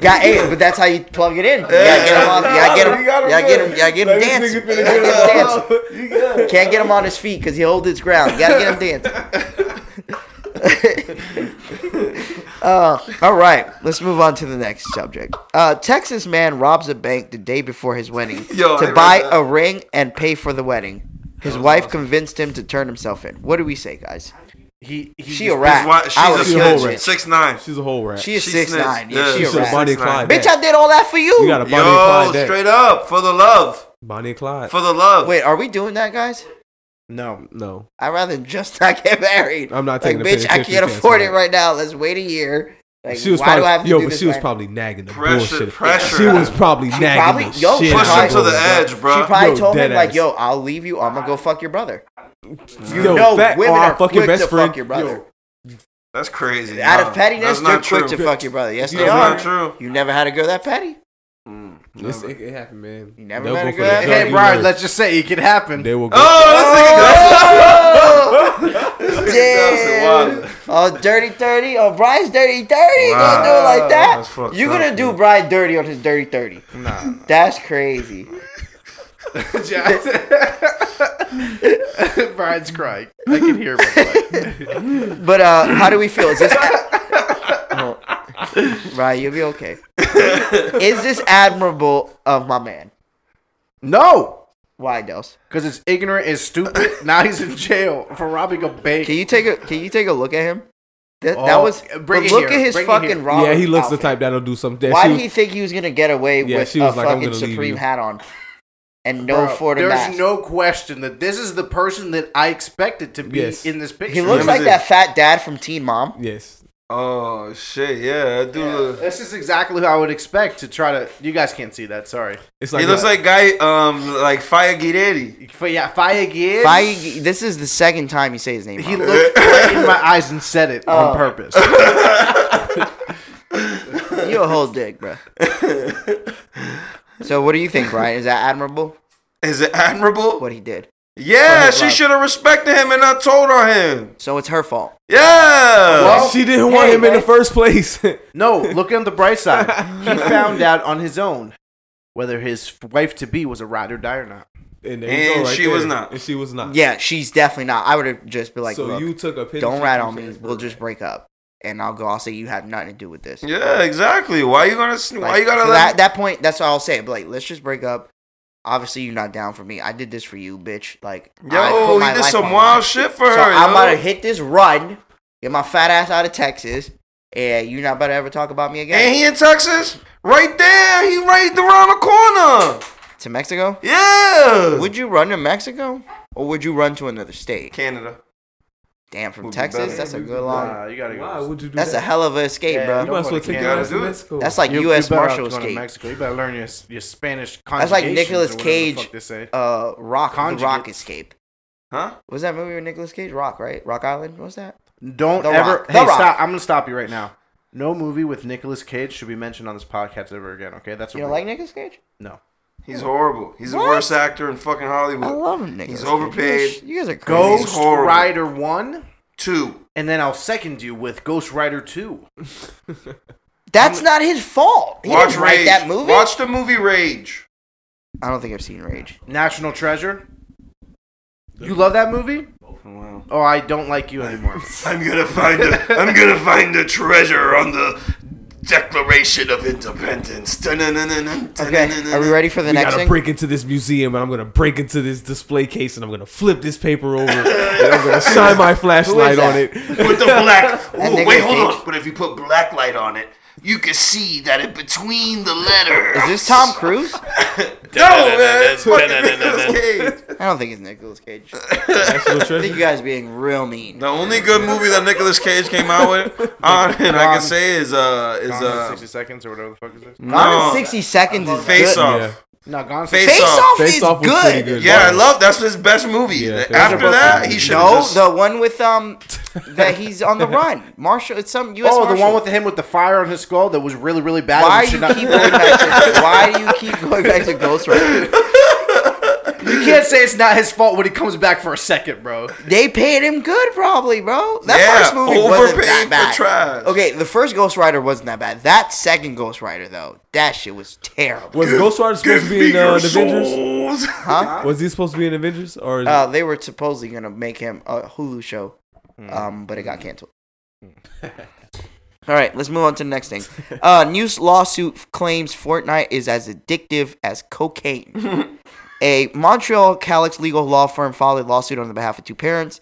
Speaker 1: got hey, but that's how you plug it in. You gotta get him on. You gotta get him. You gotta get him. You gotta get him dancing. You gotta get him dancing.
Speaker 4: You got
Speaker 1: Can't get him on his feet because he holds his ground. You gotta get him dancing. uh, all right, let's move on to the next subject. Uh, Texas man robs a bank the day before his wedding
Speaker 3: Yo, I
Speaker 1: to
Speaker 3: read
Speaker 1: buy
Speaker 3: that.
Speaker 1: a ring and pay for the wedding. His wife convinced him to turn himself in. What do we say, guys?
Speaker 2: He, he
Speaker 1: She
Speaker 2: just-
Speaker 1: a rat.
Speaker 3: Why-
Speaker 1: I was
Speaker 3: She's
Speaker 4: a
Speaker 1: killing
Speaker 3: a
Speaker 4: whole
Speaker 1: shit.
Speaker 3: snitch. Six nine.
Speaker 4: She's a whole rat.
Speaker 1: She is
Speaker 3: She
Speaker 1: six
Speaker 3: snitched.
Speaker 1: nine. Yeah,
Speaker 3: Yeah,
Speaker 1: she
Speaker 3: she's
Speaker 1: a
Speaker 4: She's a
Speaker 1: rat.
Speaker 4: Bonnie
Speaker 3: Six
Speaker 4: and
Speaker 3: nine.
Speaker 4: Clyde.
Speaker 1: Bitch,
Speaker 4: rat.
Speaker 1: I did all that for you.
Speaker 4: you got a Bonnie
Speaker 3: Yo,
Speaker 4: and Clyde. Straight
Speaker 3: straight up for the love,
Speaker 4: Bonnie and Clyde.
Speaker 3: for the love.
Speaker 1: Wait, are we doing that, guys?
Speaker 2: No.
Speaker 4: no,
Speaker 1: I'd rather just not get married.
Speaker 4: I'm not
Speaker 1: like,
Speaker 4: taking. the
Speaker 1: bitch, I
Speaker 4: penitentiary
Speaker 1: can't
Speaker 4: chance
Speaker 1: afford
Speaker 4: on
Speaker 1: it
Speaker 4: that.
Speaker 1: right now. Let's wait a year. Like,
Speaker 4: She was
Speaker 1: why
Speaker 4: probably
Speaker 1: do I have to
Speaker 4: yo,
Speaker 1: do
Speaker 4: but
Speaker 1: this
Speaker 4: she was
Speaker 1: right now?
Speaker 4: probably nagging the
Speaker 3: Pressure,
Speaker 4: bullshit.
Speaker 3: pressure.
Speaker 4: She was probably
Speaker 1: probably-
Speaker 4: nagging the
Speaker 1: yo,
Speaker 4: shit.
Speaker 1: she
Speaker 4: out
Speaker 3: Push him
Speaker 4: of
Speaker 3: to the
Speaker 4: bro.
Speaker 3: edge, bro.
Speaker 1: She probably
Speaker 4: Yo,
Speaker 1: told him
Speaker 4: dead
Speaker 1: like,
Speaker 4: ass.
Speaker 1: "Yo, I'll leave you. I'm gonna go fuck your brother." You
Speaker 4: Yo,
Speaker 1: know,
Speaker 4: fat
Speaker 1: women
Speaker 4: or
Speaker 1: are
Speaker 4: I'll fuck
Speaker 1: quick
Speaker 4: your best
Speaker 1: to
Speaker 4: friend.
Speaker 1: fuck your brother.
Speaker 3: That's crazy.
Speaker 1: Out
Speaker 3: No,
Speaker 1: of pettiness,
Speaker 3: that's
Speaker 1: they're
Speaker 3: not
Speaker 1: quick
Speaker 3: true.
Speaker 1: to fuck your brother. Yes,
Speaker 4: That's
Speaker 1: they
Speaker 3: That's
Speaker 1: are.
Speaker 3: not true.
Speaker 1: You never had a girl that petty.
Speaker 4: It's-
Speaker 3: Never.
Speaker 4: it, it happened, man.
Speaker 1: You never
Speaker 4: They'll
Speaker 1: met
Speaker 4: go
Speaker 1: a
Speaker 4: for
Speaker 1: girl
Speaker 4: the
Speaker 1: that had
Speaker 4: drug
Speaker 2: Hey,
Speaker 1: you
Speaker 2: Brian,
Speaker 4: dealer.
Speaker 2: let's just say it could happen.
Speaker 4: They will go.
Speaker 1: Oh,
Speaker 3: Oh, this nigga does.
Speaker 1: Damn. Oh, dirty thirty. Oh, Brian's dirty thirty. You Gonna do it like
Speaker 3: That's
Speaker 1: that?
Speaker 3: fucked
Speaker 1: You gonna
Speaker 3: up,
Speaker 1: do
Speaker 3: dude.
Speaker 1: Brian dirty on his dirty thirty?
Speaker 2: Nah.
Speaker 1: That's crazy.
Speaker 2: Brian's crying. I can hear him.
Speaker 1: But uh, how do we feel? Is this? Oh, Brian, you'll be okay. Is this admirable of my man?
Speaker 2: no,
Speaker 1: Why, Dels?
Speaker 2: because it's ignorant and stupid. Now he's in jail for robbing a bank.
Speaker 1: Can you take a Can you take a look at him? That, that
Speaker 2: Oh,
Speaker 1: was
Speaker 2: bring
Speaker 1: but
Speaker 2: it
Speaker 1: look
Speaker 2: here,
Speaker 1: at his
Speaker 2: bring it
Speaker 1: fucking
Speaker 2: here.
Speaker 1: Robert.
Speaker 4: yeah, he looks the
Speaker 1: outfit.
Speaker 4: type that'll do something. that
Speaker 1: Why
Speaker 4: she
Speaker 1: did
Speaker 4: was-
Speaker 1: he think he was gonna get away
Speaker 4: Yeah,
Speaker 1: with
Speaker 4: she was
Speaker 1: a
Speaker 4: like, "I'm
Speaker 1: fucking
Speaker 4: gonna leave
Speaker 1: supreme
Speaker 4: you."
Speaker 1: hat on and no
Speaker 2: Bro,
Speaker 1: Florida
Speaker 2: There's
Speaker 1: mask?
Speaker 2: no question that this is the person that I expected to be
Speaker 4: Yes.
Speaker 2: in this picture.
Speaker 1: he looks
Speaker 3: Remember
Speaker 1: like
Speaker 3: this-
Speaker 1: that fat dad from Teen Mom.
Speaker 4: Yes.
Speaker 3: Oh shit! Yeah, that dude. look-
Speaker 2: That's just exactly how I would expect to try to. You guys can't see that. Sorry.
Speaker 4: It's
Speaker 3: he
Speaker 4: like,
Speaker 3: looks
Speaker 4: a-
Speaker 3: like guy, um, like Fire Guerreri.
Speaker 2: But yeah, Fayagid.
Speaker 1: Feige, this is the second time you say his name.
Speaker 2: He
Speaker 1: wrong.
Speaker 2: looked right in my eyes and said it
Speaker 1: Oh.
Speaker 2: on purpose.
Speaker 1: you a whole dick, bro. so what do you think, Brian? Is that admirable?
Speaker 3: Is it admirable?
Speaker 1: What he did?
Speaker 3: Yeah,
Speaker 1: What?
Speaker 3: she should have respected him and not told on him.
Speaker 1: So it's her fault.
Speaker 3: Yeah.
Speaker 2: Well-
Speaker 4: she didn't want
Speaker 2: Hey,
Speaker 4: him in the
Speaker 2: man.
Speaker 4: first place.
Speaker 2: No, look on the bright side. He found out on his own whether his wife to be was a ride or die or not.
Speaker 4: and
Speaker 3: And she was not.
Speaker 4: And she was not.
Speaker 1: Yeah, she's definitely not. I would have just been like,
Speaker 4: so
Speaker 1: look,
Speaker 4: you took a picture.
Speaker 1: don't rat on me. We'll just break up, and I'll go. I'll say you have nothing to do with this.
Speaker 3: yeah, exactly. Why you gonna? sn- Why
Speaker 1: Like,
Speaker 3: you gotta?
Speaker 1: so
Speaker 3: Let
Speaker 1: that that point? That's what I'll say. But like, let's just break up. Obviously, you're not down for me. I did this for you, bitch. Like, I put
Speaker 3: yo,
Speaker 1: my
Speaker 3: he did
Speaker 1: life
Speaker 3: some
Speaker 1: on
Speaker 3: wild
Speaker 1: the
Speaker 3: shit for
Speaker 1: line.
Speaker 3: her.
Speaker 1: So I'm
Speaker 3: yo.
Speaker 1: about to hit this run, get my fat ass out of Texas, and you're not about to ever talk about me again.
Speaker 3: And he in Texas, right there. He right around the corner.
Speaker 1: to Mexico?
Speaker 3: Yeah.
Speaker 1: Would you run to Mexico, or would you run to another state?
Speaker 3: Canada.
Speaker 1: Damn, from
Speaker 3: Would be
Speaker 1: Texas,
Speaker 3: better.
Speaker 1: that's a
Speaker 4: Would be
Speaker 1: good long.
Speaker 2: Nah, you gotta go.
Speaker 4: Why would you do
Speaker 1: That's a
Speaker 4: that?
Speaker 1: hell of a escape,
Speaker 2: Yeah,
Speaker 1: bro.
Speaker 4: You might as well
Speaker 2: Nobody
Speaker 4: take
Speaker 2: can.
Speaker 4: your ass to
Speaker 3: Gotta do it.
Speaker 4: Mexico.
Speaker 1: That's like
Speaker 2: You- you
Speaker 1: U.S.
Speaker 2: better off
Speaker 1: Marshal
Speaker 2: going to
Speaker 1: escape.
Speaker 2: Mexico. You better learn your your Spanish.
Speaker 1: That's like
Speaker 2: conjugations
Speaker 1: Nicolas
Speaker 2: or whatever the
Speaker 1: Cage.
Speaker 2: fuck they say.
Speaker 1: Uh, Rock, the
Speaker 2: Conjugate.
Speaker 1: Rock escape.
Speaker 3: Huh?
Speaker 1: Was that movie with Nicolas Cage? Rock, right? Rock Island. What was that?
Speaker 2: Don't
Speaker 1: The
Speaker 2: ever.
Speaker 1: Rock. The
Speaker 2: Hey,
Speaker 1: Rock.
Speaker 2: stop! I'm gonna stop you right now. No movie with Nicolas Cage should be mentioned on this podcast ever again. Okay, that's
Speaker 1: You
Speaker 2: a
Speaker 1: don't
Speaker 2: rule.
Speaker 1: like Nicolas Cage?
Speaker 2: no.
Speaker 3: He's horrible. He's
Speaker 1: What?
Speaker 3: the worst actor in fucking Hollywood.
Speaker 1: I love him, Nicolas.
Speaker 3: He's
Speaker 1: Cage.
Speaker 3: overpaid.
Speaker 1: You guys are crazy.
Speaker 2: Ghost
Speaker 3: horrible.
Speaker 2: Rider One,
Speaker 3: Two.
Speaker 2: and then I'll second you with Ghost Rider Two.
Speaker 1: That's not his fault. He
Speaker 3: Watch
Speaker 1: didn't write
Speaker 3: Rage.
Speaker 1: that movie.
Speaker 3: Watch the movie Rage.
Speaker 1: I don't think I've seen Rage.
Speaker 2: National Treasure. You love that movie?
Speaker 3: Wow.
Speaker 2: Oh, I don't like you anymore.
Speaker 3: I'm gonna find the, I'm gonna find the treasure on the Declaration of Independence. Dun-dun-dun-dun-dun,
Speaker 1: Okay,
Speaker 3: dun-dun-dun-dun.
Speaker 1: are we ready for the
Speaker 4: We
Speaker 1: next
Speaker 4: gotta
Speaker 1: thing?
Speaker 4: break into this museum, and I'm gonna break into this display case, and I'm gonna flip this paper over, and I'm gonna shine my flashlight on
Speaker 1: that?
Speaker 4: it.
Speaker 3: With the black. Ooh,
Speaker 1: nigga
Speaker 3: wait, hold
Speaker 1: Cage.
Speaker 3: on. But if you put black light on it, you can see that in between the letters.
Speaker 1: Is this Tom Cruise?
Speaker 3: No, man. It's fucking Nicolas Cage.
Speaker 1: I don't think it's Nicolas Cage. I
Speaker 4: National treasure.
Speaker 1: think you guys are being real mean.
Speaker 3: The only good movie that Nicolas Cage came out with, on, and I
Speaker 2: Gone.
Speaker 3: can say is uh is
Speaker 2: Gone in
Speaker 3: uh
Speaker 2: 60 seconds or whatever the fuck is this?
Speaker 1: Gone in
Speaker 3: no,
Speaker 1: 60 Seconds is
Speaker 3: Face
Speaker 1: good.
Speaker 4: Yeah.
Speaker 3: Off.
Speaker 2: No, Gone in
Speaker 3: Face
Speaker 2: 60
Speaker 1: Face
Speaker 3: Off.
Speaker 1: Off
Speaker 4: Face
Speaker 1: is
Speaker 4: Off was pretty
Speaker 1: good.
Speaker 4: good.
Speaker 3: Yeah, I love that's his best movie.
Speaker 4: Yeah, Face
Speaker 3: After
Speaker 2: Off.
Speaker 3: that, he should
Speaker 1: No,
Speaker 3: just
Speaker 1: the one with um that he's on the run. Marshall, it's some U.S.
Speaker 2: Oh, the
Speaker 1: Marshal.
Speaker 2: one with him with the fire on his skull that was really, really bad.
Speaker 1: Why
Speaker 2: and
Speaker 1: do
Speaker 2: should
Speaker 1: you
Speaker 2: not-
Speaker 1: keep going back? To, why do you keep going back to Ghost Rider?
Speaker 2: You can't say it's not his fault when he comes back for a second, bro.
Speaker 1: They paid him good, probably, bro. That
Speaker 3: Yeah,
Speaker 1: first movie wasn't that
Speaker 3: overpaid for
Speaker 1: bad.
Speaker 3: trash.
Speaker 1: Okay, the first Ghost Rider wasn't that bad. That second Ghost Rider, though, that shit was terrible.
Speaker 4: Was Ghost Rider supposed to
Speaker 3: give me
Speaker 4: be in uh,
Speaker 3: your
Speaker 4: the Avengers?
Speaker 3: souls.
Speaker 1: Huh?
Speaker 4: Was he supposed to be in Avengers, or is
Speaker 1: Uh, they were supposedly gonna make him a Hulu show, um, but it got canceled. All right, let's move on to the next thing. Uh, new lawsuit claims Fortnite is as addictive as cocaine. A Montreal Calix legal law firm filed a lawsuit on the behalf of two parents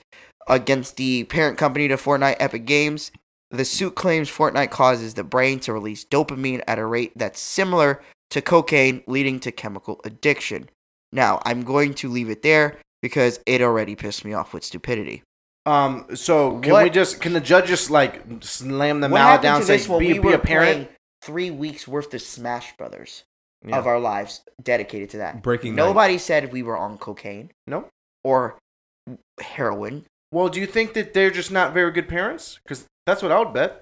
Speaker 1: against the parent company to Fortnite Epic Games. The suit claims Fortnite causes the brain to release dopamine at a rate that's similar to cocaine, leading to chemical addiction. Now, I'm going to leave it there because it already pissed me off with stupidity.
Speaker 2: Um, so can
Speaker 1: What-
Speaker 2: we just can the judge just like slam the mallet down and say be, be a parent?
Speaker 1: three weeks worth of Smash Brothers
Speaker 2: Yeah.
Speaker 1: of our lives dedicated to that?
Speaker 4: Breaking Night.
Speaker 1: Nobody said we were on cocaine
Speaker 2: No.
Speaker 1: or heroin.
Speaker 2: Well, do you think that they're just not very good parents? Because that's what I would bet.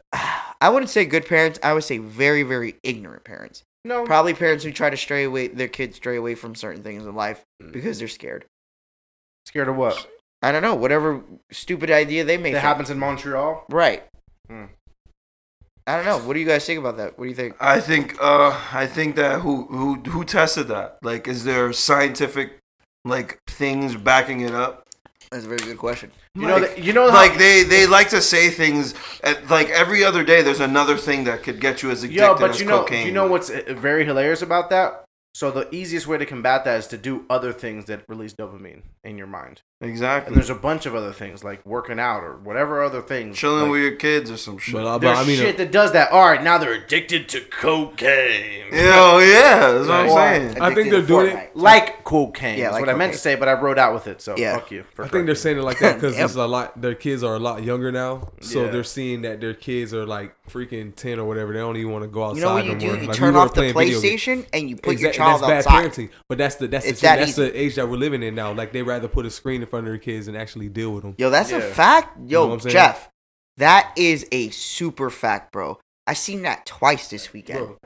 Speaker 1: I wouldn't say good parents. I would say very, very ignorant parents.
Speaker 2: No.
Speaker 1: Probably parents who try to stray away their kids stray away from certain things in life
Speaker 2: Mm.
Speaker 1: because they're scared.
Speaker 2: Scared of what?
Speaker 1: I don't know. Whatever stupid idea they may
Speaker 2: That
Speaker 1: think.
Speaker 2: happens in Montreal.
Speaker 1: Right.
Speaker 2: Hmm.
Speaker 1: I don't know. What do you guys think about that? What do you think?
Speaker 3: I think uh I think that who who who tested that? Like is there scientific like things backing it up?
Speaker 1: That's a very good question.
Speaker 2: You know,
Speaker 3: Like-
Speaker 2: that, you know, how-
Speaker 3: Like they they like to say things at, like every other day there's another thing that could get you as addicted
Speaker 2: Yo, but
Speaker 3: as
Speaker 2: you know,
Speaker 3: cocaine.
Speaker 2: you know what's uh, very hilarious about that? So the easiest way to combat that is to do other things that release dopamine in your mind. And
Speaker 3: Exactly.
Speaker 2: there's a bunch of other things like working out or whatever other things.
Speaker 3: Chilling
Speaker 2: like,
Speaker 3: with your kids or some shit.
Speaker 4: But, uh, but
Speaker 2: There's
Speaker 4: I mean, uh,
Speaker 2: shit that does that. All right, now they're addicted to cocaine.
Speaker 3: Yo, yeah, that's what I'm
Speaker 1: Or
Speaker 3: saying.
Speaker 4: I think
Speaker 1: addicted
Speaker 4: they're
Speaker 1: to
Speaker 4: doing
Speaker 1: Fortnite.
Speaker 2: Like cocaine.
Speaker 1: Yeah,
Speaker 2: Yeah,
Speaker 1: like
Speaker 2: what I meant
Speaker 1: cocaine.
Speaker 2: to say, but I wrote out with it. So
Speaker 1: Yeah.
Speaker 2: fuck you. for
Speaker 4: I think
Speaker 2: correcting
Speaker 4: they're saying it like that because
Speaker 1: Yep.
Speaker 4: it's a lot. Their kids are a lot younger now, so
Speaker 2: Yeah.
Speaker 4: they're seeing that their kids are like freaking ten or whatever. They don't even want to go outside.
Speaker 1: You know what you
Speaker 4: no
Speaker 1: do?
Speaker 4: more.
Speaker 1: You
Speaker 4: Like, we
Speaker 1: turn
Speaker 4: were
Speaker 1: off the
Speaker 4: playing video games.
Speaker 1: PlayStation and you put your
Speaker 4: Exact- and
Speaker 1: child
Speaker 4: that's
Speaker 1: outside.
Speaker 4: bad parenting, but that's the that's the,
Speaker 1: It's
Speaker 4: gen-
Speaker 1: that
Speaker 4: that's the age that we're living in now. Like they rather put a screen in front of their kids and actually deal with them.
Speaker 1: Yo, that's a
Speaker 2: Yeah.
Speaker 1: fact. Yo,
Speaker 4: know what I'm saying?
Speaker 1: Jeff, that is a super fact, bro. I seen that twice this weekend.
Speaker 4: Bro.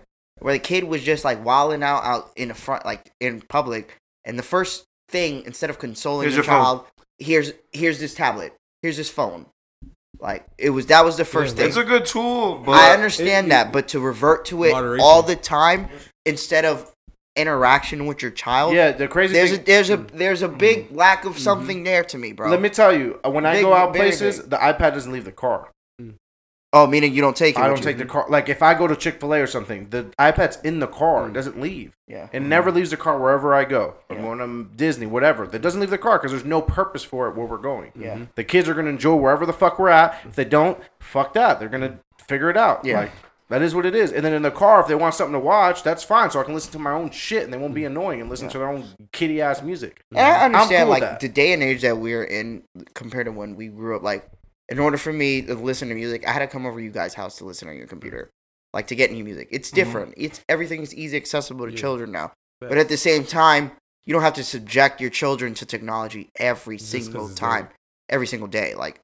Speaker 1: Where the kid was just like wilding out out in the front, like in public, and the first thing instead of consoling
Speaker 3: Here's
Speaker 1: the
Speaker 3: your phone.
Speaker 1: child, here's here's this tablet, here's this phone. Like it was that was the first
Speaker 4: Yeah,
Speaker 1: thing.
Speaker 3: It's a good tool, but
Speaker 1: I understand
Speaker 4: it-
Speaker 1: that, but to revert to it
Speaker 4: Moderation.
Speaker 1: all the time instead of interaction with your child,
Speaker 2: Yeah, the crazy
Speaker 1: there's a
Speaker 2: thing.
Speaker 1: there's a there's a big lack of something there to me, bro.
Speaker 2: Mm. Mm-hmm. let me tell you, uh, when I
Speaker 1: Big-
Speaker 2: go out
Speaker 1: very
Speaker 2: places,
Speaker 1: big.
Speaker 2: the iPad doesn't leave the car.
Speaker 1: oh, meaning you don't take it.
Speaker 2: I
Speaker 1: with
Speaker 2: don't
Speaker 1: you.
Speaker 2: take the car. Like if I go to Chick Fil A or something, the iPad's in the
Speaker 1: Mm.
Speaker 2: car. It doesn't leave.
Speaker 1: Yeah.
Speaker 2: It never leaves the car wherever I go. I'm going to Disney, whatever. That doesn't leave the car because there's no purpose for it where we're going. Mm-hmm.
Speaker 1: Yeah. Mhm.
Speaker 2: The kids are going to enjoy wherever the fuck we're at. If they don't, fuck that. They're going to figure it out.
Speaker 1: Yeah.
Speaker 2: Like, that is what it is. And then in the car, if they want something to watch, that's fine. So I can listen to my own shit and they
Speaker 1: Mm.
Speaker 2: won't be annoying and listen to their own kitty ass music.
Speaker 1: And I
Speaker 2: I'm
Speaker 1: understand
Speaker 2: cool
Speaker 1: like
Speaker 2: with that.
Speaker 1: the day and age that we're in compared to when we grew up. Like, in order for me to listen to music, I had to come over to you guys' house to listen on your computer, like to get new music.
Speaker 2: Mm-hmm.
Speaker 1: It's different. It's everything is easy accessible to
Speaker 4: Yeah.
Speaker 1: children now. But
Speaker 4: Facts.
Speaker 1: at the same time, you don't have to subject your children to technology every
Speaker 4: Just 'cause
Speaker 1: single
Speaker 4: it's
Speaker 1: time, every single day. Like,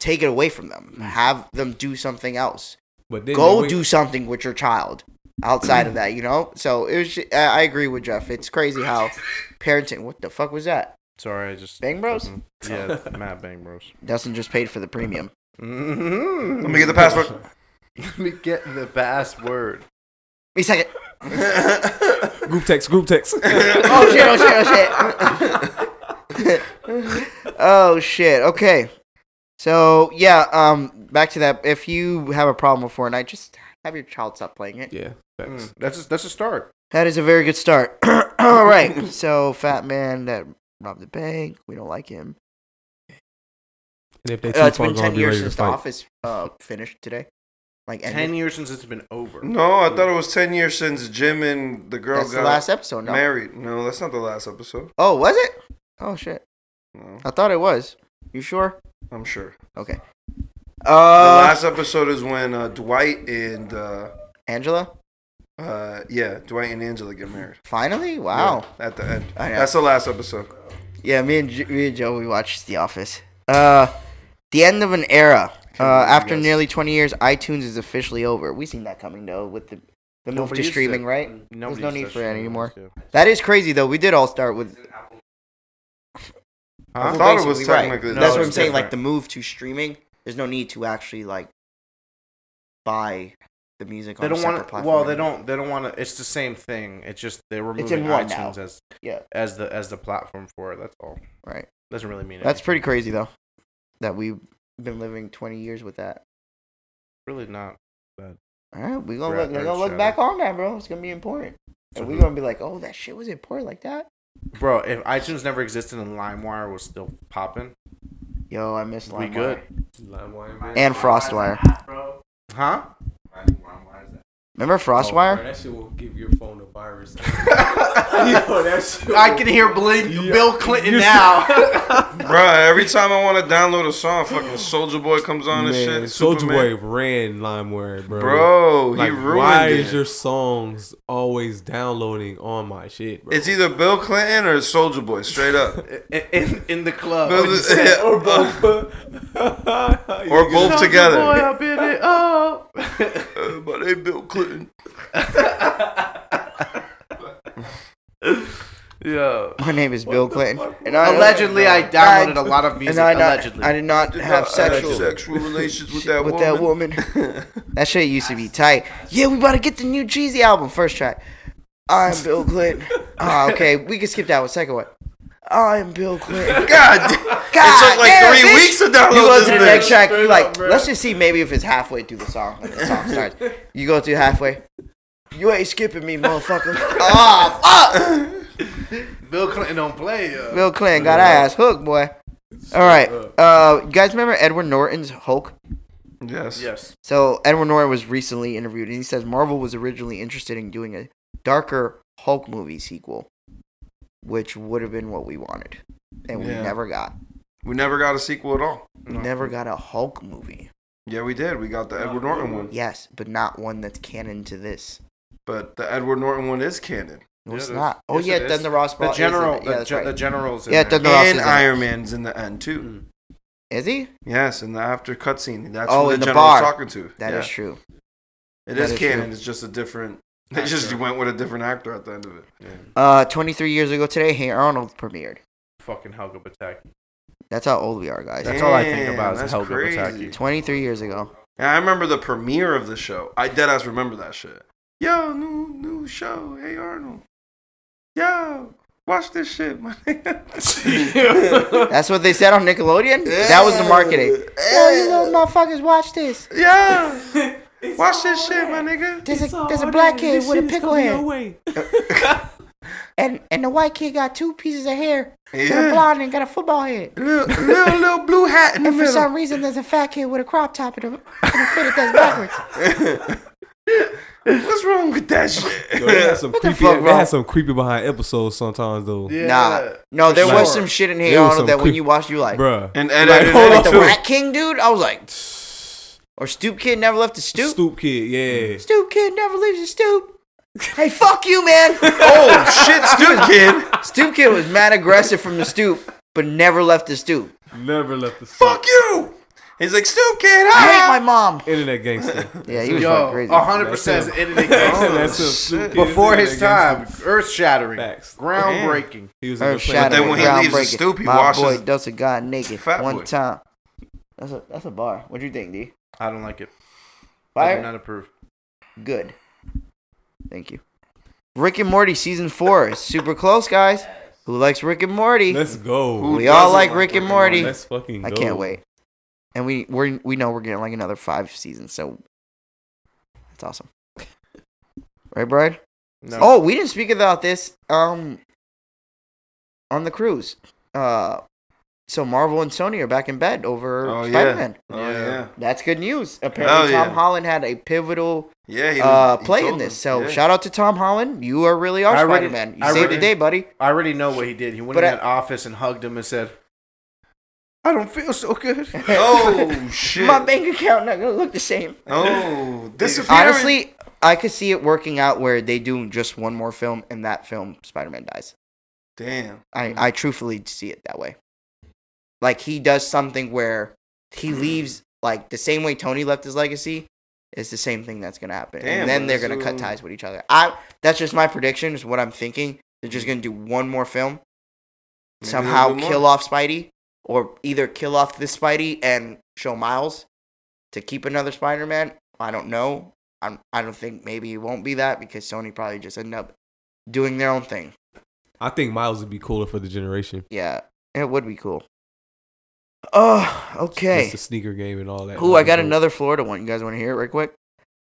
Speaker 1: take it away from them.
Speaker 2: Mm.
Speaker 1: Have them do something else.
Speaker 4: But then
Speaker 1: Go
Speaker 4: the way-
Speaker 1: do something with your child outside of that. You know. So it was. ju- I I agree with Jeff. It's crazy how parenting. What the fuck was that?
Speaker 2: Sorry, I just.
Speaker 1: Bang
Speaker 2: Mm-hmm.
Speaker 1: Bros?
Speaker 2: Yeah, Matt Bang Bros.
Speaker 1: Dustin just paid for the premium.
Speaker 2: Mm-hmm.
Speaker 3: let me get the password.
Speaker 2: Let me get the password.
Speaker 1: Wait a second.
Speaker 4: group text, group text.
Speaker 1: Oh shit! Oh shit! Oh shit! oh shit! Okay. So yeah, um, back to that. If you have a problem with Fortnite, just have your child stop playing it.
Speaker 4: yeah, facts.
Speaker 2: Mm, That's a, that's a start.
Speaker 1: That is a very good start. All right. So fat man that robbed the bank. We don't like him.
Speaker 4: And if they too
Speaker 1: Uh,
Speaker 4: far
Speaker 1: it's been
Speaker 4: gone,
Speaker 1: ten
Speaker 4: be
Speaker 1: years
Speaker 4: ready to
Speaker 1: since the
Speaker 4: fight.
Speaker 1: office uh finished today. Like
Speaker 2: Ten
Speaker 1: ended.
Speaker 2: years since it's been over.
Speaker 3: no, I thought it was ten years since Jim and the girl
Speaker 1: That's
Speaker 3: got
Speaker 1: the last episode. No.
Speaker 3: married. No, that's not the last episode.
Speaker 1: Oh, was it? Oh shit!
Speaker 3: No,
Speaker 1: I thought it was. You sure?
Speaker 3: I'm sure.
Speaker 1: Okay.
Speaker 3: The
Speaker 1: Uh,
Speaker 3: last episode is when uh, Dwight and uh,
Speaker 1: Angela.
Speaker 3: uh, yeah, Dwight and Angela get married.
Speaker 1: Finally, wow.
Speaker 3: Yeah, at the end.
Speaker 1: I know.
Speaker 3: That's the last episode.
Speaker 1: Yeah, me and J- me and Joe we watched The Office. Uh, the end of an era. Uh, after
Speaker 3: guys.
Speaker 1: nearly 20 years, iTunes is officially over. We seen that coming though with the the move to
Speaker 2: Nobody used
Speaker 1: streaming,
Speaker 2: it.
Speaker 1: right?
Speaker 2: Nobody
Speaker 1: no
Speaker 2: used
Speaker 1: need
Speaker 2: that
Speaker 1: for
Speaker 2: shit
Speaker 1: it
Speaker 2: when I
Speaker 1: anymore.
Speaker 2: was a kid.
Speaker 1: That is crazy though. We did all start with.
Speaker 3: I
Speaker 2: Huh?
Speaker 3: thought it
Speaker 1: basically,
Speaker 3: was technically
Speaker 1: That's what I'm
Speaker 3: it's
Speaker 1: saying. Like
Speaker 3: different.
Speaker 1: the move to streaming, there's no need to actually like buy the music.
Speaker 2: They
Speaker 1: on a
Speaker 2: don't
Speaker 1: separate
Speaker 2: want to.
Speaker 1: platform
Speaker 2: Well, they
Speaker 1: anymore.
Speaker 2: don't. They don't want to. It's the same thing. It's just they were
Speaker 1: It's
Speaker 2: moving
Speaker 1: in one
Speaker 2: iTunes
Speaker 1: now.
Speaker 2: as
Speaker 1: Yeah.
Speaker 2: as the as the platform for it. That's all.
Speaker 1: Right.
Speaker 2: Doesn't really mean.
Speaker 1: That's
Speaker 2: anything.
Speaker 1: pretty crazy though. That we've been living 20 years with that.
Speaker 2: really not.
Speaker 1: All right, we're gonna
Speaker 2: We're
Speaker 1: look,
Speaker 2: at
Speaker 1: we're gonna look
Speaker 2: Earthshatter.
Speaker 1: back on that, bro. It's gonna be important, and we're gonna be like, "Oh, that shit was important like that."
Speaker 2: Bro, if iTunes never existed and LimeWire was still popping,
Speaker 1: Yo, I miss
Speaker 2: we
Speaker 1: LimeWire
Speaker 2: good?
Speaker 1: and FrostWire.
Speaker 2: Huh?
Speaker 1: Remember FrostWire?
Speaker 4: Oh, that shit will give your phone a virus. Yo, that shit
Speaker 2: I
Speaker 4: will-
Speaker 2: can hear Blin-
Speaker 4: Yeah.
Speaker 2: Bill Clinton
Speaker 4: You're-
Speaker 2: now.
Speaker 3: Bruh, every time I want to download a song, fucking Soldier Boy comes on and
Speaker 4: Man,
Speaker 3: shit.
Speaker 4: Soulja Boy
Speaker 3: Superman.
Speaker 4: ran LimeWire, bro.
Speaker 3: Bro, he
Speaker 4: like,
Speaker 3: ruined
Speaker 4: why
Speaker 3: it.
Speaker 4: is your songs always downloading on my shit, bro?
Speaker 3: It's either Bill Clinton or Soldier Boy, straight up.
Speaker 2: in, in, in the club.
Speaker 3: Bill- yeah,
Speaker 4: or both.
Speaker 3: or both
Speaker 4: or
Speaker 2: Soldier
Speaker 3: together.
Speaker 2: Boy, I beat it up.
Speaker 3: Uh, my name Bill Clinton.
Speaker 2: Yo.
Speaker 1: My name is Bill Clinton, and I
Speaker 2: Allegedly, I downloaded a lot of music.
Speaker 1: And I, not,
Speaker 2: allegedly.
Speaker 1: I did not
Speaker 3: Did
Speaker 1: have
Speaker 3: not
Speaker 1: sexual
Speaker 3: sexual relations with that
Speaker 1: with
Speaker 3: woman.
Speaker 1: that woman. that shit used to be tight. Yeah, we about to get the new Jeezy album. First track. I'm Bill Clinton. Ah, okay, we can skip that one. Second one. I'm Bill Clinton.
Speaker 3: God, damn. it
Speaker 1: God
Speaker 3: took like
Speaker 1: damn,
Speaker 3: three
Speaker 1: bitch.
Speaker 3: weeks to download
Speaker 1: You go
Speaker 3: this
Speaker 1: to the
Speaker 3: bitch.
Speaker 1: next track. You like,
Speaker 4: bro.
Speaker 1: let's just see maybe if it's halfway through the song. Like the song starts. You go through halfway. You ain't skipping me, motherfucker. Ah, fuck.
Speaker 3: Uh.
Speaker 2: Bill Clinton don't play. Uh,
Speaker 1: Bill Clinton got ass hook, boy. All right. Uh, you guys remember Edward Norton's Hulk?
Speaker 3: Yes.
Speaker 2: yes.
Speaker 1: So Edward Norton was recently interviewed, and he says Marvel was originally interested in doing a darker Hulk movie sequel, which would have been what we wanted, and we
Speaker 3: Yeah.
Speaker 1: never got.
Speaker 3: We never got a sequel at all.
Speaker 1: We
Speaker 2: No.
Speaker 1: never got a Hulk movie.
Speaker 3: Yeah, we did. We got the
Speaker 2: Yeah.
Speaker 3: Edward Norton one,
Speaker 1: Yes, but not one that's canon to this.
Speaker 3: but the Edward Norton one is canon.
Speaker 1: No,
Speaker 2: Yeah,
Speaker 1: it's
Speaker 2: it is.
Speaker 1: not. Oh
Speaker 2: Yes,
Speaker 1: yeah,
Speaker 2: it is.
Speaker 1: Thunder Ross.
Speaker 2: The
Speaker 1: Ball is in it.
Speaker 2: general,
Speaker 1: Yeah,
Speaker 2: the,
Speaker 1: that's
Speaker 2: ge-
Speaker 1: right.
Speaker 2: the general's in
Speaker 1: Yeah,
Speaker 2: there.
Speaker 1: Thunder Ross
Speaker 3: and
Speaker 1: is in it.
Speaker 3: Iron Man's in the end too.
Speaker 2: Mm.
Speaker 1: Is he?
Speaker 3: Yes, in the after cutscene. That's
Speaker 1: Hmm. Oh,
Speaker 3: who the
Speaker 1: in the
Speaker 3: general's
Speaker 1: bar.
Speaker 3: talking to.
Speaker 1: That is
Speaker 3: yeah.
Speaker 1: true.
Speaker 3: It
Speaker 1: that
Speaker 3: is
Speaker 1: is
Speaker 3: canon.
Speaker 1: true.
Speaker 3: It's just a different. They just
Speaker 2: Actor.
Speaker 3: went with a different actor at the end of it.
Speaker 1: Uh, 23 years ago today, Hey Arnold premiered.
Speaker 2: Fucking Helga Pataki.
Speaker 1: That's how old we are, guys.
Speaker 2: That's all I think
Speaker 3: Damn,
Speaker 2: about is
Speaker 3: that's
Speaker 2: Helga
Speaker 3: crazy.
Speaker 2: Pataki.
Speaker 1: 23 years ago.
Speaker 3: And I remember the premiere of the show. I deadass remember that shit. Yo, new new show. Hey Arnold. Yo, watch this shit, my nigga.
Speaker 1: That's what they said on Nickelodeon. That was the marketing.
Speaker 3: Yeah.
Speaker 1: Oh, you little motherfuckers, watch this.
Speaker 3: yeah. Watch this shit, my nigga.
Speaker 1: There's a there's a black kid with a pickle head, and and the white kid got two pieces of hair. They're
Speaker 3: Yeah.
Speaker 1: blonde and got a football head.
Speaker 3: Little, little, little blue hat in the
Speaker 1: And for
Speaker 3: middle.
Speaker 1: some reason, there's a fat kid with a crop top and a, and a fitted that's backwards.
Speaker 3: What's wrong with that shit?
Speaker 4: Yo, they had some
Speaker 1: What the
Speaker 4: creepy.
Speaker 1: fuck,
Speaker 4: they
Speaker 1: bro?
Speaker 4: had some creepy behind episodes sometimes though,
Speaker 2: Yeah.
Speaker 1: Nah, no, there
Speaker 4: sure.
Speaker 1: was some shit in Hey
Speaker 4: There was
Speaker 1: Arnold
Speaker 4: some
Speaker 1: that when
Speaker 4: creep-
Speaker 1: you watched, you like,
Speaker 4: bruh.
Speaker 3: And Ed,
Speaker 4: Like,
Speaker 3: Ed, and
Speaker 4: hold
Speaker 3: Eddie
Speaker 4: on.
Speaker 1: the
Speaker 3: too.
Speaker 1: Rat King dude. I was like, or Stoop Kid never left the stoop.
Speaker 4: Stoop kid, yeah.
Speaker 1: Stoop Kid never leaves the stoop. Hey, fuck you, man.
Speaker 3: Oh shit, Stoop Kid.
Speaker 1: stoop Kid was mad aggressive from the stoop, but never left the stoop.
Speaker 4: Never left the
Speaker 3: Fuck you. He's like Stoop Kid.
Speaker 1: I
Speaker 3: Huh?
Speaker 1: hate my mom.
Speaker 4: Internet gangster.
Speaker 1: Yeah, he was fucking
Speaker 2: Yo,
Speaker 1: crazy.
Speaker 2: hundred percent is
Speaker 4: That's
Speaker 2: internet
Speaker 3: Oh,
Speaker 2: gangster.
Speaker 4: That's a Stoop
Speaker 3: shit.
Speaker 4: Kid,
Speaker 2: Before
Speaker 4: internet
Speaker 2: his
Speaker 4: gangster.
Speaker 2: time, earth shattering,
Speaker 4: Facts.
Speaker 2: groundbreaking.
Speaker 4: He was in
Speaker 1: Earth
Speaker 4: the plane.
Speaker 1: shattering,
Speaker 3: then when he
Speaker 1: ground
Speaker 3: leaves the
Speaker 1: breaking.
Speaker 3: stoop, he
Speaker 1: My
Speaker 3: washes-
Speaker 1: boy Dustin got naked
Speaker 3: Fat
Speaker 1: one
Speaker 3: boy.
Speaker 1: time. That's a that's a bar. What do you think, D?
Speaker 2: I don't like it. I do
Speaker 1: Fire.
Speaker 2: not approve.
Speaker 1: Good. Thank you. Rick and Morty season four is super close, guys. Who likes Rick and Morty?
Speaker 4: Let's go.
Speaker 3: Who
Speaker 1: we all
Speaker 3: doesn't
Speaker 1: like
Speaker 3: like
Speaker 1: Rick
Speaker 3: Rick
Speaker 1: and
Speaker 3: and
Speaker 1: Morty.
Speaker 4: Let's fucking go.
Speaker 1: I can't wait. And we we're, we know we're getting like another five seasons, so that's awesome. right, Brian?
Speaker 2: No.
Speaker 1: Oh, we didn't speak about this um on the cruise. Uh so Marvel and Sony are back in bed over
Speaker 3: Oh, yeah.
Speaker 1: Spider-Man.
Speaker 3: Oh yeah.
Speaker 1: That's good news. Apparently
Speaker 3: Hell
Speaker 1: Tom
Speaker 3: yeah.
Speaker 1: Holland had a pivotal
Speaker 3: Yeah, he was
Speaker 1: uh
Speaker 3: he
Speaker 1: play
Speaker 3: told
Speaker 1: in this. So
Speaker 3: him. Yeah.
Speaker 1: shout out to Tom Holland. You are really our
Speaker 2: I already-
Speaker 1: Spider-Man. You
Speaker 2: I
Speaker 1: saved the
Speaker 2: already-
Speaker 1: day, buddy.
Speaker 2: I already know what he did. He went
Speaker 1: But
Speaker 2: in
Speaker 1: I-
Speaker 2: that office and hugged him and said, "I don't feel so good."
Speaker 3: Oh shit.
Speaker 1: My bank account not gonna look the same.
Speaker 3: Oh, disappearing.
Speaker 1: Honestly, I could see it working out where they do just one more film and that film Spider Man dies.
Speaker 3: damn.
Speaker 1: I, I truthfully see it that way. Like he does something where he
Speaker 3: Mm-hmm.
Speaker 1: leaves like the same way Tony left his legacy is the same thing that's gonna happen.
Speaker 3: Damn,
Speaker 1: and then
Speaker 3: bro,
Speaker 1: they're
Speaker 3: that's
Speaker 1: gonna cut
Speaker 3: so-
Speaker 1: ties with each other. I that's just my prediction, is what I'm thinking. They're just gonna do one more film.
Speaker 3: Maybe
Speaker 1: somehow
Speaker 3: Mm-hmm. they'll do more.
Speaker 1: kill off Spidey. Or either kill off this Spidey and show Miles to keep another Spider Man. I don't know. I'm I don't think maybe it won't be that because Sony probably just end up doing their own thing.
Speaker 4: I think Miles would be cooler for the generation.
Speaker 1: Yeah, it would be cool. Oh, okay.
Speaker 4: It's the sneaker game and all that.
Speaker 1: Ooh, I got
Speaker 4: Dope.
Speaker 1: another Florida one. You guys want to hear it right quick?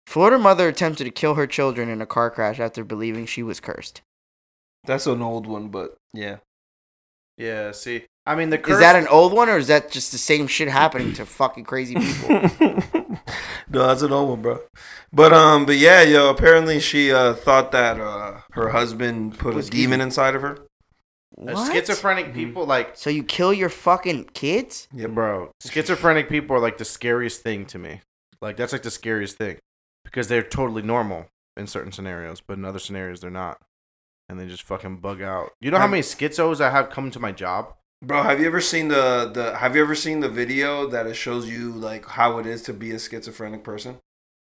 Speaker 1: Florida mother attempted to kill her children in a car crash after believing she was cursed.
Speaker 3: That's an old one, but yeah.
Speaker 2: yeah, see, I mean the curse.
Speaker 1: Is that an old one, or is that just the same shit happening to fucking crazy people?
Speaker 3: no, that's an old one, bro. But um, but yeah, yo. Apparently, she uh thought that uh her husband put
Speaker 1: Was
Speaker 3: a demon inside of her.
Speaker 1: what?
Speaker 2: schizophrenic people like
Speaker 1: So you kill your fucking kids?
Speaker 3: Yep.
Speaker 2: bro schizophrenic people are like the scariest thing to me like that's like the scariest thing because they're totally normal in certain scenarios but in other scenarios they're not and they just fucking bug out you know how
Speaker 3: Have-
Speaker 2: many schizos i have come to my job
Speaker 3: Bro, have you ever seen the the Have you ever seen the video that it shows you like how it is to be a schizophrenic person?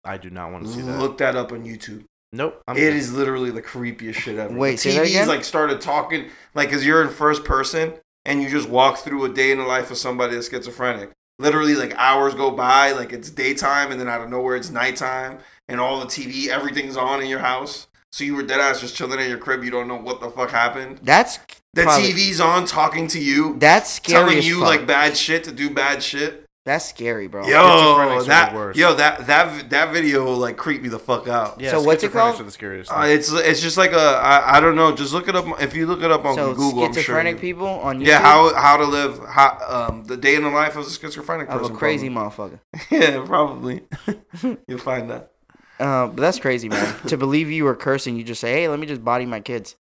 Speaker 2: i do not want to see that
Speaker 3: Look that up on YouTube.
Speaker 2: nope I'm
Speaker 3: It is
Speaker 2: good.
Speaker 3: literally the creepiest shit ever.
Speaker 1: Wait,
Speaker 3: the
Speaker 1: say that again?
Speaker 3: like started talking like as you're in first person and you just walk through a day in the life of somebody that's schizophrenic. Literally, like hours go by, like it's daytime, and then out of nowhere it's nighttime, and all the TV, everything's on in your house. So you were dead ass just chilling in your crib. You don't know what the fuck happened.
Speaker 1: That's
Speaker 3: The
Speaker 1: probably-
Speaker 3: TV's on, talking to you,
Speaker 1: That's scary.
Speaker 3: telling
Speaker 1: as
Speaker 3: you
Speaker 1: fuck.
Speaker 3: like bad shit to do bad shit.
Speaker 1: That's scary, bro.
Speaker 2: schizophrenics
Speaker 3: Yo,
Speaker 2: are the
Speaker 3: that
Speaker 2: worst.
Speaker 3: yo that that that video like creeped me the fuck out.
Speaker 2: yeah
Speaker 1: so what's it
Speaker 2: schizophrenics
Speaker 1: called?
Speaker 2: are the scariest
Speaker 3: Uh,
Speaker 2: thing.
Speaker 3: it's it's just like a I, I don't know. Just look it up if you look it up on
Speaker 1: so
Speaker 3: Google. I'm sure.
Speaker 1: schizophrenic
Speaker 3: you-
Speaker 1: people on YouTube.
Speaker 3: Yeah, how how to live how, um the day in the life of a schizophrenic
Speaker 1: I'm
Speaker 3: person.
Speaker 1: a crazy motherfucker.
Speaker 3: probably. yeah, probably. You'll find that.
Speaker 1: Uh, but that's crazy, man. to believe you were cursing, you just say, "Hey, let me just body my kids."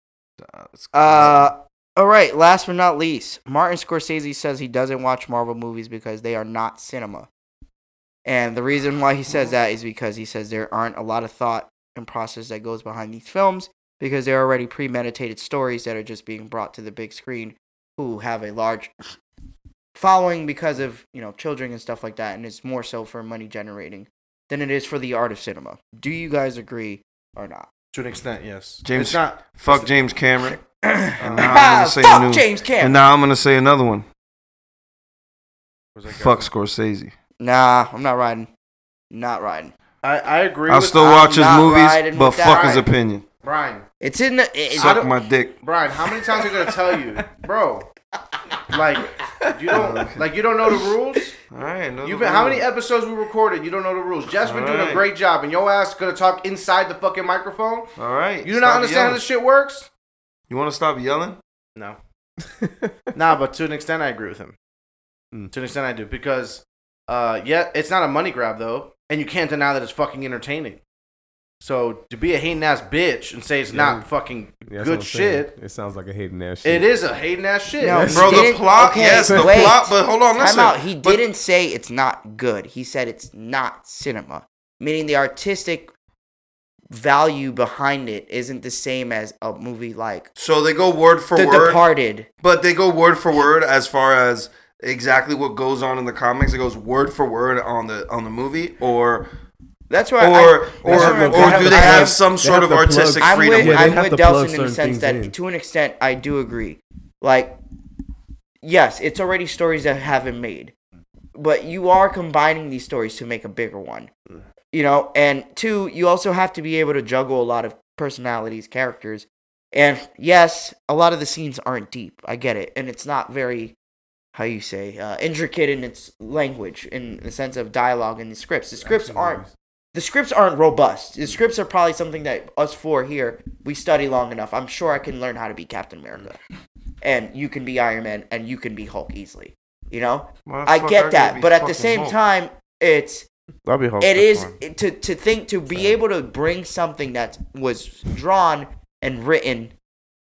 Speaker 3: Uh, it's-
Speaker 1: Uh, All right, last but not least, Martin Scorsese says he doesn't watch Marvel movies because they are not cinema. And the reason why he says that is because he says there aren't a lot of thought and process that goes behind these films because they're already premeditated stories that are just being brought to the big screen who have a large following because of, you know, children and stuff like that and it's more so for money generating than it is for the art of cinema. Do you guys agree or not?
Speaker 2: To an extent, yes.
Speaker 3: James-
Speaker 2: It's not.
Speaker 3: Fuck James Cameron.
Speaker 2: uh,
Speaker 3: And now I'm gonna say a
Speaker 1: Fuck
Speaker 3: new-
Speaker 1: James
Speaker 3: And
Speaker 1: Cameron.
Speaker 3: now I'm gonna say another one.
Speaker 2: where's that guy
Speaker 3: Fuck
Speaker 2: from?
Speaker 3: Scorsese.
Speaker 1: Nah, I'm not riding. Not riding.
Speaker 2: I, I agree.
Speaker 3: I'll
Speaker 2: with
Speaker 3: still
Speaker 1: I'm
Speaker 3: watch his
Speaker 1: not
Speaker 3: movies,
Speaker 1: riding
Speaker 3: but
Speaker 1: with that.
Speaker 3: fuck his
Speaker 2: Right.
Speaker 3: opinion.
Speaker 2: Brian.
Speaker 1: It's in the it,
Speaker 2: I
Speaker 3: Suck
Speaker 2: don't-
Speaker 3: my dick.
Speaker 2: Brian, how many times are they gonna tell you, bro? Like you don't like you don't know the rules.
Speaker 3: All right. another
Speaker 2: You've been how
Speaker 3: one.
Speaker 2: many episodes we recorded? You don't know the rules. Jeff's been doing a
Speaker 3: Alright.
Speaker 2: great job, and your ass gonna talk inside the fucking microphone.
Speaker 3: All right.
Speaker 2: You do not
Speaker 3: stop
Speaker 2: understand how
Speaker 3: yelling.
Speaker 2: this shit works.
Speaker 3: You want to stop yelling?
Speaker 2: No, nah, but to an extent, I agree with him.
Speaker 4: Mm.
Speaker 2: To an extent, I do because, uh, yeah, it's not a money grab though, and you can't deny that it's fucking entertaining. So to be a hating ass bitch and say it's
Speaker 4: Yeah.
Speaker 2: not fucking
Speaker 4: Yeah, that's what
Speaker 2: good
Speaker 4: I'm saying.
Speaker 2: shit,
Speaker 4: It sounds like a hating ass shit.
Speaker 2: it is a hating ass shit.
Speaker 1: No,
Speaker 4: Yes.
Speaker 1: he
Speaker 3: Bro, the
Speaker 1: didn't-
Speaker 3: plot,
Speaker 1: okay,
Speaker 3: yes, the
Speaker 1: wait.
Speaker 3: plot, but hold on,
Speaker 1: Time
Speaker 3: listen.
Speaker 1: out. He
Speaker 3: But-
Speaker 1: didn't say it's not good. He said it's not cinema, meaning the artistic value behind it isn't the same as a movie like
Speaker 3: So they go word for
Speaker 1: The
Speaker 3: word,
Speaker 1: Departed.
Speaker 3: but they go word for word as far as exactly what goes on in the comics. It goes word for word on the on the movie, or
Speaker 1: That's why.
Speaker 3: or
Speaker 1: I,
Speaker 3: or,
Speaker 1: that's why I'm-
Speaker 3: or
Speaker 1: I-
Speaker 3: do they
Speaker 1: I
Speaker 3: have
Speaker 1: am-
Speaker 3: some
Speaker 4: they
Speaker 3: sort
Speaker 4: have
Speaker 3: of
Speaker 4: to plug-
Speaker 3: artistic
Speaker 1: I'm
Speaker 3: freedom?
Speaker 1: with,
Speaker 4: Yeah, they
Speaker 1: I'm
Speaker 4: have
Speaker 1: with
Speaker 4: to plug
Speaker 1: Delson in the
Speaker 4: certain
Speaker 1: sense
Speaker 4: things
Speaker 1: that,
Speaker 4: in.
Speaker 1: to an extent, I do agree. Like, yes, it's already stories that have been made, but you are combining these stories to make a bigger one. You know, and two, you also have to be able to juggle a lot of personalities, characters, and yes, a lot of the scenes aren't deep. I get it, and it's not very how you say uh, intricate in its language, in the sense of dialogue and the scripts. The scripts aren't the scripts aren't robust. The scripts are probably something that us four here we study long enough. I'm sure I can learn how to be Captain America, and you can be Iron Man, and you can be Hulk easily. You know, I
Speaker 3: Motherfucker,
Speaker 1: get
Speaker 3: could
Speaker 1: that,
Speaker 3: be
Speaker 1: but at the
Speaker 3: fucking
Speaker 1: same
Speaker 3: Hulk.
Speaker 1: time, it's
Speaker 2: That'd be
Speaker 1: it is to to think to be able to bring something that was drawn and written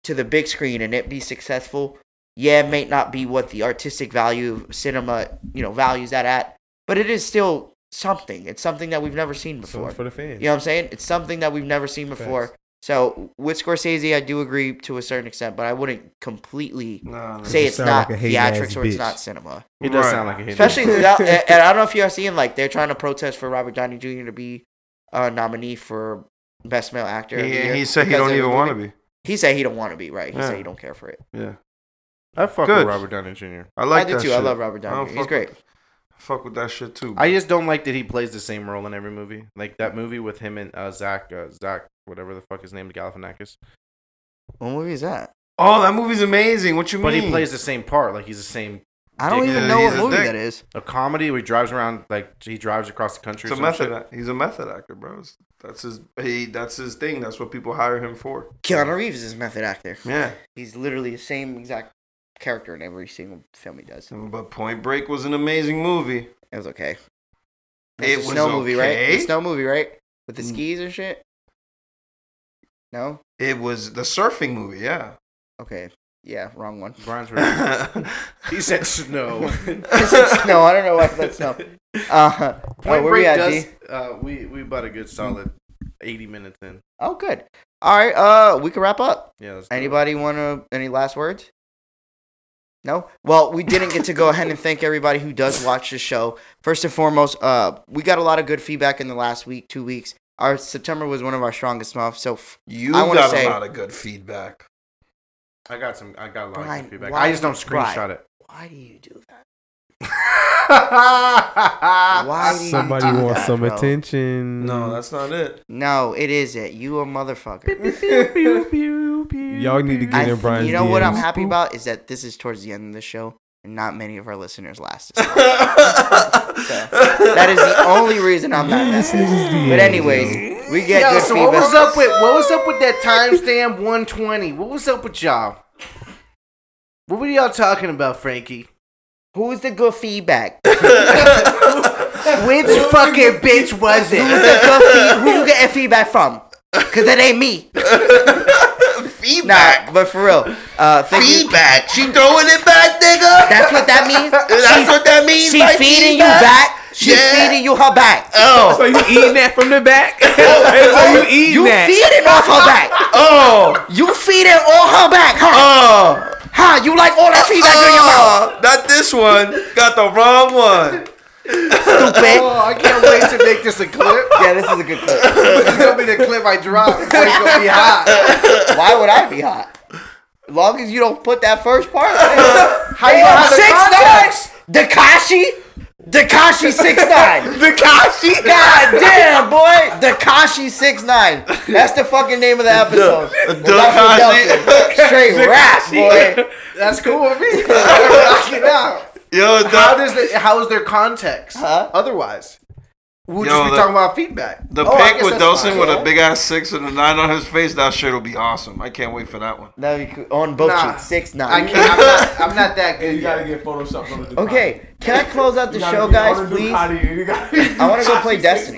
Speaker 1: to the big screen and it be successful. Yeah, it may not be what the artistic value of cinema, you know, values that at, but it is still something. It's something that we've never seen
Speaker 4: So
Speaker 1: before.
Speaker 4: it's for the fans.
Speaker 1: You know what I'm saying? It's something that we've never seen before.
Speaker 4: Facts.
Speaker 1: So with Scorsese, I do agree to a certain extent, but I wouldn't completely
Speaker 3: Nah, nah.
Speaker 1: say
Speaker 4: you
Speaker 1: it's
Speaker 4: sound
Speaker 1: not
Speaker 4: like a hating ass
Speaker 1: theatrics or it's
Speaker 4: bitch.
Speaker 1: not cinema.
Speaker 2: It does
Speaker 3: Right.
Speaker 2: sound like a hating.
Speaker 1: Especially,
Speaker 4: is.
Speaker 1: without, and and I don't know if you are seeing like they're trying to protest for Robert Downey Jr. to be a nominee for best male actor. of the
Speaker 3: He,
Speaker 1: year
Speaker 3: he said he
Speaker 1: because
Speaker 3: don't
Speaker 1: of the
Speaker 3: even
Speaker 1: movie.
Speaker 3: want to be.
Speaker 1: He said he don't want to be right. He
Speaker 3: Yeah.
Speaker 1: said he don't care for it.
Speaker 3: Yeah,
Speaker 2: I fuck
Speaker 3: Good.
Speaker 2: with Robert Downey Jr.
Speaker 3: I like
Speaker 1: I do
Speaker 3: that
Speaker 1: too.
Speaker 3: shit.
Speaker 1: I love Robert
Speaker 3: I don't
Speaker 1: Downey. Jr. He's
Speaker 3: fuck
Speaker 1: great.
Speaker 3: Fuck with that shit too.
Speaker 2: I just don't like that he plays the same role in every movie. Like that movie with him and uh, Zach, uh, Zach, whatever the fuck his name, Galifianakis.
Speaker 1: What movie is that?
Speaker 3: oh, that movie's amazing. What you
Speaker 2: But
Speaker 3: mean?
Speaker 2: he plays the same part. Like he's the same.
Speaker 1: I don't
Speaker 2: Dick.
Speaker 1: even
Speaker 3: Yeah,
Speaker 1: know
Speaker 3: he's
Speaker 1: what
Speaker 3: a
Speaker 1: movie
Speaker 3: dick.
Speaker 1: that is.
Speaker 2: A comedy where he drives around like he drives across the country.
Speaker 3: He's
Speaker 2: or
Speaker 3: a
Speaker 2: some
Speaker 3: method.
Speaker 2: shit.
Speaker 3: act- He's a method actor, bro. It's- That's his. He. That's his thing. That's what people hire him for.
Speaker 1: Keanu Reeves is a method actor.
Speaker 3: Yeah.
Speaker 1: He's literally the same exact character in every single film he does.
Speaker 3: But Point Break was an amazing movie.
Speaker 1: It was okay.
Speaker 3: It
Speaker 1: It's a
Speaker 3: was
Speaker 1: snow movie, right?
Speaker 3: okay?
Speaker 1: The snow movie, right? With the
Speaker 3: Mm.
Speaker 1: skis and shit. No.
Speaker 3: It was the surfing movie. Yeah.
Speaker 1: Okay. Yeah, wrong one.
Speaker 2: Brian's right.
Speaker 3: he
Speaker 2: he said snow.
Speaker 1: Oh, no, I don't know why I said snow. Uh,
Speaker 2: Point
Speaker 1: where
Speaker 2: Break
Speaker 1: we at,
Speaker 2: does.
Speaker 1: D?
Speaker 2: Uh, we we about a good solid eighty minutes in.
Speaker 1: Oh, good. All right. Uh, we can wrap up.
Speaker 2: Yeah. let's do it.
Speaker 1: Anybody want to? Any last words? No. Well, we didn't get to go ahead and thank everybody who does watch the show. First and foremost, uh, we got a lot of good feedback in the last week, two weeks. Our September was one of our strongest months. So, f-
Speaker 3: You
Speaker 1: I wanna
Speaker 3: got
Speaker 1: say-
Speaker 3: a lot of good feedback.
Speaker 2: I got some. I got a lot
Speaker 1: Brian,
Speaker 2: of good feedback.
Speaker 1: why
Speaker 2: I just don't
Speaker 1: did you cry?
Speaker 2: screenshot it.
Speaker 1: why do you do that?
Speaker 2: Why?
Speaker 1: Why do you
Speaker 4: Somebody
Speaker 1: do
Speaker 4: wants
Speaker 1: that,
Speaker 4: some
Speaker 1: bro?
Speaker 4: attention.
Speaker 3: No, that's not it.
Speaker 1: No, it isn't. You a motherfucker.
Speaker 4: Y'all need to
Speaker 1: I
Speaker 4: get in
Speaker 1: th-
Speaker 4: Brian's
Speaker 1: you know what I'm
Speaker 4: DMs.
Speaker 1: happy about is that this is towards the end of the show, and not many of our listeners last. this long.
Speaker 3: that
Speaker 1: that is the only reason I'm not messaged. But anyways, we get
Speaker 2: Yo,
Speaker 1: good
Speaker 2: so what
Speaker 1: feedback.
Speaker 2: was up with what was up with that timestamp 120? What was up with y'all? What were y'all talking about, Frankie?
Speaker 1: Who's the good feedback?
Speaker 2: Which fucking bitch was
Speaker 1: Who's the good feed- who you getting feedback from? Cause that ain't me.
Speaker 3: feedback.
Speaker 1: Nah, but for real, uh, thank you-
Speaker 3: feedback. She throwing it back, nigga.
Speaker 1: That's what that means.
Speaker 3: That's
Speaker 1: She-
Speaker 3: what that means.
Speaker 1: She
Speaker 3: by
Speaker 1: feeding you
Speaker 3: feedback?
Speaker 1: back. Uh, She
Speaker 3: Yeah.
Speaker 1: feeding you her back.
Speaker 4: So
Speaker 3: Oh,
Speaker 4: you eating that from the back? so you eating
Speaker 1: You
Speaker 4: that?
Speaker 1: feeding off her back. Uh.
Speaker 3: oh,
Speaker 1: You feeding on her back, huh?
Speaker 3: oh.
Speaker 1: huh? You like all that feedback in your mouth,
Speaker 3: Oh, not this one. Got the wrong one.
Speaker 1: stupid.
Speaker 2: Oh, I can't wait to make this a clip.
Speaker 1: Yeah, this is a good clip.
Speaker 2: It's gonna be the clip I drop. It's gonna be hot.
Speaker 1: Why would I be hot? Long as you don't put that first part.
Speaker 2: How you gonna have the context?
Speaker 1: Dakashi, Dakashi six nine. Dakashi. God damn, boy. Dakashi six nine. That's the fucking name of the episode.
Speaker 3: Dakashi.
Speaker 1: Philadelphia. Straight rap, boy.
Speaker 2: That's cool with me. Rock it out.
Speaker 3: Yo, the,
Speaker 2: How does the, how is their context?
Speaker 1: Huh?
Speaker 2: Otherwise, we'll
Speaker 3: Yo,
Speaker 2: just be
Speaker 3: the-
Speaker 2: talking about feedback.
Speaker 3: the
Speaker 2: Oh, I
Speaker 3: pic
Speaker 2: guess
Speaker 3: with
Speaker 2: that's
Speaker 3: Dawson
Speaker 2: fine.
Speaker 3: with a big ass six and a nine on his face, that shit will be awesome. I can't wait for that one.
Speaker 1: No, you could, on both
Speaker 2: Nah.
Speaker 1: cheeks. Six
Speaker 2: I
Speaker 1: nine.
Speaker 2: can't. I'm not, I'm not that good.
Speaker 4: You gotta
Speaker 2: Yet.
Speaker 4: get Photoshop on the
Speaker 1: Okay, can I close out the show, guys, please?
Speaker 4: I
Speaker 1: wanna go play Destiny.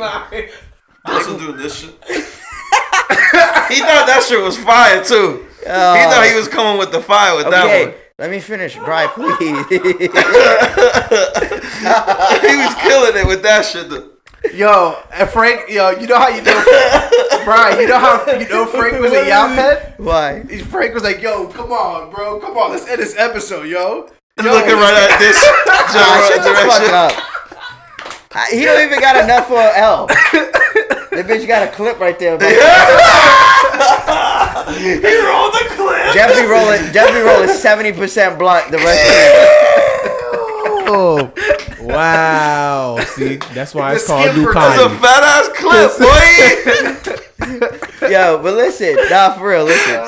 Speaker 3: Dawson doing this shit. he thought that shit was fire too. he thought
Speaker 2: Oh.
Speaker 3: he was coming with the fire with that
Speaker 1: Okay,
Speaker 3: one.
Speaker 1: let me finish, Brian, please.
Speaker 3: He was killing it with that shit. though.
Speaker 2: Yo, and Frank. Yo, you know how you know, Brian. You know how you know Frank was a Yelp head.
Speaker 1: Why?
Speaker 2: Frank was like, "Yo, come on, bro, come on, let's end this episode, yo."
Speaker 3: He's looking right at this
Speaker 1: I Ah, shut
Speaker 3: general
Speaker 1: the fuck
Speaker 3: direction.
Speaker 1: up. I- He don't even got enough for an L. The bitch got a clip right there. bro.
Speaker 3: He rolled the clip.
Speaker 1: Definitely rolling, definitely rolling seventy percent blunt. The rest. Of
Speaker 4: Oh, wow. See, that's why it's
Speaker 2: The
Speaker 4: called
Speaker 2: skipper
Speaker 3: That's a
Speaker 4: Ducati.
Speaker 3: fat ass clip, boy.
Speaker 1: it. Yo, but listen, nah, for real, listen.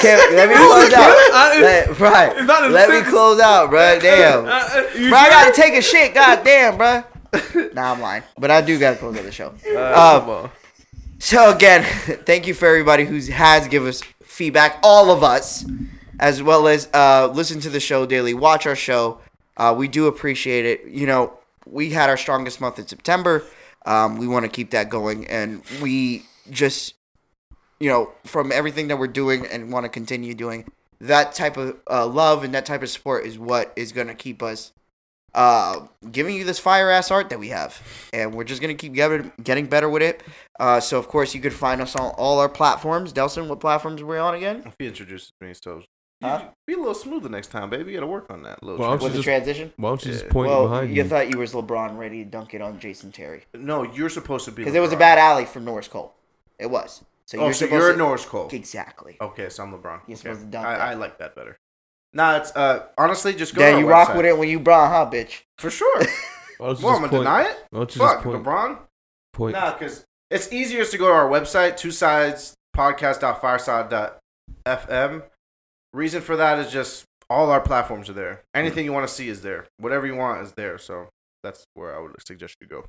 Speaker 1: Can, let me close out. Let,
Speaker 4: It's not
Speaker 1: right,
Speaker 4: a
Speaker 1: let me
Speaker 4: sentence.
Speaker 1: close out, bro. Damn.
Speaker 4: You
Speaker 1: Bro, I
Speaker 4: sure?
Speaker 1: gotta take a shit. God damn, bro. nah, I'm lying. But I do gotta close out the show. Um, So again, thank you for everybody who has give us feedback, all of us, as well as uh, listen to the show daily, watch our show. Uh, we do appreciate it. You know, we had our strongest month in September. Um, we want to keep that going, and we just, you know, from everything that we're doing and want to continue doing, that type of uh, love and that type of support is what is going to keep us uh, giving you this fire ass art that we have, and we're just gonna keep getting getting better with it. Uh, so of course you could find us on all our platforms. Delson, what platforms are we on again?
Speaker 2: He introduces me, so
Speaker 1: Huh?
Speaker 2: be a little smoother next time, baby. You gotta work on that. Little
Speaker 4: Well, I'm
Speaker 1: With the
Speaker 4: just-
Speaker 1: transition.
Speaker 4: Why don't you just
Speaker 2: Yeah.
Speaker 4: point it
Speaker 1: Well,
Speaker 4: behind
Speaker 1: you
Speaker 4: you?
Speaker 1: thought you was LeBron ready to dunk it on Jason Terry
Speaker 2: no, you're supposed to be
Speaker 1: because it was a
Speaker 2: LeBron.
Speaker 1: bad alley for Norris Cole. It was. So
Speaker 2: Oh,
Speaker 1: you're
Speaker 2: so
Speaker 1: supposed
Speaker 2: you're a
Speaker 1: to-
Speaker 2: Norris Cole. Oh,
Speaker 1: Exactly.
Speaker 2: Okay, so I'm LeBron.
Speaker 1: You're
Speaker 2: Okay.
Speaker 1: supposed to dunk that.
Speaker 2: I, I like that better. Nah, it's uh honestly just go.
Speaker 1: Yeah,
Speaker 2: to
Speaker 1: you
Speaker 2: our
Speaker 1: rock
Speaker 2: website.
Speaker 1: with it when you Bron, huh, bitch?
Speaker 2: for sure.
Speaker 4: Why don't you
Speaker 2: well,
Speaker 4: just
Speaker 2: I'm gonna
Speaker 4: point-
Speaker 2: deny it.
Speaker 4: Why don't you just
Speaker 2: Fuck
Speaker 4: point?
Speaker 2: LeBron.
Speaker 4: point-
Speaker 2: Nah, because it's easier to go to our website, two sides podcast.fireside.fm. Reason for that is just all our platforms are there. Anything you want to see is there. Whatever you want is there. So that's where I would suggest you go.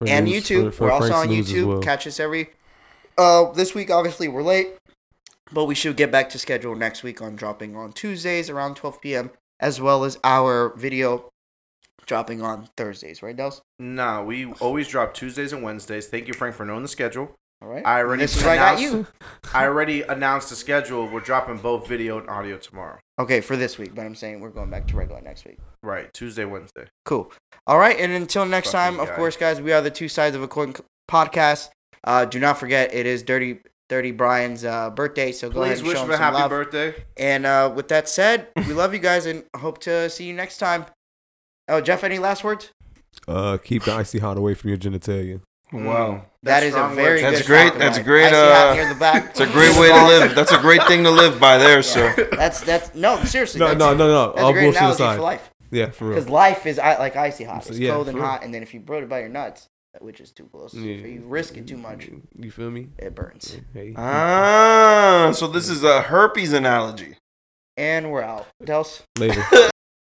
Speaker 4: for
Speaker 1: and
Speaker 4: news-
Speaker 1: YouTube.
Speaker 4: for- for
Speaker 1: we're also
Speaker 4: Frank's
Speaker 1: on
Speaker 4: news as
Speaker 1: YouTube.
Speaker 4: well.
Speaker 1: Catch us every. Uh, this week obviously we're late, but we should get back to schedule next week on dropping on Tuesdays around 12 p.m. as well as our video dropping on Thursdays, right, Dels?
Speaker 2: Nah, we always drop Tuesdays and Wednesdays. Thank you, Frank, for knowing the schedule.
Speaker 1: All right.
Speaker 2: I already
Speaker 1: This is where I got
Speaker 2: announced-
Speaker 1: you.
Speaker 2: I already announced the schedule. We're dropping both video and audio tomorrow.
Speaker 1: Okay, for this week, but I'm saying we're going back to regular next week.
Speaker 2: Right, Tuesday, Wednesday.
Speaker 1: Cool. All right, and until next
Speaker 2: Fucking
Speaker 1: time, of
Speaker 2: guy.
Speaker 1: course, guys, we are the two sides of a coin podcast. Uh, do not forget, it is Dirty Dirty Brian's uh, birthday, so go ahead
Speaker 2: Please
Speaker 1: and
Speaker 2: wish
Speaker 1: show him
Speaker 2: him a
Speaker 1: some
Speaker 2: happy
Speaker 1: love.
Speaker 2: birthday.
Speaker 1: And uh, with that said, we love you guys and hope to see you next time. Oh, Jeff, any last words?
Speaker 4: Uh, keep the icy hot away from your genitalia.
Speaker 3: Wow.
Speaker 1: That
Speaker 2: That's
Speaker 1: is
Speaker 2: strong
Speaker 1: a very
Speaker 2: words.
Speaker 1: good
Speaker 3: That's great-
Speaker 1: soundbite.
Speaker 3: that's great,
Speaker 1: I see hot
Speaker 3: uh,
Speaker 1: near the back.
Speaker 3: It's a great way to live. That's a great thing to live by, there, sir.
Speaker 1: That's that's no seriously.
Speaker 4: No,
Speaker 1: that's,
Speaker 4: no, no, no.
Speaker 1: That's
Speaker 4: All
Speaker 1: a great
Speaker 4: bullshit
Speaker 1: analogy for
Speaker 4: aside.
Speaker 1: life
Speaker 4: Yeah, for
Speaker 1: because
Speaker 4: real.
Speaker 1: life is i- like icy hot. It's
Speaker 4: Yeah,
Speaker 1: cold and
Speaker 4: for real.
Speaker 1: hot, and then if you put it by your nuts, which is too close,
Speaker 4: Yeah.
Speaker 1: if you risk it too much, Uh,
Speaker 4: You feel me?
Speaker 1: it burns.
Speaker 4: Hey.
Speaker 3: Ah, so this is a herpes analogy.
Speaker 1: And we're out. Dels.
Speaker 4: later.